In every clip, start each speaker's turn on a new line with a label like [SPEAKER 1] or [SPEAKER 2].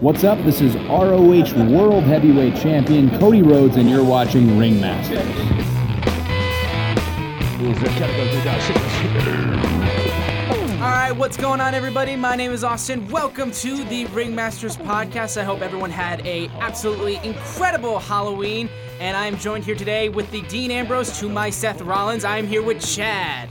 [SPEAKER 1] What's up? This is ROH World Heavyweight Champion Cody Rhodes, and you're watching Ringmaster.
[SPEAKER 2] All right, what's going on, everybody? My name is Austin. Welcome to the Ringmasters podcast. I hope everyone had a absolutely incredible Halloween, and I am joined here today with the Dean Ambrose to my Seth Rollins. I am here with Chad.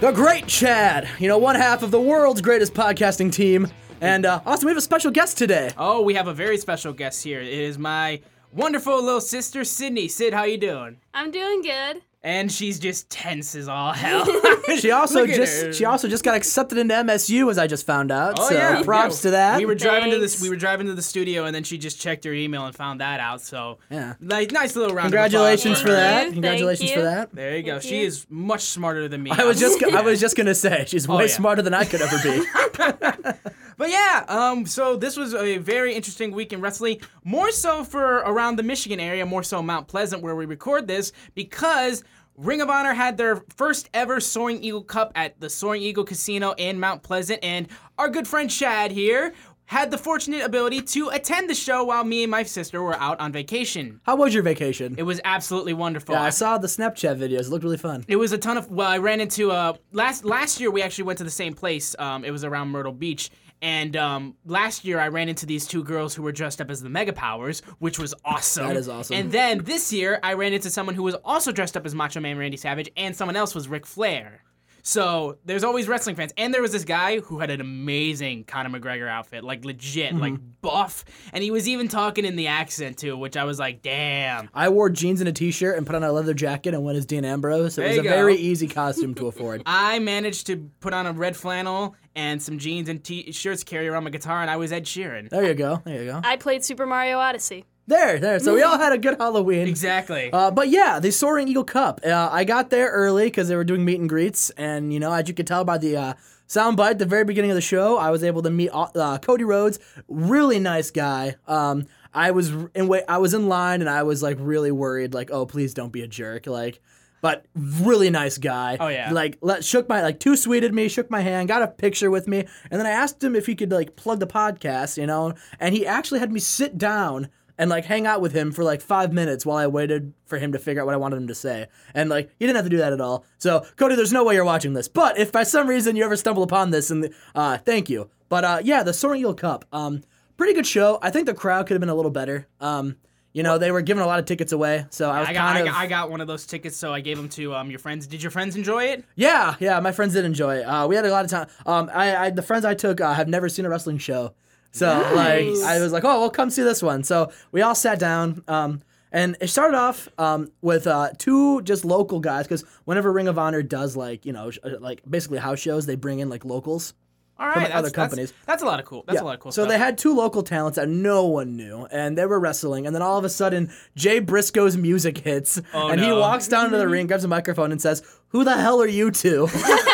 [SPEAKER 3] The Great Chad, you know, one half of the world's greatest podcasting team. And uh, Austin, we have a special guest today.
[SPEAKER 2] Oh, we have a very special guest here. It is my wonderful little sister, Sydney. Sid, how you doing?
[SPEAKER 4] I'm doing good.
[SPEAKER 2] And she's just tense as all hell.
[SPEAKER 3] She also
[SPEAKER 2] Oh, Look at
[SPEAKER 3] just
[SPEAKER 2] her.
[SPEAKER 3] she also just got accepted into MSU, as I just found out.
[SPEAKER 2] Oh,
[SPEAKER 3] so
[SPEAKER 2] yeah.
[SPEAKER 3] props to that.
[SPEAKER 2] We were driving to this.
[SPEAKER 4] Thanks.
[SPEAKER 2] We were driving to the studio, and then she just checked her email and found that out. So
[SPEAKER 3] Yeah.
[SPEAKER 2] like nice little round. of applause
[SPEAKER 3] Congratulations
[SPEAKER 2] her.
[SPEAKER 3] for that.
[SPEAKER 4] Thank you,
[SPEAKER 3] Congratulations
[SPEAKER 4] thank
[SPEAKER 3] for
[SPEAKER 4] you.
[SPEAKER 3] that.
[SPEAKER 2] There you go.
[SPEAKER 4] Thank
[SPEAKER 2] She
[SPEAKER 4] you.
[SPEAKER 2] is much smarter than me.
[SPEAKER 3] I was just I was just gonna say she's way
[SPEAKER 2] Oh, yeah.
[SPEAKER 3] smarter than I could ever be.
[SPEAKER 2] But yeah, um, so this was a very interesting week in wrestling, more so for around the Michigan area, more so Mount Pleasant where we record this, because Ring of Honor had their first ever Soaring Eagle Cup at the Soaring Eagle Casino in Mount Pleasant, and our good friend Chad here had the fortunate ability to attend the show while me and my sister were out on vacation.
[SPEAKER 3] How was your vacation?
[SPEAKER 2] It was absolutely wonderful.
[SPEAKER 3] Yeah, I saw the Snapchat videos. It looked really fun.
[SPEAKER 2] It was a ton of. Well, I ran into uh last last year we actually went to the same place. Um, it was around Myrtle Beach, and um, last year I ran into these two girls who were dressed up as the Mega Powers, which was awesome.
[SPEAKER 3] That is awesome.
[SPEAKER 2] And then this year I ran into someone who was also dressed up as Macho Man Randy Savage, and someone else was Ric Flair. So there's always wrestling fans, and there was this guy who had an amazing Conor McGregor outfit, like legit, like
[SPEAKER 3] Mm-hmm.
[SPEAKER 2] buff, and he was even talking in the accent too, which I was like, damn.
[SPEAKER 3] I wore jeans and a t-shirt and put on a leather jacket and went as Dean Ambrose. It was
[SPEAKER 2] you
[SPEAKER 3] a
[SPEAKER 2] go.
[SPEAKER 3] very easy costume to afford.
[SPEAKER 2] I managed to put on a red flannel and some jeans and t-shirts, carry around my guitar, and I was Ed Sheeran.
[SPEAKER 3] There you go. There you go.
[SPEAKER 4] I played Super Mario Odyssey.
[SPEAKER 3] There, there.
[SPEAKER 2] Mm.
[SPEAKER 3] So we all had a good Halloween.
[SPEAKER 2] Exactly.
[SPEAKER 3] Uh, but yeah, the Soaring Eagle Cup. Uh, I got there early because they were doing meet and greets, and you know, as you could tell by the uh, soundbite at the very beginning of the show, I was able to meet uh, uh, Cody Rhodes, really nice guy. Um, I was r- in wait, I was in line, and I was like really worried, like, oh, please don't be a jerk, like. But really nice guy.
[SPEAKER 2] Oh, yeah.
[SPEAKER 3] Like let, shook my like too sweeted me, shook my hand, got a picture with me, and then I asked him if he could like plug the podcast, you know, and he actually had me sit down and like hang out with him for like five minutes while I waited for him to figure out what I wanted him to say. And like he didn't have to do that at all. So Cody, there's no way you're watching this. But if by some reason you ever stumble upon this, and uh, thank you. But uh, yeah, the Soaring Eagle Cup, um, pretty good show. I think the crowd could have been a little better. Um, you know, they were giving a lot of tickets away, so I was
[SPEAKER 2] I got,
[SPEAKER 3] kind
[SPEAKER 2] I,
[SPEAKER 3] of
[SPEAKER 2] got, I got one of those tickets, so I gave them to um, your friends. Did your friends enjoy it?
[SPEAKER 3] yeah, yeah. My friends did enjoy it. Uh, we had a lot of time. Um, I, I the friends I took uh, have never seen a wrestling show, so like I was like, oh, well, come see this one. So we all sat down. Um, and it started off um, with uh, two just local guys because whenever Ring of Honor does like you know sh- uh, like basically house shows, they bring in like locals.
[SPEAKER 2] All right.
[SPEAKER 3] other
[SPEAKER 2] that's- that's-
[SPEAKER 3] companies.
[SPEAKER 2] That's, a lot of cool. That's a
[SPEAKER 3] Yeah.
[SPEAKER 2] lot of cool.
[SPEAKER 3] So
[SPEAKER 2] stuff.
[SPEAKER 3] they had two local talents that no one knew, and they were wrestling. And then all of a sudden, Jay Briscoe's music hits, and he
[SPEAKER 2] Oh, no.
[SPEAKER 3] walks down to the ring, grabs a microphone, and says, "Who the hell are you two?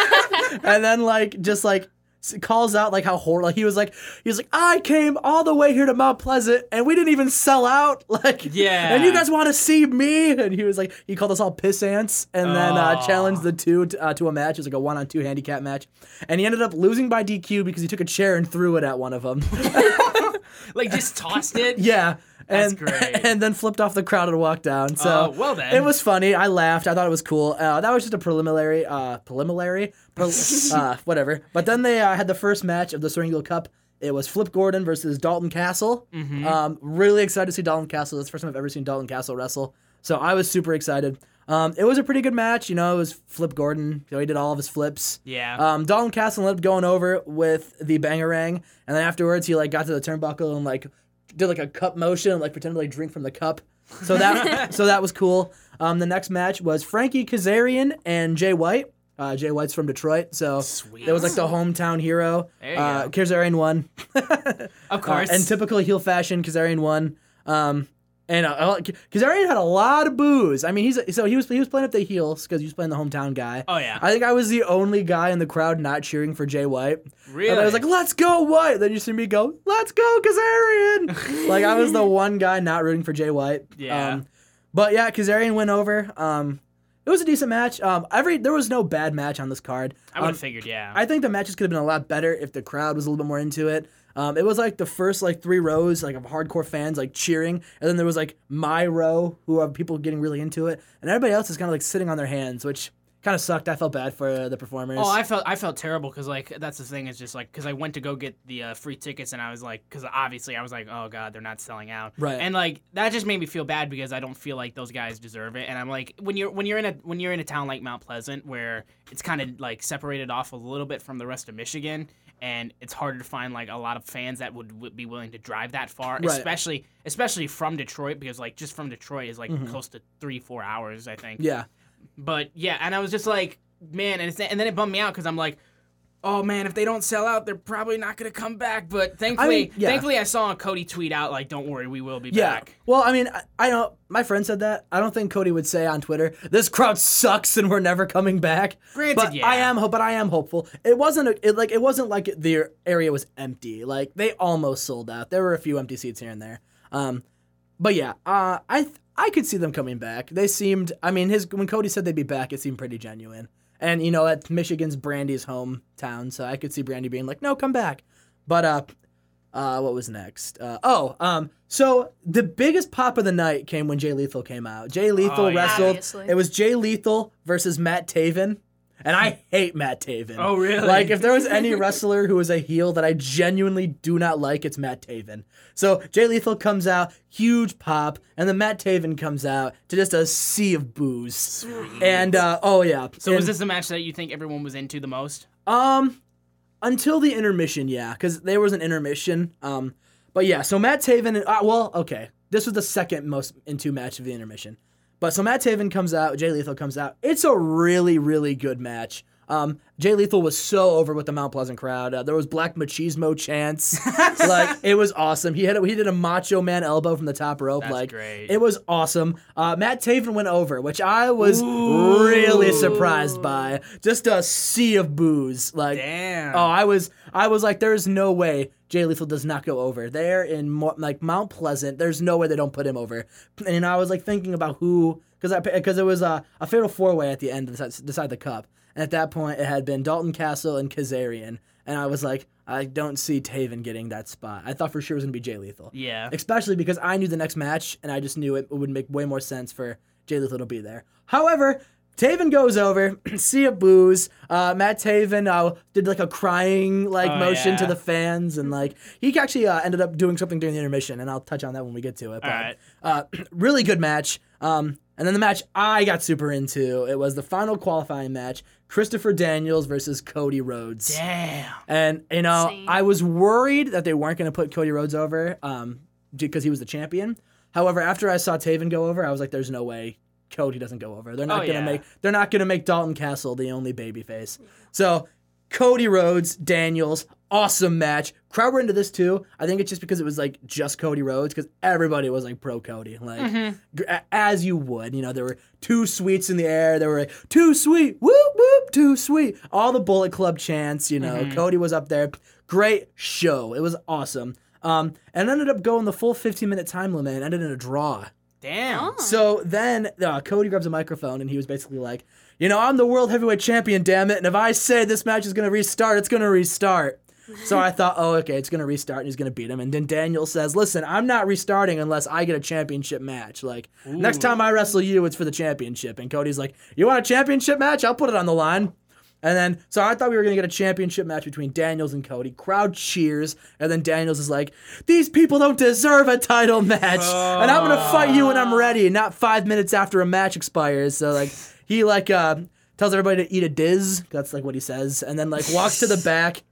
[SPEAKER 3] and then like just like s- calls out like how horrible like, he was like he was like I came all the way here to Mount Pleasant and we didn't even sell out like
[SPEAKER 2] Yeah.
[SPEAKER 3] and you guys want to see me and he was like he called us all piss ants and then uh,
[SPEAKER 2] Aw.
[SPEAKER 3] challenged the two t- uh, to a match it was like a one on two handicap match and he ended up losing by DQ because he took a chair and threw it at one of them
[SPEAKER 2] like just tossed it.
[SPEAKER 3] yeah.
[SPEAKER 2] That's
[SPEAKER 3] And,
[SPEAKER 2] great.
[SPEAKER 3] and then flipped off the crowd and walked down. So
[SPEAKER 2] Oh, well then.
[SPEAKER 3] it was funny. I laughed. I thought it was cool. Uh, that was just a preliminary, uh, preliminary, Pre- uh, whatever. But then they uh, had the first match of the Soaring Eagle Cup. It was Flip Gordon versus Dalton Castle.
[SPEAKER 2] Mm-hmm.
[SPEAKER 3] Um, really excited to see Dalton Castle. That's the first time I've ever seen Dalton Castle wrestle. So I was super excited. Um, it was a pretty good match. You know, it was Flip Gordon. So he did all of his flips.
[SPEAKER 2] Yeah.
[SPEAKER 3] Um, Dalton Castle ended up going over with the bangerang, and then afterwards he like got to the turnbuckle and like did like a cup motion and like pretended to like drink from the cup. So that so that was cool. Um, the next match was Frankie Kazarian and Jay White. Uh, Jay White's from Detroit, so
[SPEAKER 2] Sweet.
[SPEAKER 3] that was like the hometown hero.
[SPEAKER 2] There you
[SPEAKER 3] uh,
[SPEAKER 2] go.
[SPEAKER 3] Kazarian won,
[SPEAKER 2] Of course.
[SPEAKER 3] uh, and typical heel fashion, Kazarian won. Um, and uh, uh, Kazarian had a lot of boos. I mean, he's so he was he was playing up the heels because he was playing the hometown guy.
[SPEAKER 2] Oh, yeah.
[SPEAKER 3] I think I was the only guy in the crowd not cheering for Jay White.
[SPEAKER 2] really.
[SPEAKER 3] And I was like, let's go, White. Then you see me go, let's go, Kazarian. like, I was the one guy not rooting for Jay White.
[SPEAKER 2] Yeah.
[SPEAKER 3] Um, but yeah, Kazarian went over. Um, it was a decent match. Um, every There was no bad match on this card.
[SPEAKER 2] I would have
[SPEAKER 3] Um,
[SPEAKER 2] figured, yeah.
[SPEAKER 3] I think the matches could have been a lot better if the crowd was a little bit more into it. Um, it was like the first like three rows like of hardcore fans like cheering, and then there was like my row who are people getting really into it, and everybody else is kind of like sitting on their hands, which kind of sucked. I felt bad for uh, the performers.
[SPEAKER 5] Oh, I felt I felt terrible because like that's the thing is just like because I went to go get the uh, free tickets and I was like because obviously I was like oh god they're not selling out
[SPEAKER 3] Right.
[SPEAKER 5] and like that just made me feel bad because I don't feel like those guys deserve it and I'm like when you're when you're in a when you're in a town like Mount Pleasant where it's kind of like separated off a little bit from the rest of Michigan and it's harder to find like a lot of fans that would, would be willing to drive that far especially especially from Detroit because like just from Detroit is like close to three four hours I think
[SPEAKER 3] yeah,
[SPEAKER 5] but yeah, and I was just like, man, and, it's, and then it bummed me out because I'm like, oh man, if they don't sell out, they're probably not gonna come back. But thankfully,
[SPEAKER 3] mean, yeah.
[SPEAKER 5] thankfully, I saw Cody tweet out like, don't worry, we will be
[SPEAKER 3] yeah.
[SPEAKER 5] back.
[SPEAKER 3] Well, I mean, I, I know my friend said that. I don't think Cody would say on Twitter, "This crowd sucks and we're never coming back."
[SPEAKER 5] Granted,
[SPEAKER 3] but
[SPEAKER 5] yeah.
[SPEAKER 3] I am, ho- but I am hopeful. It wasn't a, it, like it wasn't like the area was empty. Like they almost sold out. There were a few empty seats here and there. Um, but yeah, uh, I th- I could see them coming back. They seemed. I mean, his when Cody said they'd be back, it seemed pretty genuine. And you know, at Michigan's Brandy's hometown, so I could see Brandy being like, "No, come back." But uh, uh, what was next? Uh, oh, um, so the biggest pop of the night came when Jay Lethal came out. Jay Lethal
[SPEAKER 5] Oh, yeah.
[SPEAKER 3] wrestled.
[SPEAKER 4] Obviously.
[SPEAKER 3] It was Jay Lethal versus Matt Taven. And I hate Matt Taven.
[SPEAKER 5] Oh, really?
[SPEAKER 3] Like, if there was any wrestler who was a heel that I genuinely do not like, it's Matt Taven. So Jay Lethal comes out, huge pop, and then Matt Taven comes out to just a sea of booze. And uh, oh yeah.
[SPEAKER 5] So was
[SPEAKER 3] And-
[SPEAKER 5] this the match that you think everyone was into the most?
[SPEAKER 3] um, until the intermission, yeah, because there was an intermission. Um, but yeah, so Matt Taven. And, uh, well, okay, this was the second most into match of the intermission. But so Matt Taven comes out, Jay Lethal comes out. It's a really, really good match. Um, Jay Lethal was so over with the Mount Pleasant crowd. Uh, there was black machismo chants, like it was awesome. He had a, he did a Macho Man elbow from the top rope,
[SPEAKER 5] That's
[SPEAKER 3] like
[SPEAKER 5] great.
[SPEAKER 3] it was awesome. Uh, Matt Taven went over, which I was really surprised by. Just a sea of booze, like
[SPEAKER 5] Damn.
[SPEAKER 3] Oh, I was I was like, there's no way Jay Lethal does not go over. They're in Mo- like Mount Pleasant. There's no way they don't put him over. And I was like thinking about who because I because it was a, a fatal four way at the end to decide, decide the cup. And at that point, it had been Dalton Castle and Kazarian. And I was like, I don't see Taven getting that spot. I thought for sure it was gonna be Jay Lethal.
[SPEAKER 5] Yeah.
[SPEAKER 3] Especially because I knew the next match, and I just knew it would make way more sense for Jay Lethal to be there. However, Taven goes over, see a booze. Uh, Matt Taven uh, did like a crying like
[SPEAKER 5] Oh,
[SPEAKER 3] motion to
[SPEAKER 5] yeah.
[SPEAKER 3] the fans, and like he actually uh, ended up doing something during the intermission, and I'll touch on that when we get to it. But,
[SPEAKER 5] Alright.
[SPEAKER 3] uh, really good match. Um, and then the match I got super into it was the final qualifying match: Christopher Daniels versus Cody Rhodes.
[SPEAKER 5] Damn.
[SPEAKER 3] And you know,
[SPEAKER 4] Same.
[SPEAKER 3] I was worried that they weren't going to put Cody Rhodes over um, because he was the champion. However, after I saw Taven go over, I was like, "There's no way Cody doesn't go over. They're not
[SPEAKER 5] Oh,
[SPEAKER 3] going to
[SPEAKER 5] yeah.
[SPEAKER 3] make they're not going to make Dalton Castle the only babyface." So, Cody Rhodes, Daniels, awesome match. Crowd were into this too. I think it's just because it was like just Cody Rhodes because everybody was like pro Cody, like gr- a- as you would. You know, there were two sweets in the air. There were like, too sweet, whoop whoop, too sweet. All the Bullet Club chants. You know, Cody was up there. Great show. It was awesome. Um, and ended up going the full 15 minute time limit and ended in a draw.
[SPEAKER 5] Damn.
[SPEAKER 3] So then uh, Cody grabs a microphone and he was basically like, you know, I'm the world heavyweight champion, damn it. And if I say this match is going to restart, it's going to restart. So I thought, oh, okay, it's going to restart and he's going to beat him. And then Daniel says, listen, I'm not restarting unless I get a championship match. Like, next time I wrestle you, it's for the championship. And Cody's like, you want a championship match? I'll put it on the line. And then, so I thought we were going to get a championship match between Daniels and Cody. Crowd cheers. And then Daniels is like, These people don't deserve a title match. And I'm going to fight you when I'm ready, not five minutes after a match expires. So, like, he, like, uh, tells everybody to eat a diz. That's, like, what he says. And then, like, walks to the back.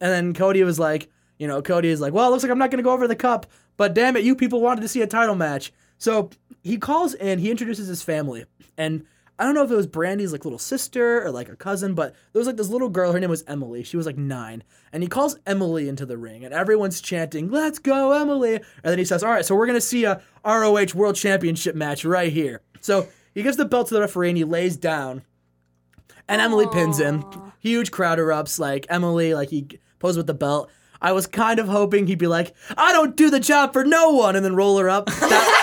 [SPEAKER 3] And then Cody was like, you know, Cody is like, well, it looks like I'm not going to go over the cup, but damn it, you people wanted to see a title match. So he calls in, he introduces his family. And I don't know if it was Brandy's like little sister or like a cousin, but there was like this little girl, her name was Emily. She was like nine. And he calls Emily into the ring and everyone's chanting, let's go, Emily. And then he says, all right, so we're going to see a ROH World Championship match right here. So he gives the belt to the referee and he lays down. And Emily pins him. Huge crowd erupts. Like Emily, like he poses with the belt. I was kind of hoping he'd be like, "I don't do the job for no one," and then roll her up. That,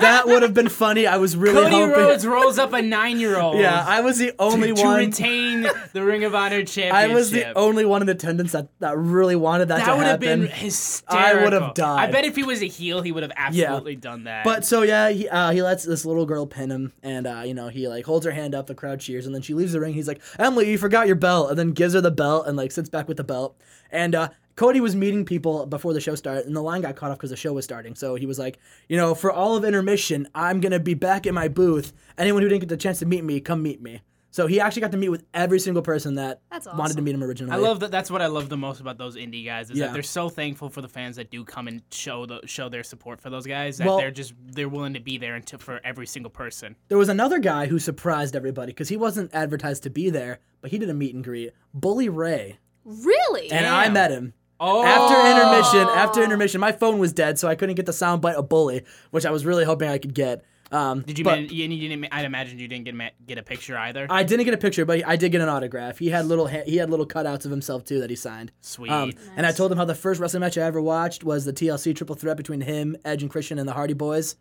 [SPEAKER 3] that would have been funny. I was really
[SPEAKER 2] Cody
[SPEAKER 3] hoping.
[SPEAKER 2] Rhodes rolls up a nine-year-old.
[SPEAKER 3] Yeah, I was the only
[SPEAKER 2] to
[SPEAKER 3] one.
[SPEAKER 2] retain the Ring of Honor championship.
[SPEAKER 3] I was the only one in attendance that, that really wanted that, to
[SPEAKER 2] That would have been
[SPEAKER 3] happen.
[SPEAKER 2] hysterical.
[SPEAKER 3] I would have died.
[SPEAKER 2] I bet if he was a heel, he would have absolutely done that.
[SPEAKER 3] But so yeah, he uh, he lets this little girl pin him, and uh, you know he like holds her hand up, the crowd cheers, and then she leaves the ring. He's like, Emily, you forgot your belt, and then gives her the belt and like sits back with the belt. And uh, Cody was meeting people before the show started, and the line got caught off because the show was starting. So he was like, you know, for all of intermission, I'm gonna be back in my booth. Anyone who didn't get the chance to meet me, come meet me. So he actually got to meet with every single person that
[SPEAKER 4] That's
[SPEAKER 3] wanted to
[SPEAKER 4] awesome.
[SPEAKER 3] meet him originally.
[SPEAKER 2] I love that. That's what I love the most about those indie guys is
[SPEAKER 3] Yeah.
[SPEAKER 2] that they're so thankful for the fans that do come and show the show their support for those guys. That
[SPEAKER 3] Well-
[SPEAKER 2] they're just they're willing to be there and to, for every single person.
[SPEAKER 3] There was another guy who surprised everybody because he wasn't advertised to be there, but he did a meet and greet. Bully Ray.
[SPEAKER 4] Really?
[SPEAKER 3] And I
[SPEAKER 2] Damn.
[SPEAKER 3] met him.
[SPEAKER 2] Oh,
[SPEAKER 3] After intermission, after intermission, my phone was dead, so I couldn't get the sound bite of Bully, which I was really hoping I could get. Um,
[SPEAKER 2] did you?
[SPEAKER 3] but
[SPEAKER 2] man, you, you didn't. I'd imagine you didn't get ma- get a picture either.
[SPEAKER 3] I didn't get a picture, but I did get an autograph. He had little ha- he had little cutouts of himself too that he signed.
[SPEAKER 2] Sweet.
[SPEAKER 3] And I told him how the first wrestling match I ever watched was the TLC triple threat between him, Edge, and Christian and the Hardy Boys.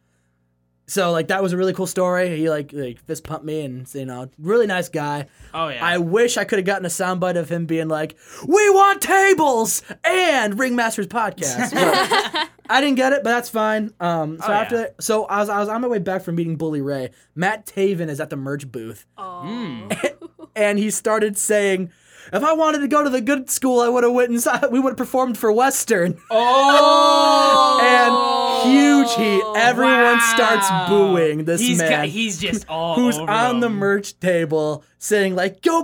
[SPEAKER 3] So like that was a really cool story. He like like fist pumped me and you know really nice guy.
[SPEAKER 2] oh yeah.
[SPEAKER 3] I wish I could have gotten a soundbite of him being like, "We want tables and Ringmasters podcast." But I didn't get it, but that's fine. Um, so
[SPEAKER 2] Oh,
[SPEAKER 3] after
[SPEAKER 2] yeah.
[SPEAKER 3] that, so I was I was on my way back from meeting Bully Ray. Matt Taven is at the merch booth,
[SPEAKER 4] Oh.
[SPEAKER 2] Hmm.
[SPEAKER 3] and he started saying. If I wanted to go to the good school, I would have went inside. We would have performed for Western.
[SPEAKER 2] oh.
[SPEAKER 3] And huge heat. Everyone starts booing this
[SPEAKER 2] he's
[SPEAKER 3] man.
[SPEAKER 2] got- he's just all
[SPEAKER 3] who's
[SPEAKER 2] over
[SPEAKER 3] on the
[SPEAKER 2] him.
[SPEAKER 3] merch table saying like "Go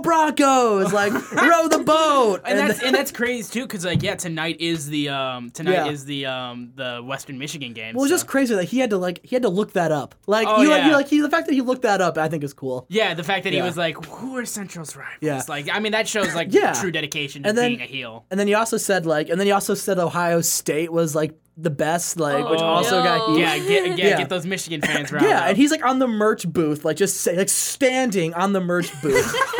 [SPEAKER 3] Broncos!" like row the boat,
[SPEAKER 2] and that's and that's crazy too, because like yeah, tonight is the um tonight
[SPEAKER 3] Yeah.
[SPEAKER 2] is the um the Western Michigan game.
[SPEAKER 3] Well, it's
[SPEAKER 2] so-
[SPEAKER 3] just crazy that he had to like he had to look that up. Like
[SPEAKER 2] Oh,
[SPEAKER 3] you, like, you
[SPEAKER 2] yeah.
[SPEAKER 3] like he, the fact that he looked that up, I think is cool.
[SPEAKER 2] yeah, the fact that
[SPEAKER 3] Yeah.
[SPEAKER 2] he was like, who are Central's rivals?
[SPEAKER 3] Yeah.
[SPEAKER 2] Like, I mean, that shows like
[SPEAKER 3] Yeah.
[SPEAKER 2] true dedication to
[SPEAKER 3] And then-
[SPEAKER 2] being a heel.
[SPEAKER 3] And then he also said like, and then he also said Ohio State was like the best, like which also got
[SPEAKER 4] no.
[SPEAKER 3] huge.
[SPEAKER 2] Oh, Yeah, get get,
[SPEAKER 3] Yeah.
[SPEAKER 2] get those Michigan fans right.
[SPEAKER 3] Yeah, and he's like on the merch booth, like just say, like standing on the merch booth.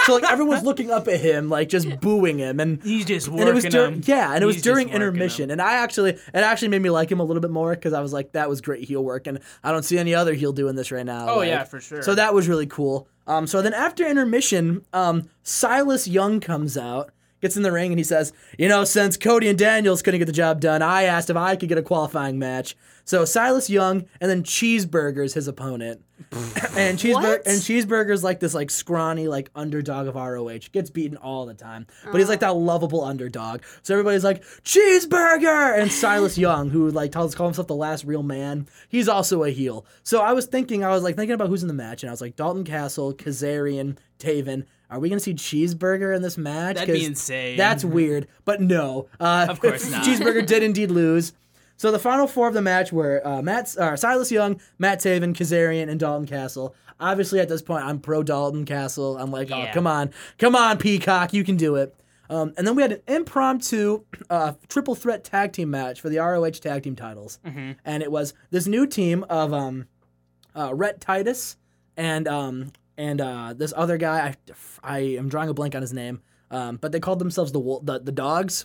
[SPEAKER 3] so like everyone's looking up at him, like just booing him, and
[SPEAKER 2] he's just working
[SPEAKER 3] and it was during
[SPEAKER 2] him.
[SPEAKER 3] yeah, and it was
[SPEAKER 2] He's just
[SPEAKER 3] during
[SPEAKER 2] working him.
[SPEAKER 3] intermission, and I actually it actually made me like him a little bit more because I was like that was great heel work, and I don't see any other heel doing this right now.
[SPEAKER 2] Oh,
[SPEAKER 3] like-
[SPEAKER 2] yeah, for sure.
[SPEAKER 3] So that was really cool. Um, so then after intermission, um, Silas Young comes out. Gets in the ring and he says, You know, since Cody and Daniels couldn't get the job done, I asked if I could get a qualifying match. So Silas Young and then Cheeseburger's his opponent. and Cheeseburger
[SPEAKER 4] What?
[SPEAKER 3] and Cheeseburger's like this like scrawny like underdog of ROH gets beaten all the time, but he's like that lovable underdog. So everybody's like Cheeseburger and Silas Young, who like tells call himself the last real man. He's also a heel. So I was thinking, I was like thinking about who's in the match, and I was like Dalton Castle, Kazarian, Taven. Are we gonna see Cheeseburger in this match?
[SPEAKER 2] That'd be
[SPEAKER 3] 'Cause
[SPEAKER 2] insane.
[SPEAKER 3] That's weird, but no. Uh,
[SPEAKER 2] Of course not.
[SPEAKER 3] Cheeseburger did indeed lose. So the final four of the match were uh, Matt, uh, Silas Young, Matt Taven, Kazarian, and Dalton Castle. Obviously, at this point, I'm pro Dalton Castle. I'm like, oh,
[SPEAKER 2] Yeah.
[SPEAKER 3] come on, come on, Peacock, you can do it. Um, and then we had an impromptu uh, triple threat tag team match for the ROH tag team titles,
[SPEAKER 2] Mm-hmm.
[SPEAKER 3] and it was this new team of um, uh, Rhett Titus and um, and uh, this other guy. I, I am drawing a blank on his name, um, but they called themselves the Wol- the, the Dogs,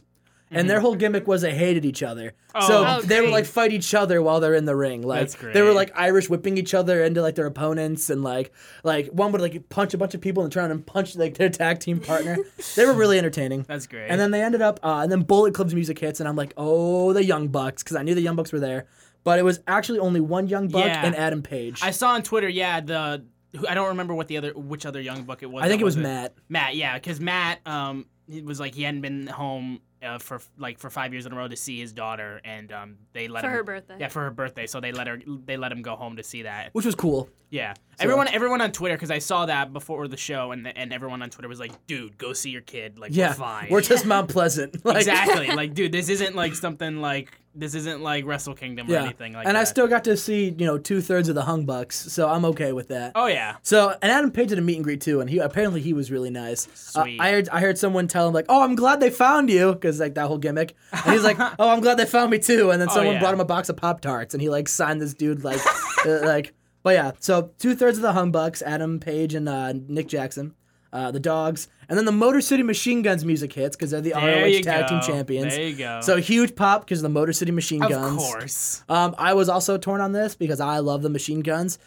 [SPEAKER 3] and their whole gimmick was they hated each other. so
[SPEAKER 2] Mhm. Oh,
[SPEAKER 3] they would
[SPEAKER 2] great.
[SPEAKER 3] like fight each other while they're in the ring. Like
[SPEAKER 2] That's
[SPEAKER 3] they were
[SPEAKER 2] great.
[SPEAKER 3] like Irish whipping each other into like their opponents, and like like one would like punch a bunch of people and turn around and punch like their tag team partner. they were really entertaining.
[SPEAKER 2] That's great.
[SPEAKER 3] And then they ended up, uh, and then Bullet Club's music hits, and I'm like, oh, the Young Bucks, because I knew the Young Bucks were there. But it was actually only one Young Buck
[SPEAKER 2] Yeah.
[SPEAKER 3] and Adam Page.
[SPEAKER 2] I saw on Twitter, yeah, the who- I don't remember what the other which other young buck it was.
[SPEAKER 3] I think
[SPEAKER 2] that
[SPEAKER 3] it was Matt.
[SPEAKER 2] Matt, yeah, because Matt, um, it was like he hadn't been home uh, for like for five years in a row to see his daughter, and um, they let
[SPEAKER 4] For
[SPEAKER 2] him,
[SPEAKER 4] her birthday.
[SPEAKER 2] Yeah, for her birthday, so they let her they let him go home to see that.
[SPEAKER 3] which was cool.
[SPEAKER 2] Yeah, everyone everyone on Twitter because I saw that before the show, and and everyone on Twitter was like, "Dude, go see your kid. Like,
[SPEAKER 3] Yeah,
[SPEAKER 2] we're fine."
[SPEAKER 3] we're just Mount Pleasant. Like,
[SPEAKER 2] exactly like, dude, this isn't like something like this isn't like Wrestle Kingdom or
[SPEAKER 3] Yeah,
[SPEAKER 2] anything like
[SPEAKER 3] and
[SPEAKER 2] that.
[SPEAKER 3] I still got to see you know two thirds of the Hung Bucks, so I'm okay with that.
[SPEAKER 2] oh yeah,
[SPEAKER 3] So and Adam Page did a meet and greet too, and he apparently he was really nice. Uh,
[SPEAKER 2] Sweet.
[SPEAKER 3] I heard I heard someone tell him like, "Oh, I'm glad they found you," because like that whole gimmick. And he's like, "Oh, I'm glad they found me too." And then someone
[SPEAKER 2] Oh, yeah.
[SPEAKER 3] brought him a box of Pop Tarts, and he like signed this dude like uh, like. But yeah, so two thirds of the Hung Bucks, Adam Page and uh, Nick Jackson. uh, the Dogs, and then the Motor City Machine Guns music hits because they're the
[SPEAKER 2] There
[SPEAKER 3] ROH
[SPEAKER 2] you
[SPEAKER 3] Tag Team
[SPEAKER 2] go.
[SPEAKER 3] Champions.
[SPEAKER 2] There you go.
[SPEAKER 3] So huge pop because of the Motor City Machine
[SPEAKER 2] Of
[SPEAKER 3] Guns.
[SPEAKER 2] course.
[SPEAKER 3] Um, I was also torn on this because I love the Machine Guns,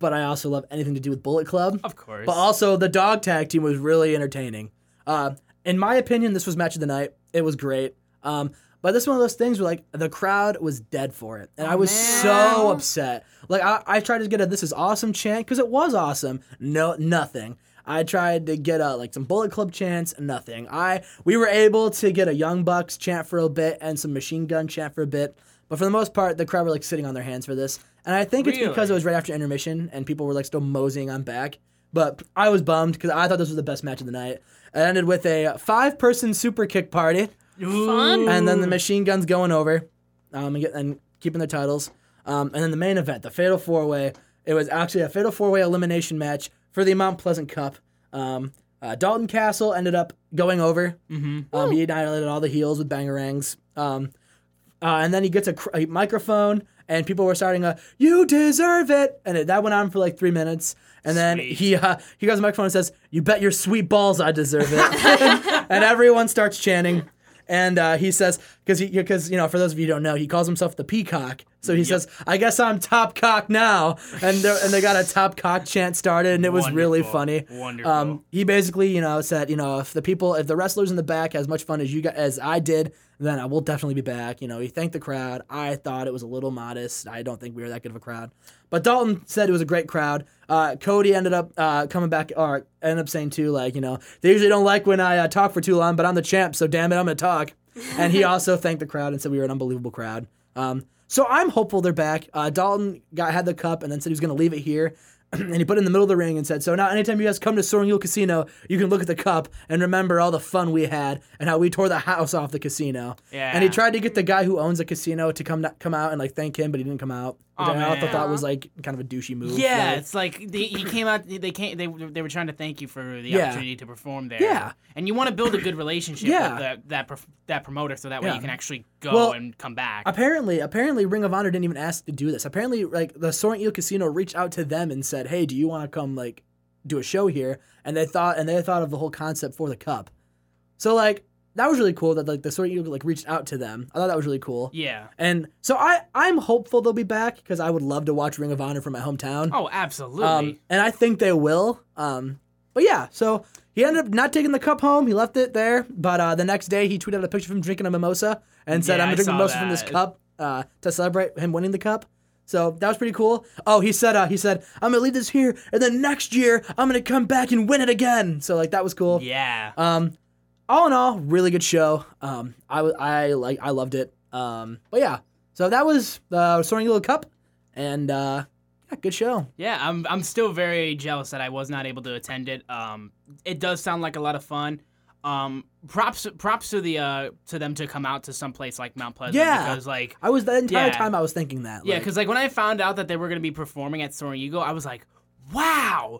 [SPEAKER 3] but I also love anything to do with Bullet Club.
[SPEAKER 2] Of course.
[SPEAKER 3] But also, the dog tag team was really entertaining. Uh, in my opinion, this was match of the night. It was great. Um, but this is one of those things where like the crowd was dead for it, and I was so upset. Like I, I tried to get a "This is awesome" chant because it was awesome. No, nothing. I tried to get a like some Bullet Club chants, nothing. I we were able to get a Young Bucks chant for a bit and some Machine Gun chant for a bit, but for the most part, the crowd were like sitting on their hands for this, and I think it's because it was right after intermission and people were like still moseying on back. But I was bummed because I thought this was the best match of the night. It ended with a five-person super kick party,
[SPEAKER 4] Fun.
[SPEAKER 3] and then the machine guns going over, um, and, get, and keeping their titles. Um, and then the main event, the Fatal Four Way. It was actually a Fatal Four Way elimination match for the Mount Pleasant Cup. Um, uh, Dalton Castle ended up going over. Mm-hmm. Um, he annihilated all the heels with bangerangs. Um, uh, and then he gets a, cr- a microphone, and people were starting a "You deserve it," and it, that went on for like three minutes. And then he uh, he grabs the microphone and says, "You bet your sweet balls I deserve it," and everyone starts chanting. And uh, he says, because because you know, for those of you who don't know, he calls himself the peacock. So he says, "I guess I'm top cock now," and they're- and they got a top cock chant started, and it was really
[SPEAKER 6] Wonderful.
[SPEAKER 3] funny.
[SPEAKER 6] Wonderful.
[SPEAKER 3] Um, he basically, you know, said, you know, if the people, if the wrestlers in the back had as much fun as you guys, as I did, then I will definitely be back. You know, he thanked the crowd. I thought it was a little modest. I don't think we were that good of a crowd. But Dalton said it was a great crowd. Uh, Cody ended up uh, coming back, or ended up saying too, like, you know, they usually don't like when I uh, talk for too long, but I'm the champ, so damn it, I'm gonna talk. And he also thanked the crowd and said we were an unbelievable crowd. Um, so I'm hopeful they're back. Uh, Dalton got had the cup and then said he was going to leave it here. and he put it in the middle of the ring and said, So now anytime you guys come to Soaring Eagle Casino, you can look at the cup and remember all the fun we had and how we tore the house off the casino. And he
[SPEAKER 2] Yeah.
[SPEAKER 3] tried to get the guy who owns the casino to come come out and like thank him, but he didn't come out. Which
[SPEAKER 2] Aw,
[SPEAKER 3] I also
[SPEAKER 2] Oh, man.
[SPEAKER 3] thought was like kind of a douchey move.
[SPEAKER 2] Yeah,
[SPEAKER 3] like-
[SPEAKER 2] it's like they, he came out. They came. They they were trying to thank you for the
[SPEAKER 3] Yeah.
[SPEAKER 2] opportunity to perform there.
[SPEAKER 3] Yeah.
[SPEAKER 2] and you want to build a good relationship
[SPEAKER 3] Yeah.
[SPEAKER 2] with that that, perf- that promoter, so that way
[SPEAKER 3] Yeah.
[SPEAKER 2] you can actually go
[SPEAKER 3] Well,
[SPEAKER 2] and come back.
[SPEAKER 3] Apparently, apparently, Ring of Honor didn't even ask to do this. Apparently, like the Soaring Eagle Casino reached out to them and said, "Hey, do you want to come like do a show here?" And they thought, and they thought of the whole concept for the cup. So like that was really cool that like the Soaring Eagle like reached out to them. I thought that was really cool.
[SPEAKER 2] yeah.
[SPEAKER 3] And so I I'm hopeful they'll be back because I would love to watch Ring of Honor from my hometown.
[SPEAKER 2] Oh, absolutely.
[SPEAKER 3] Um, and I think they will. Um, but yeah, so he ended up not taking the cup home. He left it there. But uh, the next day, he tweeted out a picture of him drinking a mimosa and said,
[SPEAKER 2] Yeah,
[SPEAKER 3] "I'm
[SPEAKER 2] I
[SPEAKER 3] gonna drink a
[SPEAKER 2] saw
[SPEAKER 3] mimosa from this
[SPEAKER 2] that.
[SPEAKER 3] cup uh, to celebrate him winning the cup." So that was pretty cool. Oh, he said, uh, he said, "I'm gonna leave this here, and then next year, I'm gonna come back and win it again." So like that was cool.
[SPEAKER 2] yeah.
[SPEAKER 3] Um, all in all, really good show. Um, I wa- I like I loved it. Um, but yeah, so that was the uh, Soaring Little Cup, and uh, yeah, good show.
[SPEAKER 2] Yeah, I'm I'm still very jealous that I was not able to attend it. Um, it does sound like a lot of fun. Um, props props to the uh to them to come out to some place like Mount Pleasant.
[SPEAKER 3] Yeah.
[SPEAKER 2] because like
[SPEAKER 3] I was the entire
[SPEAKER 2] Yeah.
[SPEAKER 3] time I was thinking that.
[SPEAKER 2] yeah,
[SPEAKER 3] like-
[SPEAKER 2] because like when I found out that they were gonna be performing at Soaring Eagle, I was like, wow,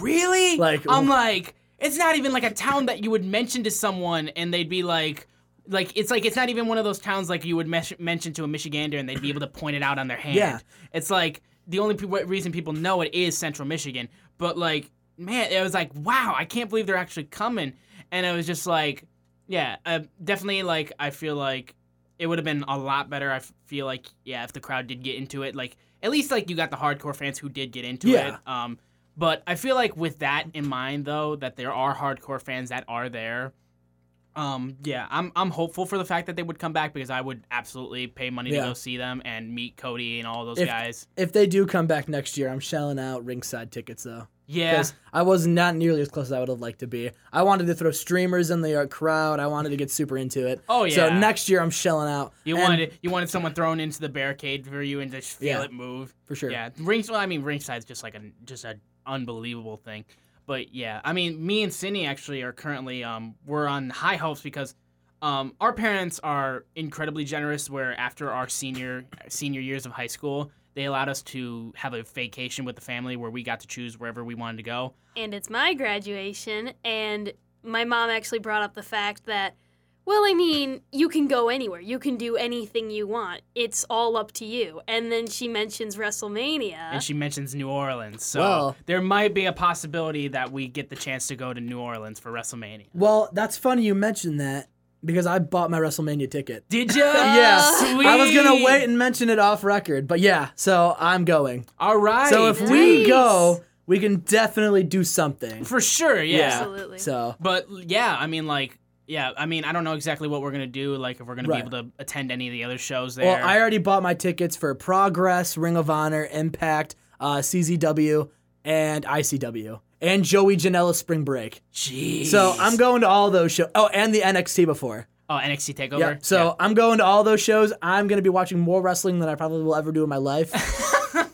[SPEAKER 2] really?
[SPEAKER 3] Like-
[SPEAKER 2] I'm like, it's not even like a town that you would mention to someone and they'd be like. Like it's like it's not even one of those towns like you would mesh- mention to a Michigander and they'd be able to point it out on their hand.
[SPEAKER 3] Yeah.
[SPEAKER 2] It's like the only pe- reason people know it is Central Michigan, but like, man, it was like, wow, I can't believe they're actually coming, and it was just like, yeah, uh, definitely. Like, I feel like it would have been a lot better. I f- feel like, yeah, if the crowd did get into it, like at least like you got the hardcore fans who did get into
[SPEAKER 3] Yeah.
[SPEAKER 2] it. Um, but I feel like with that in mind, though, that there are hardcore fans that are there. Um, yeah, I'm I'm hopeful for the fact that they would come back because I would absolutely pay money
[SPEAKER 3] Yeah.
[SPEAKER 2] to go see them and meet Cody and all those
[SPEAKER 3] If-
[SPEAKER 2] guys.
[SPEAKER 3] if they do come back next year, I'm shelling out ringside tickets though.
[SPEAKER 2] Yeah,
[SPEAKER 3] Because I was not nearly as close as I would have liked to be. I wanted to throw streamers in the uh, crowd. I wanted to get super into it.
[SPEAKER 2] Oh,
[SPEAKER 3] So
[SPEAKER 2] yeah.
[SPEAKER 3] next year I'm shelling out.
[SPEAKER 2] you
[SPEAKER 3] And-
[SPEAKER 2] wanted you wanted someone thrown into the barricade for you and just feel
[SPEAKER 3] Yeah,
[SPEAKER 2] it move
[SPEAKER 3] for sure.
[SPEAKER 2] Yeah, rings. Well, I mean, ringside's just like a just an unbelievable thing. But yeah, I mean, me and Cindy actually are currently um we're on high hopes because um our parents are incredibly generous. Where after our senior senior years of high school, they allowed us to have a vacation with the family where we got to choose wherever we wanted to go.
[SPEAKER 4] and it's my graduation, and my mom actually brought up the fact that Well, I mean, you can go anywhere. You can do anything you want. It's all up to you. And then she mentions WrestleMania.
[SPEAKER 2] And she mentions New Orleans. So
[SPEAKER 3] Uh-huh. Well-
[SPEAKER 2] there might be a possibility that we get the chance to go to New Orleans for WrestleMania.
[SPEAKER 3] Well, that's funny you mentioned that because I bought my WrestleMania ticket.
[SPEAKER 2] Did you?
[SPEAKER 3] Yeah,
[SPEAKER 2] Sweet.
[SPEAKER 3] I was gonna wait and mention it off record, but yeah, so I'm going.
[SPEAKER 2] All right.
[SPEAKER 3] So if we go, we can definitely do something.
[SPEAKER 2] for sure, yeah.
[SPEAKER 4] Absolutely.
[SPEAKER 3] So
[SPEAKER 2] But yeah, I mean, like, yeah, I mean, I don't know exactly what we're gonna do. Like, if we're gonna
[SPEAKER 3] Right.
[SPEAKER 2] be able to attend any of the other shows there.
[SPEAKER 3] well, I already bought my tickets for Progress, Ring of Honor, Impact, uh, CZW, and ICW, and Joey Janela Spring Break.
[SPEAKER 2] Jeez.
[SPEAKER 3] So I'm going to all those shows. Oh, and the NXT before.
[SPEAKER 2] Oh, NXT Takeover.
[SPEAKER 3] Yeah. So I'm going to all those shows. I'm going to be watching more wrestling than I probably will ever do in my life.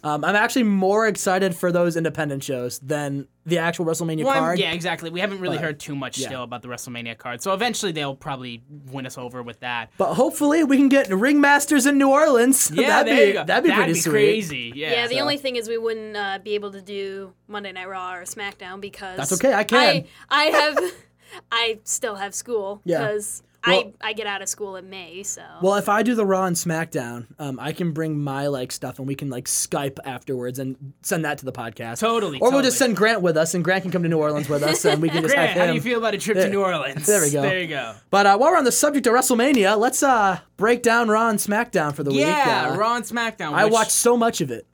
[SPEAKER 3] um, I'm actually more excited for those independent shows than the actual WrestleMania
[SPEAKER 2] Well, I'm-
[SPEAKER 3] card.
[SPEAKER 2] yeah, exactly. We haven't really heard too much
[SPEAKER 3] yeah.
[SPEAKER 2] still about the WrestleMania card, so eventually they'll probably win us over with that.
[SPEAKER 3] But hopefully we can get ringmasters in New Orleans.
[SPEAKER 2] Yeah,
[SPEAKER 3] that'd
[SPEAKER 2] there
[SPEAKER 3] be
[SPEAKER 2] you go.
[SPEAKER 3] that'd be pretty sweet.
[SPEAKER 2] crazy. Yeah.
[SPEAKER 4] yeah, the
[SPEAKER 3] so-
[SPEAKER 4] only thing is we wouldn't uh, be able to do Monday Night Raw or SmackDown because
[SPEAKER 3] That's okay, I can.
[SPEAKER 4] I, I have, I still have school
[SPEAKER 3] Yeah.
[SPEAKER 4] because
[SPEAKER 3] Well-
[SPEAKER 4] I I get out of school in May. So
[SPEAKER 3] Well, if I do the Raw and SmackDown, um, I can bring my like stuff and we can like Skype afterwards and send that to the podcast.
[SPEAKER 2] Totally,
[SPEAKER 3] Or we'll just
[SPEAKER 2] totally.
[SPEAKER 3] send Grant with us, and Grant can come to New Orleans with us, and we can just
[SPEAKER 2] Grant,
[SPEAKER 3] have
[SPEAKER 2] how
[SPEAKER 3] him.
[SPEAKER 2] do you feel about a trip to New Orleans?
[SPEAKER 3] there we go.
[SPEAKER 2] There you go.
[SPEAKER 3] But uh, while we're on the subject of WrestleMania, let's uh, break down Raw and SmackDown for the week.
[SPEAKER 2] Yeah,
[SPEAKER 3] Uh,
[SPEAKER 2] Raw and SmackDown.
[SPEAKER 3] I
[SPEAKER 2] which-
[SPEAKER 3] watched so much of it.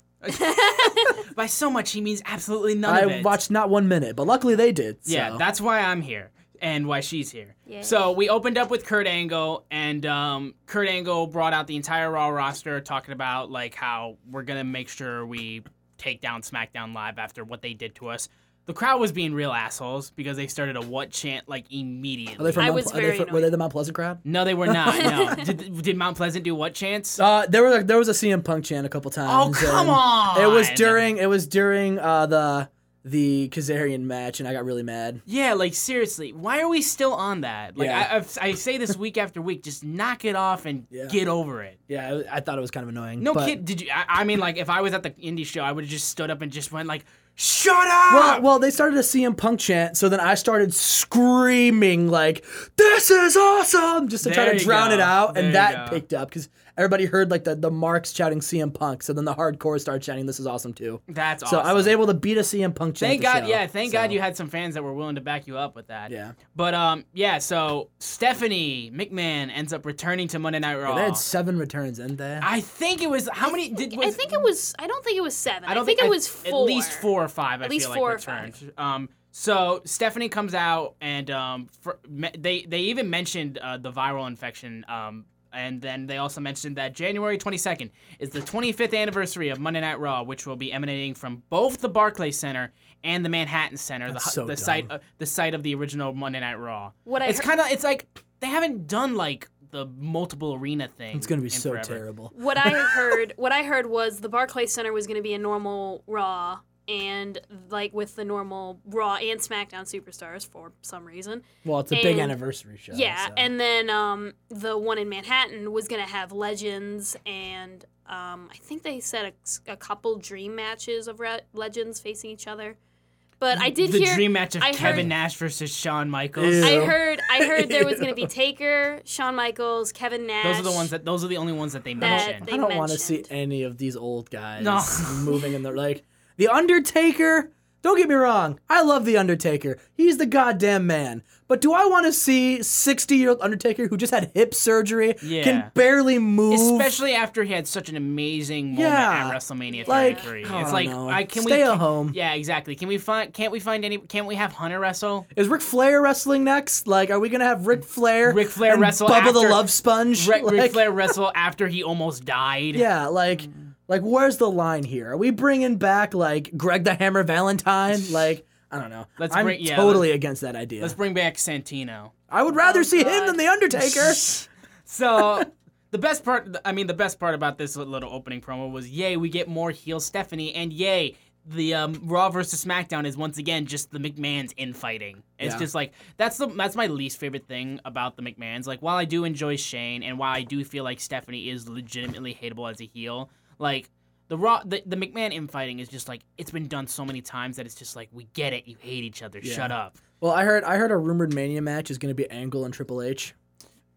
[SPEAKER 2] by so much he means absolutely none of
[SPEAKER 3] I
[SPEAKER 2] it.
[SPEAKER 3] watched not one minute, but luckily they did.
[SPEAKER 2] Yeah,
[SPEAKER 3] so.
[SPEAKER 2] that's why I'm here and why she's here.
[SPEAKER 4] Yay.
[SPEAKER 2] So we opened up with Kurt Angle, and um, Kurt Angle brought out the entire Raw roster, talking about like how we're gonna make sure we take down SmackDown Live after what they did to us. The crowd was being real assholes because they started a what chant like
[SPEAKER 3] Are
[SPEAKER 2] immediately.
[SPEAKER 3] they from
[SPEAKER 4] I
[SPEAKER 3] Mount
[SPEAKER 4] was
[SPEAKER 3] Ple- are they
[SPEAKER 4] very
[SPEAKER 3] from- were
[SPEAKER 4] annoyed.
[SPEAKER 3] they the Mount Pleasant crowd?
[SPEAKER 2] no, they were not. No. did, did Mount Pleasant do what chants?
[SPEAKER 3] Uh, there was a, there was a CM Punk chant a couple times.
[SPEAKER 2] Oh, come
[SPEAKER 3] and
[SPEAKER 2] on!
[SPEAKER 3] It was during it was during uh, the the Kazarian match, and I got really mad.
[SPEAKER 2] Yeah, like seriously, why are we still on that? Like
[SPEAKER 3] Yeah.
[SPEAKER 2] I, I've, I say this week after week, just knock it off and
[SPEAKER 3] Yeah.
[SPEAKER 2] get over it.
[SPEAKER 3] Yeah, I, I thought it was kind of annoying.
[SPEAKER 2] No
[SPEAKER 3] but-
[SPEAKER 2] kid, did you? I, I mean, like, if I was at the indie show, I would have just stood up and just went like, "Shut up!"
[SPEAKER 3] Well, well, they started a CM Punk chant, so then I started screaming like, "This is awesome!" just to
[SPEAKER 2] There
[SPEAKER 3] try
[SPEAKER 2] you
[SPEAKER 3] to drown it
[SPEAKER 2] go.
[SPEAKER 3] out,
[SPEAKER 2] There you
[SPEAKER 3] and that
[SPEAKER 2] go.
[SPEAKER 3] picked up because everybody heard like the the marks shouting CM Punk, so then the hardcore started shouting, "This is awesome too."
[SPEAKER 2] That's
[SPEAKER 3] So
[SPEAKER 2] awesome.
[SPEAKER 3] I was able to beat a CM Punk chant.
[SPEAKER 2] Thank
[SPEAKER 3] at the
[SPEAKER 2] God,
[SPEAKER 3] show,
[SPEAKER 2] yeah. Thank
[SPEAKER 3] so-
[SPEAKER 2] God you had some fans that were willing to back you up with that.
[SPEAKER 3] Yeah.
[SPEAKER 2] But um, yeah. So Stephanie McMahon ends up returning to Monday Night Raw.
[SPEAKER 3] They had seven returns, didn't they?
[SPEAKER 2] I think it was how many did? Was,
[SPEAKER 4] I think it was. I don't think it was seven.
[SPEAKER 2] I don't
[SPEAKER 4] think, it was
[SPEAKER 2] at
[SPEAKER 4] four.
[SPEAKER 2] least four or five. I
[SPEAKER 4] least
[SPEAKER 2] feel
[SPEAKER 4] four
[SPEAKER 2] like
[SPEAKER 4] or five.
[SPEAKER 2] returned. Um, so Stephanie comes out and um, fr- me- they they even mentioned uh, the viral infection. Um, and then they also mentioned that January 22nd is the 25th anniversary of Monday Night Raw, which will be emanating from both the Barclay Center and the Manhattan Center, the,
[SPEAKER 3] That's so
[SPEAKER 2] the
[SPEAKER 3] dumb.
[SPEAKER 2] site of, the site of the original Monday Night Raw.
[SPEAKER 4] What I
[SPEAKER 2] it's
[SPEAKER 4] heard-
[SPEAKER 2] kind of it's like they haven't done like the multiple arena thing.
[SPEAKER 3] it's gonna be
[SPEAKER 2] in
[SPEAKER 3] so
[SPEAKER 2] forever.
[SPEAKER 3] terrible.
[SPEAKER 4] What I heard, what I heard was the Barclay Center was going to be a normal Raw, and like with the normal Raw and SmackDown superstars for some reason.
[SPEAKER 3] Well, it's a big
[SPEAKER 4] And-
[SPEAKER 3] anniversary show.
[SPEAKER 4] Yeah,
[SPEAKER 3] so.
[SPEAKER 4] and then um, the one in Manhattan was gonna have legends, and um, I think they said a, a couple dream matches of re- legends facing each other. But I did
[SPEAKER 2] the
[SPEAKER 4] hear
[SPEAKER 2] dream match of
[SPEAKER 4] I
[SPEAKER 2] Kevin
[SPEAKER 4] heard-
[SPEAKER 2] Nash versus Shawn Michaels.
[SPEAKER 3] Ew.
[SPEAKER 4] I heard I heard there was gonna be Taker, Shawn Michaels, Kevin Nash.
[SPEAKER 2] Those are the ones that. Those are the only ones that they
[SPEAKER 4] That
[SPEAKER 2] mentioned.
[SPEAKER 4] they-
[SPEAKER 3] I don't want to see
[SPEAKER 4] mentioned.
[SPEAKER 3] any of these old guys
[SPEAKER 2] No.
[SPEAKER 3] moving in their like the Undertaker. Don't get me wrong, I love the Undertaker. He's the goddamn man. But do I want to see sixty-year-old Undertaker who just had hip surgery,
[SPEAKER 2] Yeah.
[SPEAKER 3] can barely move?
[SPEAKER 2] Especially after he had such an amazing moment
[SPEAKER 3] Yeah.
[SPEAKER 2] at WrestleMania
[SPEAKER 3] Like,
[SPEAKER 2] 33.
[SPEAKER 3] I
[SPEAKER 2] it's
[SPEAKER 3] don't
[SPEAKER 2] like,
[SPEAKER 3] know.
[SPEAKER 2] I, can we
[SPEAKER 3] Stay at
[SPEAKER 2] can-
[SPEAKER 3] home.
[SPEAKER 2] Yeah, exactly. Can we find? Can't we find any? Can't we have Hunter wrestle?
[SPEAKER 3] Is Ric Flair wrestling next? Like, are we gonna have Ric Flair,
[SPEAKER 2] Ric Flair
[SPEAKER 3] and
[SPEAKER 2] wrestle
[SPEAKER 3] Bubba the
[SPEAKER 2] after-
[SPEAKER 3] Love Sponge?
[SPEAKER 2] Ric, Ric
[SPEAKER 3] Like,
[SPEAKER 2] Flair wrestle after he almost died.
[SPEAKER 3] Yeah, like, like where's the line here? Are we bringing back like Greg the Hammer Valentine? Like, I don't know.
[SPEAKER 2] Let's
[SPEAKER 3] I'm
[SPEAKER 2] bring- yeah,
[SPEAKER 3] totally against that idea.
[SPEAKER 2] Let's bring back Santino.
[SPEAKER 3] I would
[SPEAKER 2] Oh,
[SPEAKER 3] rather see him
[SPEAKER 4] God.
[SPEAKER 3] than the Undertaker.
[SPEAKER 2] So. The best part, I mean, the best part about this little opening promo was, yay, we get more heel Stephanie, and yay, the um, Raw versus SmackDown is once again just the McMahon's infighting. It's
[SPEAKER 3] Yeah.
[SPEAKER 2] just like that's the that's my least favorite thing about the McMahon's. Like while I do enjoy Shane, and while I do feel like Stephanie is legitimately hateable as a heel, like the Raw the, the McMahon infighting is just like it's been done so many times that it's just like we get it, you hate each other, shut up.
[SPEAKER 3] Well, I heard I heard a rumored Mania match is going to be Angle and Triple H.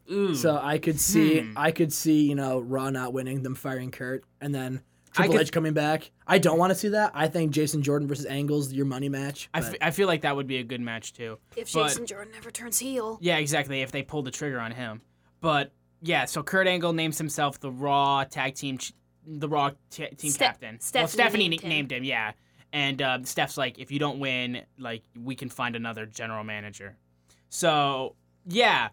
[SPEAKER 2] Hmm.
[SPEAKER 3] So I could see, I could see, you know, Raw not winning, them firing Kurt, and then Triple
[SPEAKER 2] could-
[SPEAKER 3] H coming back. I don't want to see that. I think Jason Jordan versus Angle's your money match.
[SPEAKER 2] I,
[SPEAKER 3] but-
[SPEAKER 2] f- I feel like that would be a good match too.
[SPEAKER 4] If
[SPEAKER 2] But-
[SPEAKER 4] Jason Jordan ever turns heel,
[SPEAKER 2] Yeah, exactly. If they pull the trigger on him, but yeah. So Kurt Angle names himself the Raw Tag Team, ch- the Raw t- Team
[SPEAKER 4] Ste-
[SPEAKER 2] Captain. well,
[SPEAKER 4] Stephanie
[SPEAKER 2] Stephanie
[SPEAKER 4] named
[SPEAKER 2] na-
[SPEAKER 4] him.
[SPEAKER 2] named him. Yeah, and uh, Steph's like, if you don't win, like we can find another general manager. So yeah.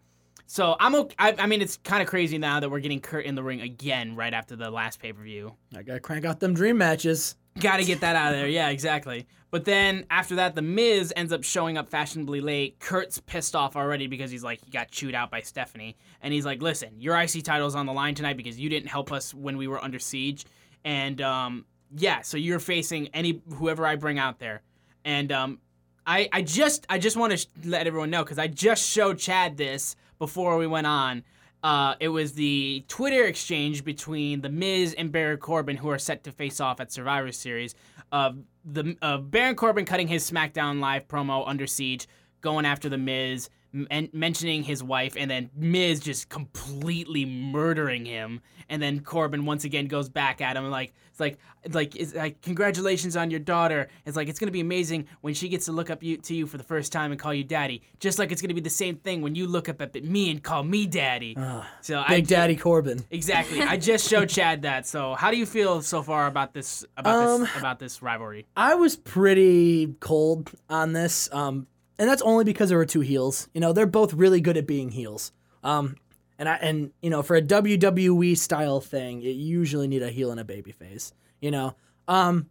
[SPEAKER 2] So I'm okay. I, I mean, it's kind of crazy now that we're getting Kurt in the ring again right after the last pay per view.
[SPEAKER 3] I gotta crank out them dream matches.
[SPEAKER 2] Got to get that out of there. Yeah, exactly. But then after that, the Miz ends up showing up fashionably late. Kurt's pissed off already because he's like he got chewed out by Stephanie, and he's like, "Listen, your IC title's on the line tonight because you didn't help us when we were under siege, and um, yeah, so you're facing any whoever I bring out there, and um, I I just I just want to sh- let everyone know because I just showed Chad this before we went on." Uh, it was the Twitter exchange between The Miz and Baron Corbin, who are set to face off at Survivor Series. Of the of Baron Corbin cutting his SmackDown Live promo under siege, going after The Miz, m- and mentioning his wife, and then Miz just completely murdering him. And then Corbin once again goes back at him like it's like it's like it's like congratulations on your daughter. It's like it's gonna be amazing when she gets to look up you, to you for the first time and call you daddy. Just like it's gonna be the same thing when you look up at me and call me daddy. so I
[SPEAKER 3] Big Daddy Corbin.
[SPEAKER 2] exactly. I just showed Chad that. So how do you feel so far about this about
[SPEAKER 3] Um,
[SPEAKER 2] this about this rivalry?
[SPEAKER 3] I was pretty cold on this, um, and that's only because there were two heels. You know, they're both really good at being heels. Um, and I and you know, for a WWE style thing, it usually need a heel and a baby face. You know, um,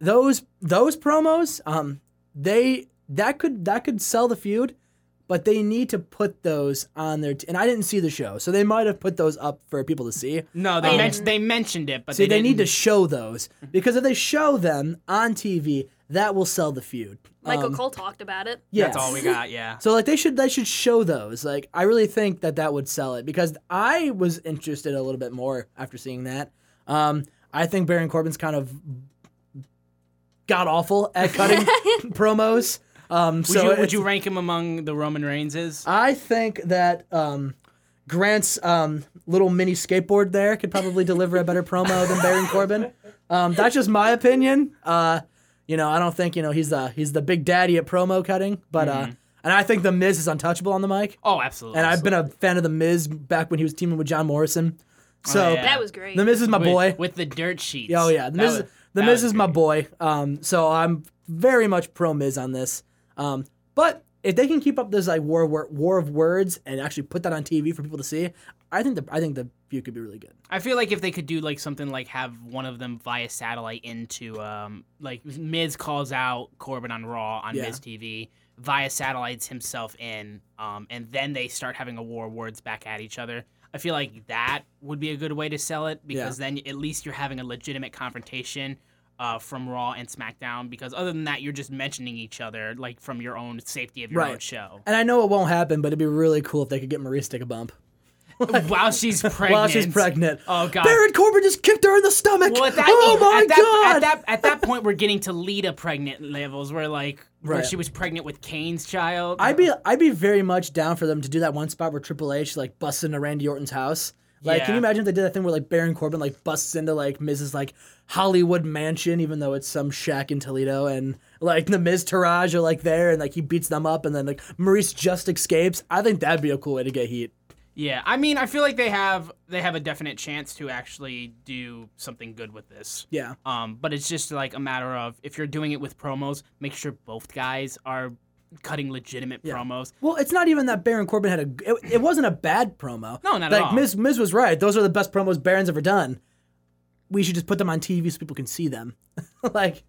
[SPEAKER 3] those those promos, um, they that could that could sell the feud, but they need to put those on their. T- and I didn't see the show, so they might have put those up for people to see.
[SPEAKER 2] No, they mentioned they mentioned it, but
[SPEAKER 3] um, See,
[SPEAKER 2] they,
[SPEAKER 3] they,
[SPEAKER 2] didn't,
[SPEAKER 3] need to show those because if they show them on TV, that will sell the feud.
[SPEAKER 4] Michael
[SPEAKER 3] Um,
[SPEAKER 4] Cole talked about it.
[SPEAKER 2] That's
[SPEAKER 3] yes.
[SPEAKER 2] all we got. Yeah.
[SPEAKER 3] So like they should they should show those. Like I really think that that would sell it because I was interested a little bit more after seeing that. Um, I think Baron Corbin's kind of god awful at cutting promos. Um,
[SPEAKER 2] Would
[SPEAKER 3] so
[SPEAKER 2] you would
[SPEAKER 3] it's- Uh,
[SPEAKER 2] you rank him among the Roman Reigns?
[SPEAKER 3] I think that um, Grant's um, little mini skateboard there could probably deliver a better promo than Baron Corbin. Um, that's just my opinion. Uh, you know, I don't think you know he's the he's the big daddy at promo cutting, but uh, and I think the Miz is untouchable on the mic.
[SPEAKER 2] Oh, absolutely.
[SPEAKER 3] And I've been a fan of the Miz back when he was teaming with John Morrison. So
[SPEAKER 2] yeah.
[SPEAKER 4] That was great.
[SPEAKER 3] the Miz is my
[SPEAKER 2] with,
[SPEAKER 3] boy.
[SPEAKER 2] with the dirt sheets.
[SPEAKER 3] Oh yeah, the
[SPEAKER 2] That
[SPEAKER 3] Miz.
[SPEAKER 2] was-
[SPEAKER 3] the
[SPEAKER 2] that
[SPEAKER 3] Miz
[SPEAKER 2] was
[SPEAKER 3] is my
[SPEAKER 2] great.
[SPEAKER 3] boy. Um, so I'm very much pro Miz on this. Um, but if they can keep up this like war, war war of words and actually put that on TV for people to see, I think the I think the view could be really good.
[SPEAKER 2] I feel like if they could do like something like have one of them via satellite into um like Miz calls out Corbin on Raw on
[SPEAKER 3] Yeah.
[SPEAKER 2] Miz TV via satellites himself in um and then they start having a war of words back at each other. I feel like that would be a good way to sell it because then at least you're having a legitimate confrontation uh, from Raw and SmackDown because other than that you're just mentioning each other like from your own safety of your own
[SPEAKER 3] Right.
[SPEAKER 2] show
[SPEAKER 3] And I know it won't happen, but it'd be really cool if they could get Marie to take a bump
[SPEAKER 2] while she's pregnant.
[SPEAKER 3] while she's pregnant.
[SPEAKER 2] Oh god.
[SPEAKER 3] Baron Corbin just kicked her in the stomach.
[SPEAKER 2] Well, at that,
[SPEAKER 3] oh my
[SPEAKER 2] at that,
[SPEAKER 3] god!
[SPEAKER 2] At that, at that point, we're getting to Lita pregnant levels, where like where
[SPEAKER 3] Right.
[SPEAKER 2] she was pregnant with Kane's child.
[SPEAKER 3] I'd be I'd be very much down for them to do that one spot where Triple H like busts into Randy Orton's house. Like, can
[SPEAKER 2] Yeah.
[SPEAKER 3] you imagine if they did that thing where like Baron Corbin like busts into like Miz's like Hollywood mansion, even though it's some shack in Toledo, and like the Miz Taraj are like there, and like he beats them up, and then like Maurice just escapes. I think that'd be a cool way to get heat.
[SPEAKER 2] yeah, I mean, I feel like they have they have a definite chance to actually do something good with this.
[SPEAKER 3] Yeah,
[SPEAKER 2] Um, but it's just like a matter of if you're doing it with promos, make sure both guys are cutting legitimate promos.
[SPEAKER 3] Well, it's not even that Baron Corbin had a. It, it wasn't a bad promo.
[SPEAKER 2] No, not at
[SPEAKER 3] like,
[SPEAKER 2] all.
[SPEAKER 3] Miz Miz was right. Those are the best promos Baron's ever done. We should just put them on TV so people can see them. like,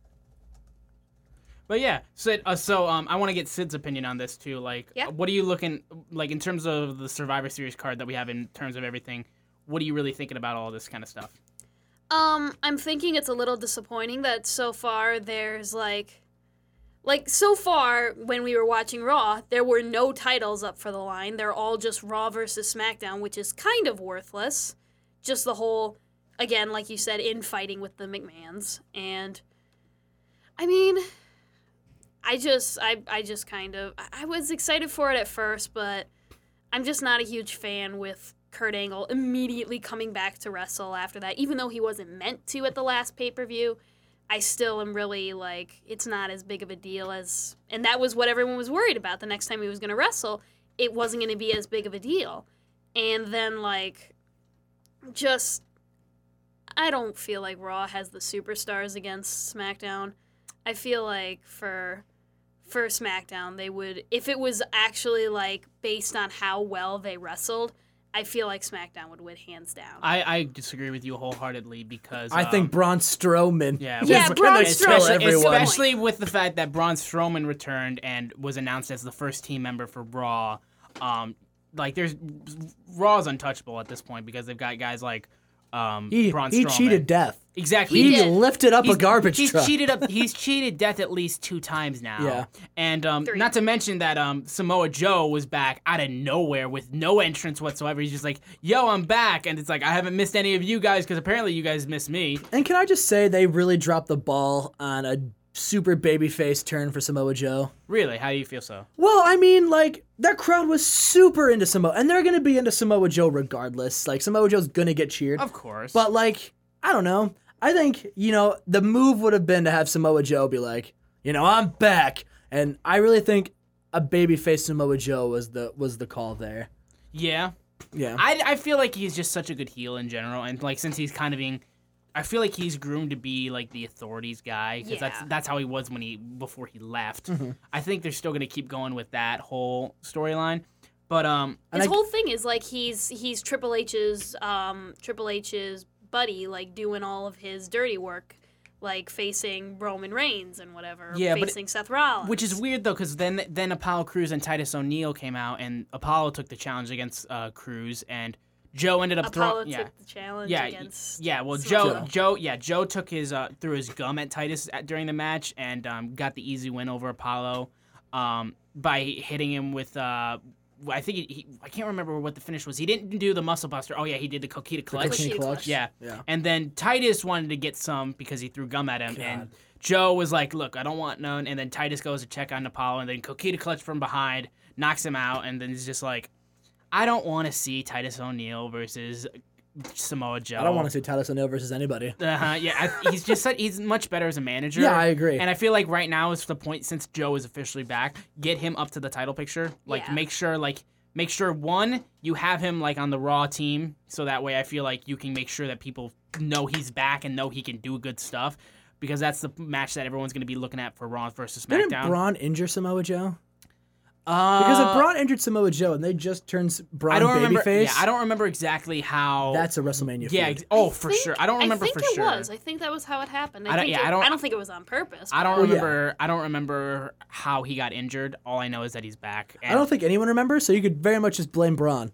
[SPEAKER 2] But yeah, Sid. Uh, so um, I want to get Sid's opinion on this too. Like,
[SPEAKER 4] Yeah.
[SPEAKER 2] what are you looking like in terms of the Survivor Series card that we have in terms of everything? What are you really thinking about all this kind of stuff?
[SPEAKER 4] Um, I'm thinking it's a little disappointing that so far there's like, like so far when we were watching Raw, there were no titles up for the line. They're all just Raw versus SmackDown, which is kind of worthless. Just the whole, again, like you said, infighting with the McMahons, and I mean, I just, I, I just kind of, I I was excited for it at first, but I'm just not a huge fan with Kurt Angle immediately coming back to wrestle after that, even though he wasn't meant to at the last pay per view. I still am really like, it's not as big of a deal as, and that was what everyone was worried about the next time he was going to wrestle. It wasn't going to be as big of a deal. And then, like, just, I don't feel like Raw has the superstars against SmackDown. I feel like for for SmackDown, they would if it was actually like based on how well they wrestled. I feel like SmackDown would win hands down.
[SPEAKER 7] I, I disagree with you wholeheartedly because
[SPEAKER 3] I think
[SPEAKER 7] um,
[SPEAKER 3] Braun Strowman.
[SPEAKER 7] Yeah,
[SPEAKER 3] is
[SPEAKER 7] Yeah,
[SPEAKER 3] gonna
[SPEAKER 4] Braun
[SPEAKER 3] kill
[SPEAKER 4] Strowman.
[SPEAKER 2] Especially,
[SPEAKER 3] everyone.
[SPEAKER 4] It's-
[SPEAKER 2] especially with the fact that Braun Strowman returned and was announced as the first team member for Raw. Um, like, there's Raw's untouchable at this point because they've got guys like um,
[SPEAKER 3] he,
[SPEAKER 2] Braun Strowman.
[SPEAKER 3] he cheated death.
[SPEAKER 2] Exactly.
[SPEAKER 3] He,
[SPEAKER 4] did.
[SPEAKER 3] lifted up a garbage
[SPEAKER 2] he's
[SPEAKER 3] truck.
[SPEAKER 2] cheated up. He's cheated death at least two times now.
[SPEAKER 3] Yeah.
[SPEAKER 2] and um,
[SPEAKER 4] Three.
[SPEAKER 2] not to mention that um, Samoa Joe was back out of nowhere with no entrance whatsoever. He's just like, "Yo, I'm back," and it's like I haven't missed any of you guys because apparently you guys missed me.
[SPEAKER 3] And can I just say they really dropped the ball on a super babyface turn for Samoa Joe?
[SPEAKER 2] Really? How do you feel so?
[SPEAKER 3] Well, I mean, like that crowd was super into Samoa, and they're gonna be into Samoa Joe regardless. Like Samoa Joe's gonna get cheered.
[SPEAKER 2] Of course.
[SPEAKER 3] But like, I don't know. I think you know the move would have been to have Samoa Joe be like, you know, I'm back, and I really think a babyface Samoa Joe was the was the call there.
[SPEAKER 2] yeah,
[SPEAKER 3] Yeah.
[SPEAKER 2] I, I feel like he's just such a good heel in general, and like since he's kind of being. I feel like he's groomed to be like the authorities guy because that's
[SPEAKER 4] Yeah.
[SPEAKER 2] that's how he was when he before he left.
[SPEAKER 3] Mm-hmm.
[SPEAKER 2] I think they're still gonna keep going with that whole storyline, but um,
[SPEAKER 4] His
[SPEAKER 3] I-
[SPEAKER 4] whole thing is like he's he's Triple H's um Triple H's buddy, like doing all of his dirty work, like facing Roman Reigns and whatever,
[SPEAKER 2] Yeah, but it-
[SPEAKER 4] facing Seth Rollins.
[SPEAKER 2] Which is weird though, because then then Apollo Cruz and Titus O'Neil came out, and Apollo took the challenge against uh, Cruz, and Joe ended up
[SPEAKER 4] Apollo
[SPEAKER 2] throwing.
[SPEAKER 4] took
[SPEAKER 2] Yeah.
[SPEAKER 4] the challenge
[SPEAKER 2] Yeah, y-
[SPEAKER 4] against
[SPEAKER 2] yeah. Well, Joe,
[SPEAKER 4] Samoa.
[SPEAKER 2] Joe, yeah, Joe took his uh, threw his gum at Titus at, during the match and um, got the easy win over Apollo um, by hitting him with. Uh, I think he, he, I can't remember what the finish was. He didn't do the muscle buster. Oh yeah, he did the Kokita clutch.
[SPEAKER 4] Kokita clutch.
[SPEAKER 2] Yeah.
[SPEAKER 3] Yeah.
[SPEAKER 2] And then Titus wanted to get some because he threw gum at him. And Joe was like, look, I don't want none. And then Titus goes to check on Apollo. And then Kokita clutch from behind, knocks him out. And then he's just like, I don't want to see Titus O'Neil versus Samoa Joe.
[SPEAKER 3] I don't want to see Titus O'Neil versus anybody.
[SPEAKER 2] Uh-huh, yeah, I, he's just said he's much better as a manager.
[SPEAKER 3] Yeah, I agree.
[SPEAKER 2] And I feel like right now is the point since Joe is officially back, get him up to the title picture. Like
[SPEAKER 4] Yeah.
[SPEAKER 2] make sure like make sure one you have him like on the Raw team, so that way I feel like you can make sure that people know he's back and know he can do good stuff. Because that's the match that everyone's going to be looking at for Raw versus
[SPEAKER 3] Didn't
[SPEAKER 2] SmackDown.
[SPEAKER 3] Braun injure Samoa Joe?
[SPEAKER 2] Uh,
[SPEAKER 3] Because if Braun injured Samoa Joe and they just turned Braun
[SPEAKER 2] I don't remember.
[SPEAKER 3] babyface,
[SPEAKER 2] Yeah, I don't remember exactly how.
[SPEAKER 3] that's a WrestleMania.
[SPEAKER 2] yeah.
[SPEAKER 3] feud.
[SPEAKER 2] ex- Oh,
[SPEAKER 4] I
[SPEAKER 2] for
[SPEAKER 4] think-
[SPEAKER 2] sure. I don't remember
[SPEAKER 4] I think
[SPEAKER 2] for
[SPEAKER 4] it
[SPEAKER 2] sure.
[SPEAKER 4] was. I think that was how it happened. I,
[SPEAKER 2] I don't-
[SPEAKER 4] think
[SPEAKER 2] yeah,
[SPEAKER 4] it-
[SPEAKER 2] I don't-
[SPEAKER 4] think it was on purpose.
[SPEAKER 2] I don't
[SPEAKER 3] Well, Oh, yeah.
[SPEAKER 2] remember. I don't remember how he got injured. All I know is that he's back. And
[SPEAKER 3] I don't think anyone remembers, so you could very much just blame Braun.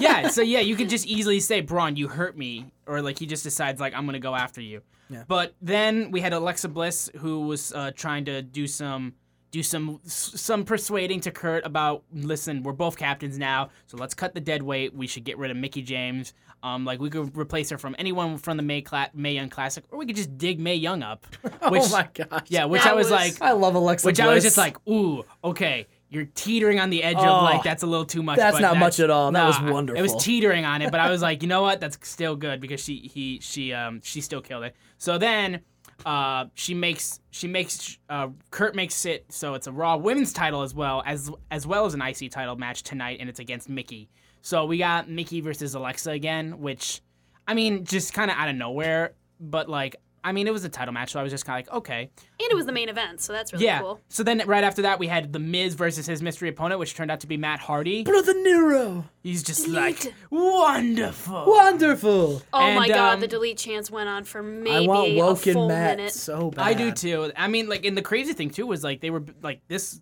[SPEAKER 2] yeah. So yeah, you could just easily say, "Braun, you hurt me," or like he just decides, like, "I'm gonna go after you."
[SPEAKER 3] Yeah.
[SPEAKER 2] But then we had Alexa Bliss who was uh, trying to do some do some s- some persuading to Kurt about, "Listen, we're both captains now, so let's cut the dead weight. We should get rid of Mickey James. Um, like we could replace her from anyone from the May Cla- May Young Classic, or we could just dig May Young up." Which,
[SPEAKER 3] oh my gosh.
[SPEAKER 2] Yeah, which
[SPEAKER 4] That
[SPEAKER 2] I was
[SPEAKER 4] was-
[SPEAKER 2] like,
[SPEAKER 3] I love Alexa.
[SPEAKER 2] which I was
[SPEAKER 3] Bliss.
[SPEAKER 2] just like, ooh, okay, you're teetering on the edge
[SPEAKER 3] Oh,
[SPEAKER 2] of like that's a little too much.
[SPEAKER 3] that's
[SPEAKER 2] but
[SPEAKER 3] not much at all. That
[SPEAKER 2] Nah,
[SPEAKER 3] was
[SPEAKER 2] I- It
[SPEAKER 3] wonderful.
[SPEAKER 2] was teetering on it, but I was like, you know what? That's still good because she he she um she still killed it. So then. Uh, she makes she makes uh, Kurt makes it so it's a Raw Women's title as well as as well as an IC title match tonight, and it's against Mickey. So we got Mickey versus Alexa again, which I mean, just kind of out of nowhere. But like, I mean, it was a title match, so I was just kind of like, okay,
[SPEAKER 4] and it was the main event, so that's really
[SPEAKER 2] yeah.
[SPEAKER 4] cool.
[SPEAKER 2] So then right after that, we had The Miz versus his mystery opponent, which turned out to be Matt Hardy.
[SPEAKER 3] Brother Nero.
[SPEAKER 2] He's just like, wonderful.
[SPEAKER 3] Wonderful.
[SPEAKER 4] Oh my
[SPEAKER 2] And,
[SPEAKER 4] god,
[SPEAKER 2] um,
[SPEAKER 4] the delete chance went on for
[SPEAKER 3] I
[SPEAKER 4] maybe
[SPEAKER 3] want
[SPEAKER 4] a
[SPEAKER 3] Woken
[SPEAKER 4] full
[SPEAKER 3] Matt
[SPEAKER 4] minute.
[SPEAKER 3] so bad.
[SPEAKER 2] I do too. I mean, like, and the crazy thing too was like, they were like, this.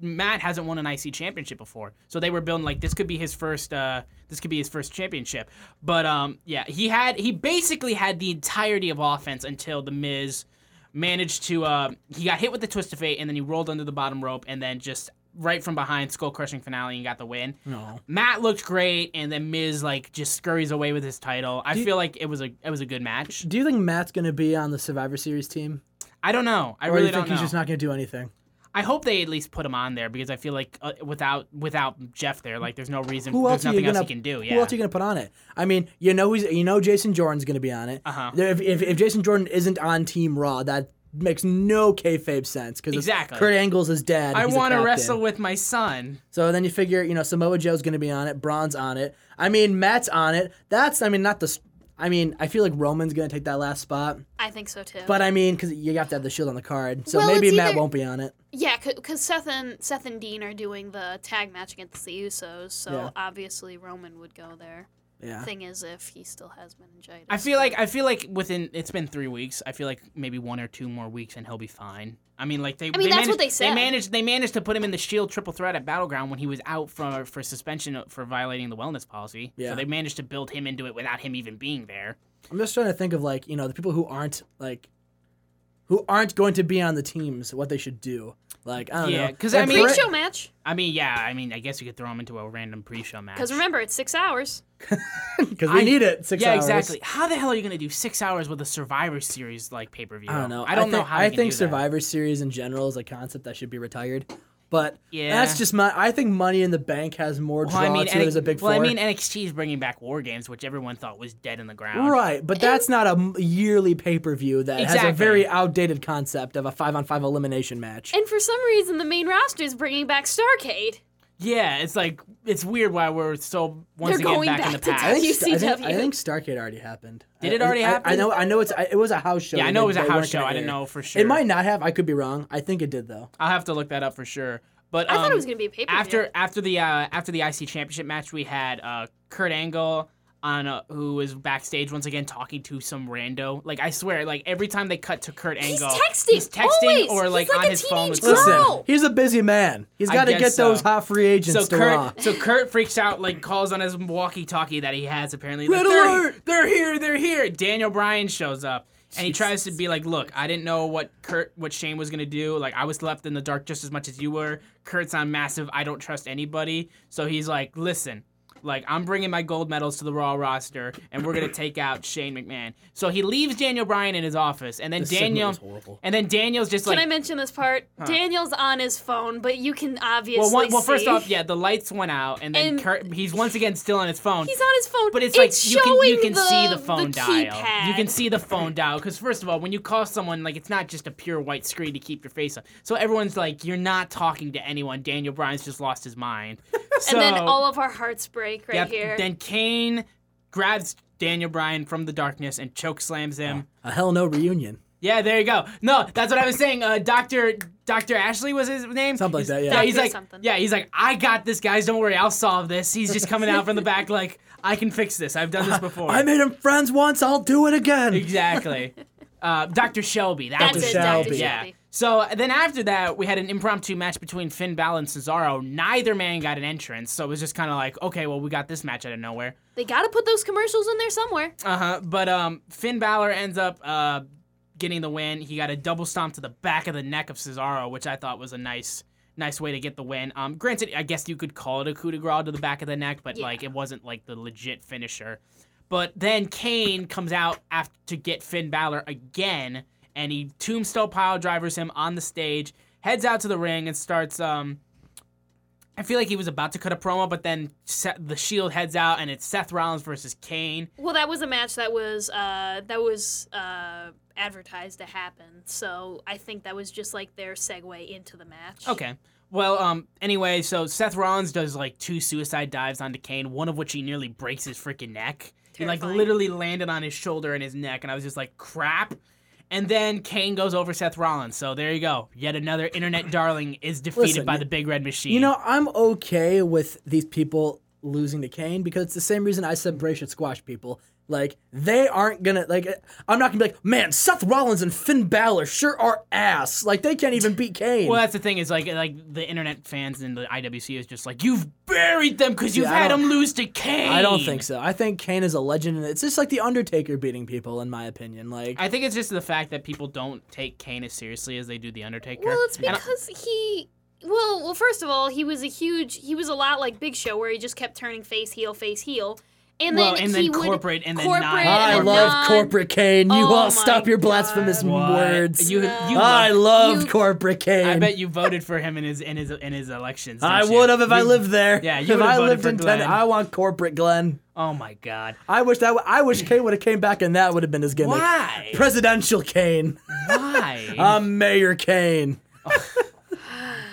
[SPEAKER 2] Matt hasn't won an IC championship before, so they were building like this could be his first. Uh, this could be his first championship, but um, yeah, he had he basically had the entirety of offense until the Miz managed to uh, he got hit with the twist of fate and then he rolled under the bottom rope and then just right from behind skull crushing finale and got the win.
[SPEAKER 3] No.
[SPEAKER 2] Matt looked great, and then Miz like just scurries away with his title. I feel like it was a it was a good match.
[SPEAKER 3] Do you think Matt's gonna be on the Survivor Series team,
[SPEAKER 2] I don't know. I
[SPEAKER 3] or
[SPEAKER 2] really
[SPEAKER 3] you think
[SPEAKER 2] don't know.
[SPEAKER 3] he's just not gonna do anything?
[SPEAKER 2] I hope they at least put him on there because I feel like uh, without without Jeff there, like there's no reason.
[SPEAKER 3] Who else
[SPEAKER 2] there's
[SPEAKER 3] are you
[SPEAKER 2] nothing
[SPEAKER 3] gonna?
[SPEAKER 2] else he can do. Yeah.
[SPEAKER 3] Who else are you gonna put on it? I mean, you know he's you know Jason Jordan's gonna be on it.
[SPEAKER 2] Uh-huh.
[SPEAKER 3] There- If, if if Jason Jordan isn't on Team Raw, that makes no kayfabe sense because
[SPEAKER 2] Exactly.
[SPEAKER 3] Kurt Angle's his dad.
[SPEAKER 5] I
[SPEAKER 3] he's a
[SPEAKER 5] want to
[SPEAKER 3] captain.
[SPEAKER 5] wrestle with my son.
[SPEAKER 3] So then you figure, you know, Samoa Joe's going to be on it, Braun's on it. I mean, Matt's on it. That's, I mean, not the. s- I mean, I feel like Roman's going to take that last spot,
[SPEAKER 4] I think so too.
[SPEAKER 3] but I mean, because you have to have the shield on the card, so
[SPEAKER 4] Well,
[SPEAKER 3] maybe
[SPEAKER 4] it's
[SPEAKER 3] Matt
[SPEAKER 4] either-
[SPEAKER 3] won't be on it.
[SPEAKER 4] yeah, because Seth and Seth and Dean are doing the tag match against the Usos, so
[SPEAKER 3] Yeah.
[SPEAKER 4] obviously Roman would go there.
[SPEAKER 3] Yeah.
[SPEAKER 4] Thing is, if he still has meningitis,
[SPEAKER 2] I feel like I feel like within it's been three weeks. I feel like maybe one or two more weeks and he'll be fine. I mean, like they.
[SPEAKER 4] mean,
[SPEAKER 2] they
[SPEAKER 4] that's what
[SPEAKER 2] managed,
[SPEAKER 4] they said.
[SPEAKER 2] managed. They managed to put him in the Shield E triple threat at Battleground when he was out for for suspension for violating the wellness policy.
[SPEAKER 3] Yeah.
[SPEAKER 2] So they managed to build him into it without him even being there.
[SPEAKER 3] I'm just trying to think of like, you know, the people who aren't like, who aren't going to be on the teams, what they should do. Like, I don't know.
[SPEAKER 2] Yeah, 'cause
[SPEAKER 3] Like,
[SPEAKER 2] I mean-
[SPEAKER 3] Brett-
[SPEAKER 4] pre-show match.
[SPEAKER 2] I mean, yeah. I mean, I guess you could throw him into a random pre-show match.
[SPEAKER 4] Because remember, it's six hours.
[SPEAKER 3] Because we
[SPEAKER 2] I-
[SPEAKER 3] need it. Six
[SPEAKER 2] yeah,
[SPEAKER 3] hours.
[SPEAKER 2] exactly. How the hell are you gonna do six hours with a Survivor Series like pay per view?
[SPEAKER 3] I don't know.
[SPEAKER 2] I don't know
[SPEAKER 3] think-
[SPEAKER 2] how.
[SPEAKER 3] I
[SPEAKER 2] you can
[SPEAKER 3] think
[SPEAKER 2] do that.
[SPEAKER 3] Survivor Series in general is a concept that should be retired. But
[SPEAKER 2] Yeah.
[SPEAKER 3] that's just my. I think Money in the Bank has more draw
[SPEAKER 2] Well, I mean,
[SPEAKER 3] to it
[SPEAKER 2] NX
[SPEAKER 3] as a big
[SPEAKER 2] well, I
[SPEAKER 3] four.
[SPEAKER 2] mean, NXT is bringing back War Games, which everyone thought was dead in the ground.
[SPEAKER 3] right, but that's not a m- yearly pay per view that has a
[SPEAKER 2] Exactly.
[SPEAKER 3] very outdated concept of a five on five elimination match.
[SPEAKER 4] And for some reason, the main roster is bringing back Starcade.
[SPEAKER 2] Yeah, it's like it's weird why we're so once
[SPEAKER 4] They're
[SPEAKER 2] again
[SPEAKER 4] going
[SPEAKER 2] back, in the
[SPEAKER 4] back to
[SPEAKER 2] past.
[SPEAKER 3] I think, Sta- I, think,
[SPEAKER 4] WCW.
[SPEAKER 3] I think Starcade already happened.
[SPEAKER 2] Did
[SPEAKER 3] I-
[SPEAKER 2] it already
[SPEAKER 3] I- I
[SPEAKER 2] happen?
[SPEAKER 3] know. I know. It's. I- It was a house show.
[SPEAKER 2] yeah, I
[SPEAKER 3] that
[SPEAKER 2] know
[SPEAKER 3] they-
[SPEAKER 2] it was a
[SPEAKER 3] they
[SPEAKER 2] house
[SPEAKER 3] weren't
[SPEAKER 2] show.
[SPEAKER 3] gonna
[SPEAKER 2] I didn't
[SPEAKER 3] air.
[SPEAKER 2] know for sure.
[SPEAKER 3] It might not have. I could be wrong. I think it did though.
[SPEAKER 2] I'll have to look that up for sure. But
[SPEAKER 4] I thought it
[SPEAKER 2] um,
[SPEAKER 4] was gonna be a pay per view.
[SPEAKER 2] after after the uh, after the IC championship match, we had uh, Kurt Angle on uh, who was backstage once again talking to some rando. Like I swear, like every time they cut to Kurt
[SPEAKER 4] He's
[SPEAKER 2] Angle,
[SPEAKER 4] texting,
[SPEAKER 2] he's texting
[SPEAKER 4] always.
[SPEAKER 2] or
[SPEAKER 4] He's
[SPEAKER 2] like,
[SPEAKER 4] like
[SPEAKER 2] on
[SPEAKER 4] a
[SPEAKER 2] his phone.
[SPEAKER 4] teenage
[SPEAKER 2] With
[SPEAKER 4] girl.
[SPEAKER 3] Listen,
[SPEAKER 4] No.
[SPEAKER 3] he's a busy man. He's got to
[SPEAKER 2] guess
[SPEAKER 3] get those
[SPEAKER 2] so.
[SPEAKER 3] hot free agents
[SPEAKER 2] So
[SPEAKER 3] to Raw.
[SPEAKER 2] Kurt, so Kurt freaks out, like calls on his walkie-talkie that he has apparently. Like,
[SPEAKER 3] Red
[SPEAKER 2] they're,
[SPEAKER 3] alert!"
[SPEAKER 2] they're here! They're here! Daniel Bryan shows up and he tries to be like, "Look, I didn't know what Kurt, what Shane was gonna do. Like, I was left in the dark just as much as you were. Kurt's on massive. I don't trust anybody." So he's like, "Listen." Like I'm bringing my gold medals to the Raw roster, and we're gonna take out Shane McMahon. So he leaves Daniel Bryan in his office, and then Daniel,
[SPEAKER 3] segment was horrible.
[SPEAKER 2] and then Daniel's just
[SPEAKER 4] Can
[SPEAKER 2] like,
[SPEAKER 4] I mention this part? Daniel's on his phone, but you can obviously
[SPEAKER 2] well, one, well, first
[SPEAKER 4] see.
[SPEAKER 2] off, yeah, the lights went out, and then
[SPEAKER 4] And-
[SPEAKER 2] Kurt, he's once again still on his phone.
[SPEAKER 4] He's on his phone,
[SPEAKER 2] But it's, like you can you
[SPEAKER 4] showing
[SPEAKER 2] can see the phone dial.
[SPEAKER 4] keypad.
[SPEAKER 2] You can see the phone dial because first of all, when you call someone, like it's not just a pure white screen to keep your face up. So everyone's like, you're not talking to anyone. Daniel Bryan's just lost his mind. so,
[SPEAKER 4] And then all of our hearts break right
[SPEAKER 2] yep,
[SPEAKER 4] here.
[SPEAKER 2] Then Kane grabs Daniel Bryan from the darkness and choke slams him.
[SPEAKER 3] A hell no reunion.
[SPEAKER 2] Yeah, there you go. No, that's what I was saying. Uh, Doctor Doctor Ashley was his name.
[SPEAKER 3] Something like
[SPEAKER 2] He's-
[SPEAKER 3] that, yeah.
[SPEAKER 2] he's
[SPEAKER 4] Doctor
[SPEAKER 2] like,
[SPEAKER 4] something.
[SPEAKER 2] yeah, he's like, I got this, guys. Don't worry, I'll solve this. He's just coming out from the back like, I can fix this. I've done this before.
[SPEAKER 3] I made him friends once. I'll do it again.
[SPEAKER 2] exactly. Uh, Doctor Shelby. That
[SPEAKER 4] That's
[SPEAKER 2] was
[SPEAKER 4] it,
[SPEAKER 2] his
[SPEAKER 3] Dr.
[SPEAKER 2] name,
[SPEAKER 3] Shelby.
[SPEAKER 2] Yeah.
[SPEAKER 4] Shelby.
[SPEAKER 2] So then after that, we had an impromptu match between Finn Balor and Cesaro. Neither man got an entrance, so it was just kind of like, okay, well, we got this match out of nowhere.
[SPEAKER 4] they gotta put those commercials in there somewhere.
[SPEAKER 2] Uh huh. But um, Finn Balor ends up uh, getting the win. He got a double stomp to the back of the neck of Cesaro, which I thought was a nice, nice way to get the win. Um, granted, I guess you could call it a coup de grace to the back of the neck, but
[SPEAKER 4] Yeah.
[SPEAKER 2] like it wasn't like the legit finisher. But then Kane comes out after to get Finn Balor again, and he tombstone pile drivers him on the stage, heads out to the ring, and starts um. I feel like he was about to cut a promo, but then Seth, the Shield heads out, and it's Seth Rollins versus Kane.
[SPEAKER 4] Well, that was a match that was uh, that was uh, advertised to happen, so I think that was just like their segue into the match.
[SPEAKER 2] Okay. Well, um, anyway, so Seth Rollins does like two suicide dives onto Kane, one of which he nearly breaks his freaking neck. He like
[SPEAKER 4] Terrifying.
[SPEAKER 2] literally landed on his shoulder and his neck, and I was just like, crap. And then Kane goes over Seth Rollins. So there you go. Yet another internet darling is defeated
[SPEAKER 3] Listen,
[SPEAKER 2] by
[SPEAKER 3] you-
[SPEAKER 2] the Big Red Machine.
[SPEAKER 3] You know, I'm okay with these people losing to Kane because it's the same reason I said Bray should squash people. Like, they aren't gonna, like, I'm not gonna be like, man, Seth Rollins and Finn Balor sure are ass. Like, they can't even beat Kane.
[SPEAKER 2] Well, that's the thing is like like the internet fans and the IWC is just like you've buried them because you've
[SPEAKER 3] I
[SPEAKER 2] had
[SPEAKER 3] don't-
[SPEAKER 2] them lose to Kane.
[SPEAKER 3] I don't think so. I think Kane is a legend, and it's just like The Undertaker beating people, in my opinion. Like,
[SPEAKER 2] I think it's just the fact that people don't take Kane as seriously as they do the Undertaker.
[SPEAKER 4] Well, it's
[SPEAKER 2] And I-
[SPEAKER 4] because he. Well, well, first of all, he was a huge. He was a lot like Big Show, where he just kept turning face heel, face heel, And
[SPEAKER 2] Well,
[SPEAKER 4] then
[SPEAKER 2] and
[SPEAKER 4] he
[SPEAKER 2] then
[SPEAKER 4] would
[SPEAKER 2] corporate and then
[SPEAKER 4] corporate
[SPEAKER 2] non-
[SPEAKER 3] I
[SPEAKER 4] and
[SPEAKER 3] love
[SPEAKER 4] non-
[SPEAKER 3] corporate Kane. You
[SPEAKER 4] Oh
[SPEAKER 3] all
[SPEAKER 4] my
[SPEAKER 3] stop your blasphemous
[SPEAKER 4] God.
[SPEAKER 2] What?
[SPEAKER 3] words.
[SPEAKER 2] You, you
[SPEAKER 4] No.
[SPEAKER 2] loved-
[SPEAKER 3] I love
[SPEAKER 4] You-
[SPEAKER 3] corporate Kane.
[SPEAKER 2] I bet you voted for him in his in his in his elections.
[SPEAKER 3] I
[SPEAKER 2] didn't you?
[SPEAKER 3] would have if I
[SPEAKER 2] You-
[SPEAKER 3] lived there.
[SPEAKER 2] Yeah, you
[SPEAKER 3] if
[SPEAKER 2] would've
[SPEAKER 3] I
[SPEAKER 2] voted
[SPEAKER 3] lived
[SPEAKER 2] for
[SPEAKER 3] in
[SPEAKER 2] Glenn.
[SPEAKER 3] Ten, I want corporate Glenn.
[SPEAKER 2] Oh my god.
[SPEAKER 3] I wish that. I wish Kane would have came back, and that would have been his gimmick.
[SPEAKER 2] Why?
[SPEAKER 3] Presidential Kane.
[SPEAKER 2] Why?
[SPEAKER 3] I'm Mayor Kane.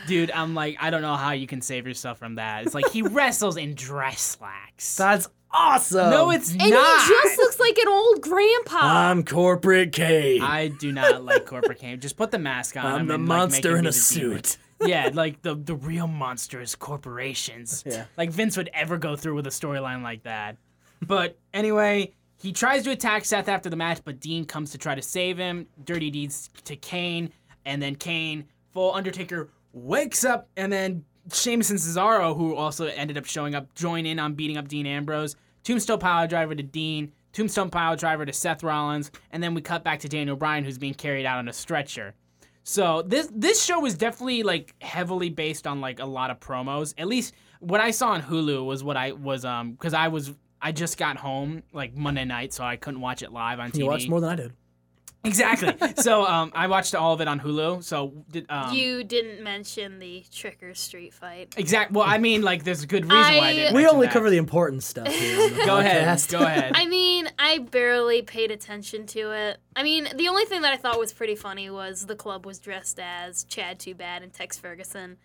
[SPEAKER 2] Dude, I'm like, I don't know how you can save yourself from that. It's like he wrestles in dress slacks.
[SPEAKER 3] That's awesome.
[SPEAKER 2] no, it's
[SPEAKER 4] And
[SPEAKER 2] not.
[SPEAKER 4] he just looks like an old grandpa.
[SPEAKER 3] I'm corporate Kane.
[SPEAKER 2] I do not like corporate Kane. Just put the mask on.
[SPEAKER 3] I'm
[SPEAKER 2] him
[SPEAKER 3] the
[SPEAKER 2] and, like, make
[SPEAKER 3] monster
[SPEAKER 2] him
[SPEAKER 3] in
[SPEAKER 2] be
[SPEAKER 3] a
[SPEAKER 2] the demon.
[SPEAKER 3] suit.
[SPEAKER 2] Yeah, like the the real monster is corporations.
[SPEAKER 3] Yeah.
[SPEAKER 2] Like Vince would ever go through with a storyline like that. But anyway, he tries to attack Seth after the match, but Dean comes to try to save him. Dirty deeds to Kane, and then Kane, full Undertaker, wakes up, and then Sheamus and Cesaro, who also ended up showing up, join in on beating up Dean Ambrose. Tombstone Power Driver to Dean. Tombstone Power Driver to Seth Rollins, and then we cut back to Daniel Bryan, who's being carried out on a stretcher. So this this show was definitely like heavily based on like a lot of promos. At least what I saw on Hulu was what I was um because I was I just got home like Monday night, so I couldn't watch it live on TV.
[SPEAKER 3] You watched more than I did.
[SPEAKER 2] exactly. so um I watched all of it on Hulu. So did um
[SPEAKER 4] you didn't mention the trick or street fight.
[SPEAKER 2] exact. Well, I mean like there's a good reason why I
[SPEAKER 4] I-
[SPEAKER 2] didn't.
[SPEAKER 3] We
[SPEAKER 2] mention
[SPEAKER 3] only
[SPEAKER 2] that.
[SPEAKER 3] cover the important stuff here. on the
[SPEAKER 2] Go ahead.
[SPEAKER 3] podcast.
[SPEAKER 2] Go ahead.
[SPEAKER 4] I mean, I barely paid attention to it. I mean, the only thing that I thought was pretty funny was the club was dressed as Chad Too Bad and Tex Ferguson.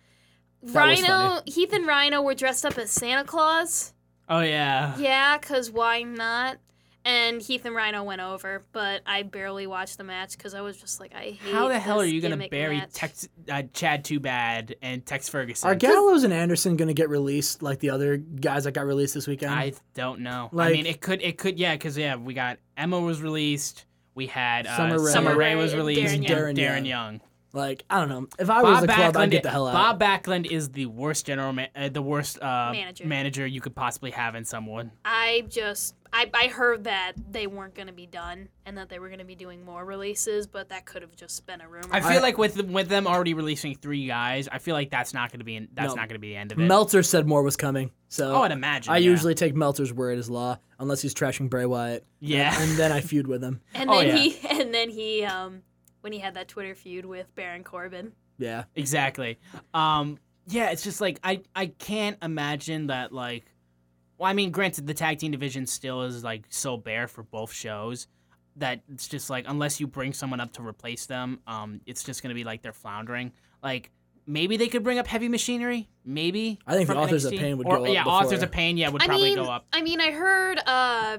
[SPEAKER 3] was
[SPEAKER 4] Rhino, Heath and Rhino were dressed up as Santa Claus.
[SPEAKER 2] oh yeah.
[SPEAKER 4] Yeah, because why not? And Heath and Rhino went over, but I barely watched the match because I was just like, I hate
[SPEAKER 2] How the hell are
[SPEAKER 4] this
[SPEAKER 2] you gonna
[SPEAKER 4] gimmick
[SPEAKER 2] bury
[SPEAKER 4] match.
[SPEAKER 2] Tex, uh, Chad Too Bad and Tex Ferguson?
[SPEAKER 3] Are Gallows and Anderson going to get released like the other guys that got released this weekend?
[SPEAKER 2] I don't know. I
[SPEAKER 3] Like-
[SPEAKER 2] mean, it could, it could, yeah, because yeah, we got Emma was released. We had uh,
[SPEAKER 3] Summer
[SPEAKER 2] Summer,
[SPEAKER 3] Rae.
[SPEAKER 2] Rae.
[SPEAKER 3] Summer
[SPEAKER 4] Rae
[SPEAKER 2] was
[SPEAKER 4] and
[SPEAKER 2] released.
[SPEAKER 4] Darren
[SPEAKER 2] and
[SPEAKER 3] Young.
[SPEAKER 2] Darren,
[SPEAKER 3] Darren
[SPEAKER 2] Young.
[SPEAKER 3] like I don't know. If I was
[SPEAKER 2] Bob
[SPEAKER 3] the club, I'd
[SPEAKER 2] Backlund.
[SPEAKER 3] get the hell out.
[SPEAKER 2] Bob Backlund is the worst general, ma- uh, the worst uh,
[SPEAKER 4] Manager.
[SPEAKER 2] you could possibly have in someone.
[SPEAKER 4] I just I, I heard that they weren't going to be done and that they were going to be doing more releases, but that could have just been a rumor.
[SPEAKER 2] I feel like with with them already releasing three guys, I feel like that's not going to be in, that's
[SPEAKER 3] No.
[SPEAKER 2] not going to be the end of it.
[SPEAKER 3] Meltzer said more was coming, so
[SPEAKER 2] oh, I'd imagine.
[SPEAKER 3] I
[SPEAKER 2] yeah.
[SPEAKER 3] usually take Meltzer's word as law unless he's trashing Bray Wyatt,
[SPEAKER 2] yeah.
[SPEAKER 3] and then I feud with him.
[SPEAKER 4] and
[SPEAKER 2] oh,
[SPEAKER 4] then
[SPEAKER 2] yeah.
[SPEAKER 4] he and then he um when he had that Twitter feud with Baron Corbin.
[SPEAKER 3] Yeah,
[SPEAKER 2] Exactly. Um, yeah, it's just like I I can't imagine that like. Well, I mean, granted, the tag team division still is like so bare for both shows that it's just like unless you bring someone up to replace them, um, it's just gonna be like they're floundering. Like maybe they could bring up heavy machinery, maybe.
[SPEAKER 3] I think
[SPEAKER 2] from
[SPEAKER 3] the Authors of
[SPEAKER 2] NXT.
[SPEAKER 3] Pain would
[SPEAKER 2] Or-
[SPEAKER 3] go up
[SPEAKER 2] Yeah,
[SPEAKER 3] before.
[SPEAKER 2] authors of pain, yeah, would
[SPEAKER 4] I
[SPEAKER 2] probably
[SPEAKER 4] mean,
[SPEAKER 2] go up.
[SPEAKER 4] I mean, I heard uh,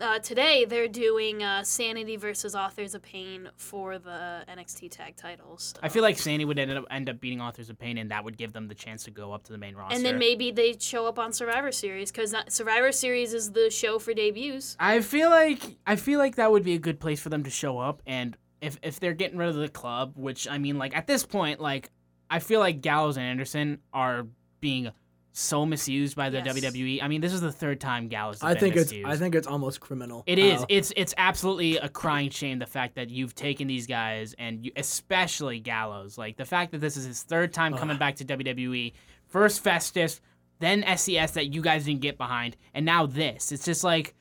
[SPEAKER 4] uh, today they're doing uh, Sanity versus Authors of Pain for the NXT tag titles.
[SPEAKER 2] I feel like Sandy would end up end up beating authors of pain, and that would give them the chance to go up to the main roster.
[SPEAKER 4] and then maybe they show up on Survivor Series because Survivor Series is the show for debuts.
[SPEAKER 2] I feel like I feel like that would be a good place for them to show up and if if they're getting rid of the club, which I mean like at this point like I feel like Gallows and Anderson are being so misused by the
[SPEAKER 4] Yes.
[SPEAKER 2] WWE. I mean, this is the third time Gallows has
[SPEAKER 3] I
[SPEAKER 2] been
[SPEAKER 3] think it's
[SPEAKER 2] misused.
[SPEAKER 3] I think it's almost criminal. Uh,
[SPEAKER 2] It is.
[SPEAKER 3] how-
[SPEAKER 2] It's it's absolutely a crying shame the fact that you've taken these guys and you, especially Gallows. Like the fact that this is his third time coming back to WWE. First Festus, then SES that you guys didn't get behind, and now this. It's just like,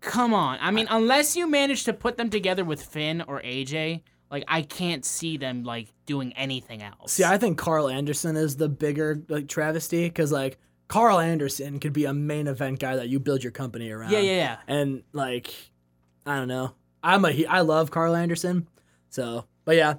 [SPEAKER 2] come on. I mean, unless you manage to put them together with Finn or AJ, like I can't see them like doing anything else.
[SPEAKER 3] See, I think Carl Anderson is the bigger like travesty because like Carl Anderson could be a main event guy that you build your company around.
[SPEAKER 2] yeah, yeah, yeah.
[SPEAKER 3] And like, I don't know. I'm a he- I love Carl Anderson. So, but yeah,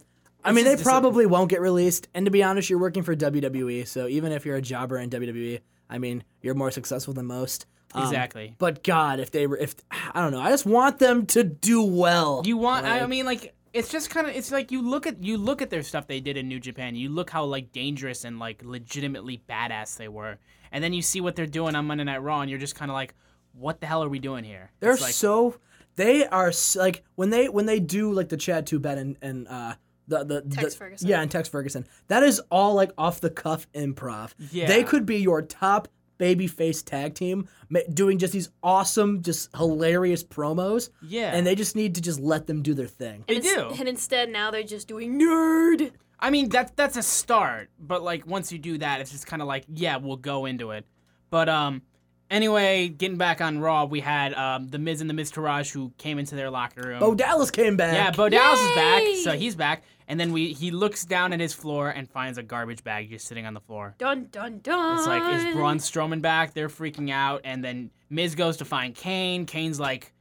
[SPEAKER 3] I
[SPEAKER 2] It's
[SPEAKER 3] mean
[SPEAKER 2] just
[SPEAKER 3] they probably won't get released. And to be honest, you're working for WWE, so even if you're a jobber in WWE, I mean you're more successful than most. Um,
[SPEAKER 2] Exactly.
[SPEAKER 3] But God, if they were, if I don't know, I just want them to do well.
[SPEAKER 2] You want? I
[SPEAKER 3] Like-
[SPEAKER 2] mean, like it's just kind of it's like you look at you look at their stuff they did in New Japan. You look how like dangerous and like legitimately badass they were, and then you see what they're doing on Monday Night Raw, and you're just kind of like, what the hell are we doing here?
[SPEAKER 3] They're
[SPEAKER 2] It's like,
[SPEAKER 3] so they are s- like when they when they do like the Chad Tubet and and uh the the
[SPEAKER 4] Tex
[SPEAKER 3] the-
[SPEAKER 4] Ferguson.
[SPEAKER 3] Yeah, and Tex Ferguson. That is all like off the cuff improv.
[SPEAKER 2] Yeah.
[SPEAKER 3] They could be your top babyface tag team ma- doing just these awesome just hilarious promos.
[SPEAKER 2] Yeah.
[SPEAKER 3] And they just need to just let them do their thing.
[SPEAKER 2] they
[SPEAKER 4] And ins-
[SPEAKER 2] do.
[SPEAKER 4] And instead, now they're just doing nerd.
[SPEAKER 2] I mean, that that's a start, but like once you do that, it's just kind of like, yeah, we'll go into it. But um, Anyway, getting back on Raw, we had um, the Miz and the Miz Taraj who came into their locker room.
[SPEAKER 3] Bo Oh, Dallas came back.
[SPEAKER 2] yeah, Bo Dallas is back,
[SPEAKER 4] Yay!
[SPEAKER 2] so he's back. And then we he looks down at his floor and finds a garbage bag just sitting on the floor.
[SPEAKER 4] Dun dun dun.
[SPEAKER 2] It's like, is Braun Strowman back? They're freaking out, and then Miz goes to find Kane. Kane's like,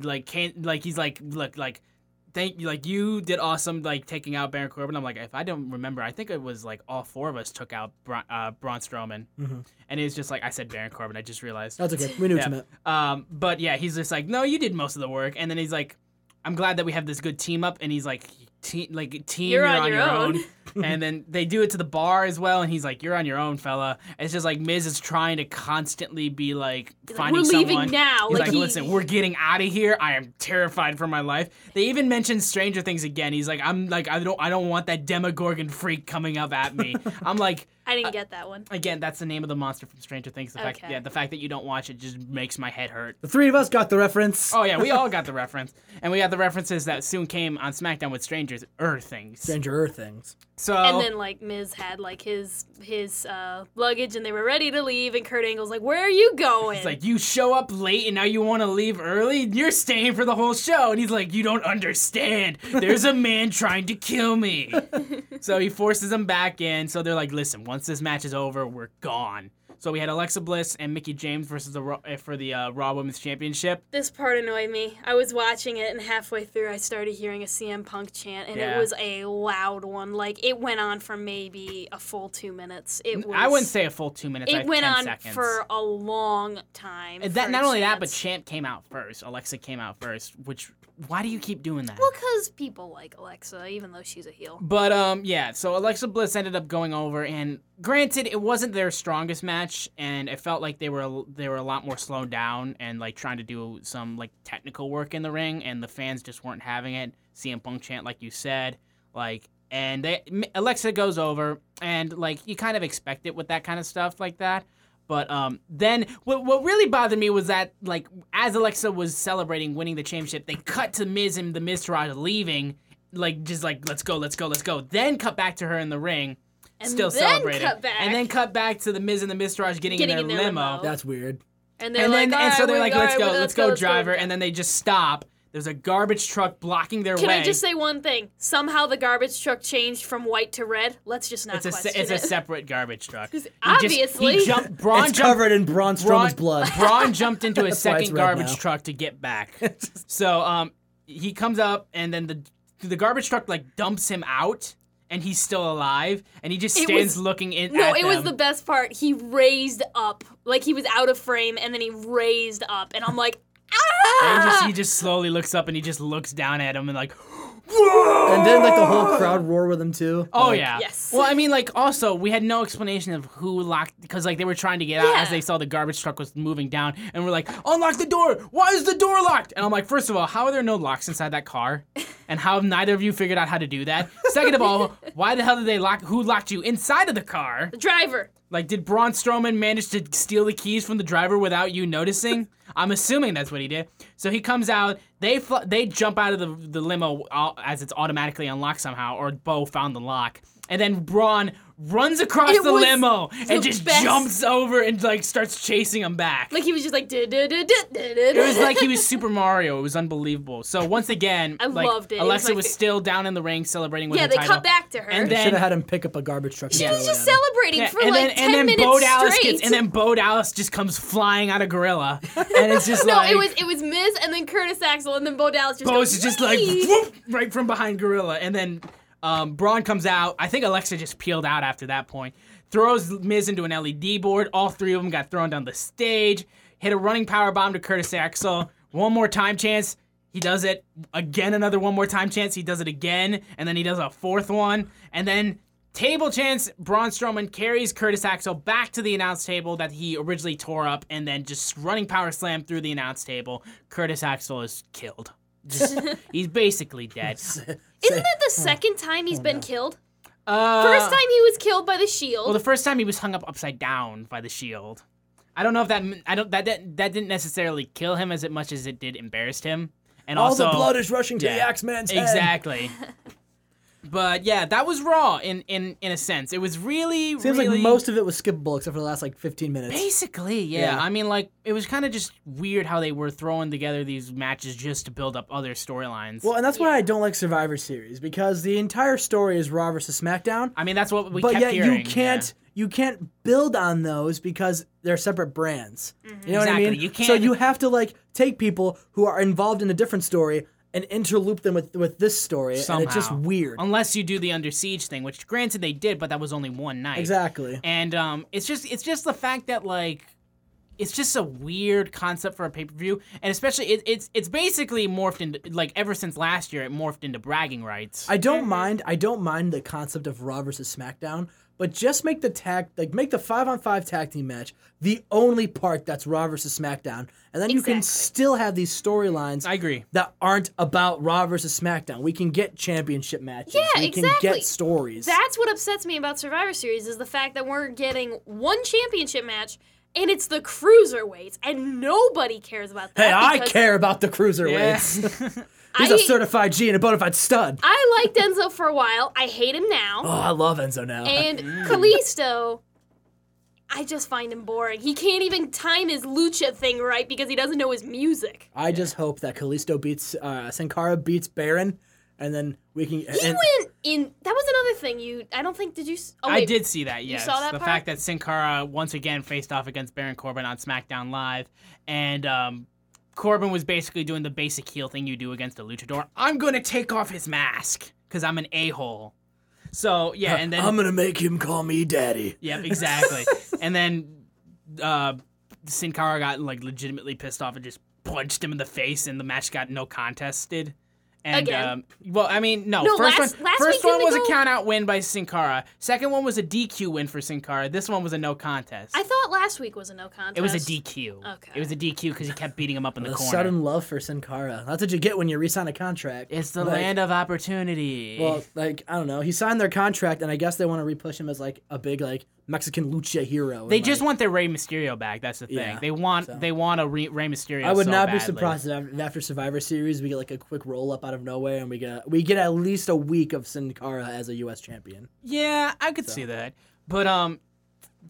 [SPEAKER 2] like Kane, like he's like, look, like, thank you, like you did awesome, like taking out Baron Corbin. I'm like, if I don't remember, I think it was like all four of us took out Bra- uh, Braun Strowman, and it was just like I said, Baron Corbin. I just realized.
[SPEAKER 3] That's okay. We knew what you
[SPEAKER 2] Yeah.
[SPEAKER 3] meant.
[SPEAKER 2] Um, but yeah, he's just like, no, you did most of the work, and then he's like, I'm glad that we have this good team up, and he's like, team, like team,
[SPEAKER 4] You're
[SPEAKER 2] you're,
[SPEAKER 4] on your
[SPEAKER 2] own. and then they do it to the bar as well, and he's like, you're on your own, fella. And it's just like Miz is trying to constantly be like finding
[SPEAKER 4] we're leaving
[SPEAKER 2] someone.
[SPEAKER 4] now.
[SPEAKER 2] He's
[SPEAKER 4] Like,
[SPEAKER 2] like,
[SPEAKER 4] he-
[SPEAKER 2] listen, we're getting out of here. I am terrified for my life. They even mentioned Stranger Things again. He's like, I'm like, I don't, I don't want that Demogorgon freak coming up at me. I'm like
[SPEAKER 4] I didn't get that one.
[SPEAKER 2] again, that's the name of the monster from Stranger Things. The fact,
[SPEAKER 4] Okay.
[SPEAKER 2] yeah, the fact that you don't watch it just makes my head hurt.
[SPEAKER 3] The three of us got the reference.
[SPEAKER 2] Oh yeah, we all got the reference, and we got the references that soon came on SmackDown with Strangers or things.
[SPEAKER 3] Stranger Earth things.
[SPEAKER 2] so
[SPEAKER 4] And then like Miz had like his his uh, luggage and they were ready to leave and Kurt Angle's like, Where are you going?
[SPEAKER 2] it's like you show up late and now you want to leave early. You're staying for the whole show, and he's like, "You don't understand. There's a man trying to kill me." so he forces them back in. So they're like, "Listen, once this match is over, we're gone." So we had Alexa Bliss and Mickey James versus the Raw- eh, for the uh, Raw Women's Championship.
[SPEAKER 4] This part annoyed me. I was watching it, and halfway through, I started hearing a CM Punk chant, and
[SPEAKER 2] Yeah.
[SPEAKER 4] it was a loud one. Like it went on for maybe a full two minutes. It was.
[SPEAKER 2] I wouldn't say a full two minutes.
[SPEAKER 4] It
[SPEAKER 2] like
[SPEAKER 4] went
[SPEAKER 2] 10
[SPEAKER 4] on
[SPEAKER 2] seconds.
[SPEAKER 4] for a long time.
[SPEAKER 2] And
[SPEAKER 4] for
[SPEAKER 2] That not only that, but
[SPEAKER 4] chants.
[SPEAKER 2] Champ came out first. Alexa came out first. Which why do you keep doing that?
[SPEAKER 4] well, because people like Alexa, even though she's a heel.
[SPEAKER 2] But um, yeah. So Alexa Bliss ended up going over, and granted, it wasn't their strongest match, and it felt like they were they were a lot more slowed down and like trying to do some like technical work in the ring, and the fans just weren't having it. CM Punk chant, like you said, like, and they M- Alexa goes over, and like you kind of expect it with that kind of stuff like that. But um, then what, what really bothered me was that like as Alexa was celebrating winning the championship, they cut to Miz and the Miz Taraj leaving, like just like let's go, let's go, let's go. Then cut back to her in the ring,
[SPEAKER 4] And
[SPEAKER 2] still
[SPEAKER 4] then
[SPEAKER 2] celebrating,
[SPEAKER 4] cut back.
[SPEAKER 2] and then cut back to the Miz and the Miz Taraj getting,
[SPEAKER 4] Getting
[SPEAKER 2] in their limo.
[SPEAKER 3] That's weird.
[SPEAKER 4] And they're
[SPEAKER 2] And
[SPEAKER 4] like,
[SPEAKER 2] then
[SPEAKER 4] "All
[SPEAKER 2] and so
[SPEAKER 4] right,
[SPEAKER 2] they're
[SPEAKER 4] we're-
[SPEAKER 2] like,
[SPEAKER 4] all
[SPEAKER 2] let's,
[SPEAKER 4] right,
[SPEAKER 2] go,
[SPEAKER 4] we're-
[SPEAKER 2] let's go,
[SPEAKER 4] let's
[SPEAKER 2] driver,
[SPEAKER 4] let's go.
[SPEAKER 2] and then they just stop. There's a garbage truck blocking their
[SPEAKER 4] Can
[SPEAKER 2] way.
[SPEAKER 4] I just say one thing? Somehow the garbage truck changed from white to red. Let's just not
[SPEAKER 2] it's a se-
[SPEAKER 4] question
[SPEAKER 2] it's a
[SPEAKER 4] it.
[SPEAKER 2] separate garbage truck. He just-
[SPEAKER 4] obviously.
[SPEAKER 2] he jumped. Braun
[SPEAKER 3] It's
[SPEAKER 2] jumped
[SPEAKER 3] covered in Braun Strowman's blood.
[SPEAKER 2] Braun jumped into his
[SPEAKER 3] That's why it's
[SPEAKER 2] second
[SPEAKER 3] red
[SPEAKER 2] garbage
[SPEAKER 3] now.
[SPEAKER 2] truck to get back. so um, he comes up and then the the garbage truck like dumps him out, and he's still alive, and he just
[SPEAKER 4] It
[SPEAKER 2] stands
[SPEAKER 4] was-
[SPEAKER 2] looking in.
[SPEAKER 4] No,
[SPEAKER 2] at
[SPEAKER 4] it was the
[SPEAKER 2] them.
[SPEAKER 4] best part. He raised up, like he was out of frame, and then he raised up, and I'm like,
[SPEAKER 2] And he just,
[SPEAKER 4] ah!
[SPEAKER 2] he just slowly looks up and he just looks down at him and like,
[SPEAKER 3] and then like the whole crowd roar with him too.
[SPEAKER 2] oh
[SPEAKER 3] Like,
[SPEAKER 2] yeah.
[SPEAKER 4] yes.
[SPEAKER 2] Well, I mean, like also we had no explanation of who locked because like they were trying to get out as
[SPEAKER 4] Yeah.
[SPEAKER 2] they saw the garbage truck was moving down, and we're like, unlock the door. Why is the door locked? And I'm like, first of all, how are there no locks inside that car? And how have neither of you figured out how to do that? Second of all, why the hell did they lock? Who locked you inside of the car?
[SPEAKER 4] The driver.
[SPEAKER 2] Like, did Braun Strowman manage to steal the keys from the driver without you noticing? I'm assuming that's what he did. So he comes out. They fl- they jump out of the, the limo all, as it's automatically unlocked somehow, or Bo found the lock. And then Braun runs across
[SPEAKER 4] It
[SPEAKER 2] the
[SPEAKER 4] was
[SPEAKER 2] limo
[SPEAKER 4] the
[SPEAKER 2] and just
[SPEAKER 4] best.
[SPEAKER 2] jumps over and like starts chasing him back.
[SPEAKER 4] Like he was just like, it
[SPEAKER 2] It was
[SPEAKER 4] was
[SPEAKER 2] like he was Super Mario. It was unbelievable. So once again,
[SPEAKER 4] I
[SPEAKER 2] like,
[SPEAKER 4] loved it. It was
[SPEAKER 2] Alexa
[SPEAKER 4] my
[SPEAKER 2] was
[SPEAKER 4] fa-
[SPEAKER 2] still down in the ring celebrating with
[SPEAKER 4] yeah,
[SPEAKER 2] her
[SPEAKER 4] they
[SPEAKER 2] title.
[SPEAKER 4] cut back to her.
[SPEAKER 2] And
[SPEAKER 3] They
[SPEAKER 2] then-
[SPEAKER 3] should have had him pick up a garbage truck.
[SPEAKER 4] she
[SPEAKER 3] and
[SPEAKER 4] was
[SPEAKER 3] throw it
[SPEAKER 4] just
[SPEAKER 3] at him.
[SPEAKER 4] celebrating
[SPEAKER 2] Yeah,
[SPEAKER 4] for like ten minutes
[SPEAKER 2] Bo Dallas
[SPEAKER 4] straight.
[SPEAKER 2] gets and then Bo Dallas just comes flying out of Gorilla, and it's just
[SPEAKER 4] no,
[SPEAKER 2] like
[SPEAKER 4] it was it was Miz and then Curtis Axel and then Bo Dallas just.
[SPEAKER 2] Bo's
[SPEAKER 4] goes,
[SPEAKER 2] is just like
[SPEAKER 4] "Wee!"
[SPEAKER 2] whoop, right from behind Gorilla, and then um, Braun comes out. I think Alexa just peeled out after that point. Throws Miz into an LED board. All three of them got thrown down the stage. Hit a running power bomb to Curtis Axel. One more time chance. He does it again. Another one more time chance. He does it again, and then he does a fourth one, and then Table chance, Braun Strowman carries Curtis Axel back to the announce table that he originally tore up and then just running power slam through the announce table. Curtis Axel is killed. Just, he's basically dead.
[SPEAKER 4] Isn't that the second time he's been killed?
[SPEAKER 2] Oh, Uh,
[SPEAKER 4] First time he was killed by the Shield.
[SPEAKER 2] Well, the first time he was hung up upside down by the shield. I don't know if that m- I don't that that, that didn't necessarily kill him as much as it did embarrass him. And
[SPEAKER 3] All
[SPEAKER 2] also
[SPEAKER 3] the blood is rushing to the
[SPEAKER 2] yeah,
[SPEAKER 3] Axeman's head.
[SPEAKER 2] Exactly. But yeah, that was Raw in in in a sense. It was really
[SPEAKER 3] Seems
[SPEAKER 2] really
[SPEAKER 3] like most of it was skippable except for the last like 15 minutes.
[SPEAKER 2] Basically, yeah.
[SPEAKER 3] Yeah.
[SPEAKER 2] I mean, like it was kind of just weird how they were throwing together these matches just to build up other storylines.
[SPEAKER 3] Well, and that's why I don't like Survivor Series because the entire story is Raw versus SmackDown,
[SPEAKER 2] I mean, that's what we
[SPEAKER 3] but
[SPEAKER 2] kept
[SPEAKER 3] yet
[SPEAKER 2] hearing.
[SPEAKER 3] you can't you can't build on those because they're separate brands. You know
[SPEAKER 2] Exactly.
[SPEAKER 3] what I mean?
[SPEAKER 2] You
[SPEAKER 3] So
[SPEAKER 2] can't-
[SPEAKER 3] you have to like take people who are involved in a different story and interloop them with with this story,
[SPEAKER 2] yeah,
[SPEAKER 3] and it's just
[SPEAKER 2] somehow.
[SPEAKER 3] weird.
[SPEAKER 2] Unless you do the Under Siege thing, which granted they did, but that was only one night.
[SPEAKER 3] Exactly.
[SPEAKER 2] And um, it's just it's just the fact that like it's just a weird concept for a pay per view, and especially it, it's it's basically morphed into like ever since last year it morphed into bragging rights.
[SPEAKER 3] I don't
[SPEAKER 4] Mm-hmm.
[SPEAKER 3] mind. I don't mind the concept of Raw versus SmackDown, but just make the tag like make the five on five tag team match the only part that's Raw versus SmackDown, and then you can
[SPEAKER 4] Exactly.
[SPEAKER 3] still have these storylines.
[SPEAKER 2] I agree.
[SPEAKER 3] That aren't about Raw versus SmackDown. We can get championship matches.
[SPEAKER 4] Yeah,
[SPEAKER 3] we can
[SPEAKER 4] exactly.
[SPEAKER 3] get stories.
[SPEAKER 4] That's what upsets me about Survivor Series is the fact that we're getting one championship match and it's the cruiserweights and nobody cares about that.
[SPEAKER 3] hey, I
[SPEAKER 4] because
[SPEAKER 3] care about the cruiserweights. He's
[SPEAKER 4] I-
[SPEAKER 3] a certified G and a bona fide stud.
[SPEAKER 4] I liked Enzo for a while. I hate him now.
[SPEAKER 3] oh, I love Enzo now.
[SPEAKER 4] And Kalisto, I just find him boring. He can't even time his lucha thing right because he doesn't know his music.
[SPEAKER 3] I just hope that Kalisto beats uh, Sin Cara beats Baron, and then we can.
[SPEAKER 4] He
[SPEAKER 3] and-
[SPEAKER 4] went in. That was another thing. You, I don't think. Did you? s- Oh,
[SPEAKER 2] I
[SPEAKER 4] wait.
[SPEAKER 2] did see that. Yes,
[SPEAKER 4] saw that
[SPEAKER 2] the
[SPEAKER 4] part?
[SPEAKER 2] fact that Sin Cara once again faced off against Baron Corbin on SmackDown Live, and um, Corbin was basically doing the basic heel thing you do against a luchador. I'm gonna take off his mask because I'm an a hole. So yeah, and then
[SPEAKER 3] Uh, I'm gonna make him call me daddy.
[SPEAKER 2] Yep, exactly. and then uh, Sin Cara got like legitimately pissed off and just punched him in the face, and the match got no contested. And
[SPEAKER 4] Again.
[SPEAKER 2] um, well, I mean, no.
[SPEAKER 4] No,
[SPEAKER 2] first
[SPEAKER 4] last-
[SPEAKER 2] one,
[SPEAKER 4] last
[SPEAKER 2] first
[SPEAKER 4] week
[SPEAKER 2] one
[SPEAKER 4] didn't
[SPEAKER 2] was
[SPEAKER 4] it
[SPEAKER 2] a
[SPEAKER 4] go-
[SPEAKER 2] count out win by Sin Cara. Second one was a DQ win for Sin Cara. This one was a no contest.
[SPEAKER 4] I thought last week was a no contest.
[SPEAKER 2] it was a DQ.
[SPEAKER 4] Okay.
[SPEAKER 2] It was a DQ because he kept beating him up in the,
[SPEAKER 3] The
[SPEAKER 2] corner.
[SPEAKER 3] sudden love for Sin Cara. That's what you get when you re-sign a contract.
[SPEAKER 2] it's the
[SPEAKER 3] Like,
[SPEAKER 2] land of opportunity.
[SPEAKER 3] Well, like I don't know. He signed their contract, and I guess they want to repush him as like a big like Mexican lucha hero. and,
[SPEAKER 2] they just
[SPEAKER 3] like,
[SPEAKER 2] want their Rey Mysterio back. That's the thing.
[SPEAKER 3] Yeah,
[SPEAKER 2] they want they want a Re- Rey Mysterio.
[SPEAKER 3] I would
[SPEAKER 2] so
[SPEAKER 3] not be
[SPEAKER 2] badly.
[SPEAKER 3] surprised if af- after Survivor Series we get like a quick roll up out of nowhere, and we get we get at least a week of Sin Cara as a U.S. champion.
[SPEAKER 2] Yeah, I could see that. But um,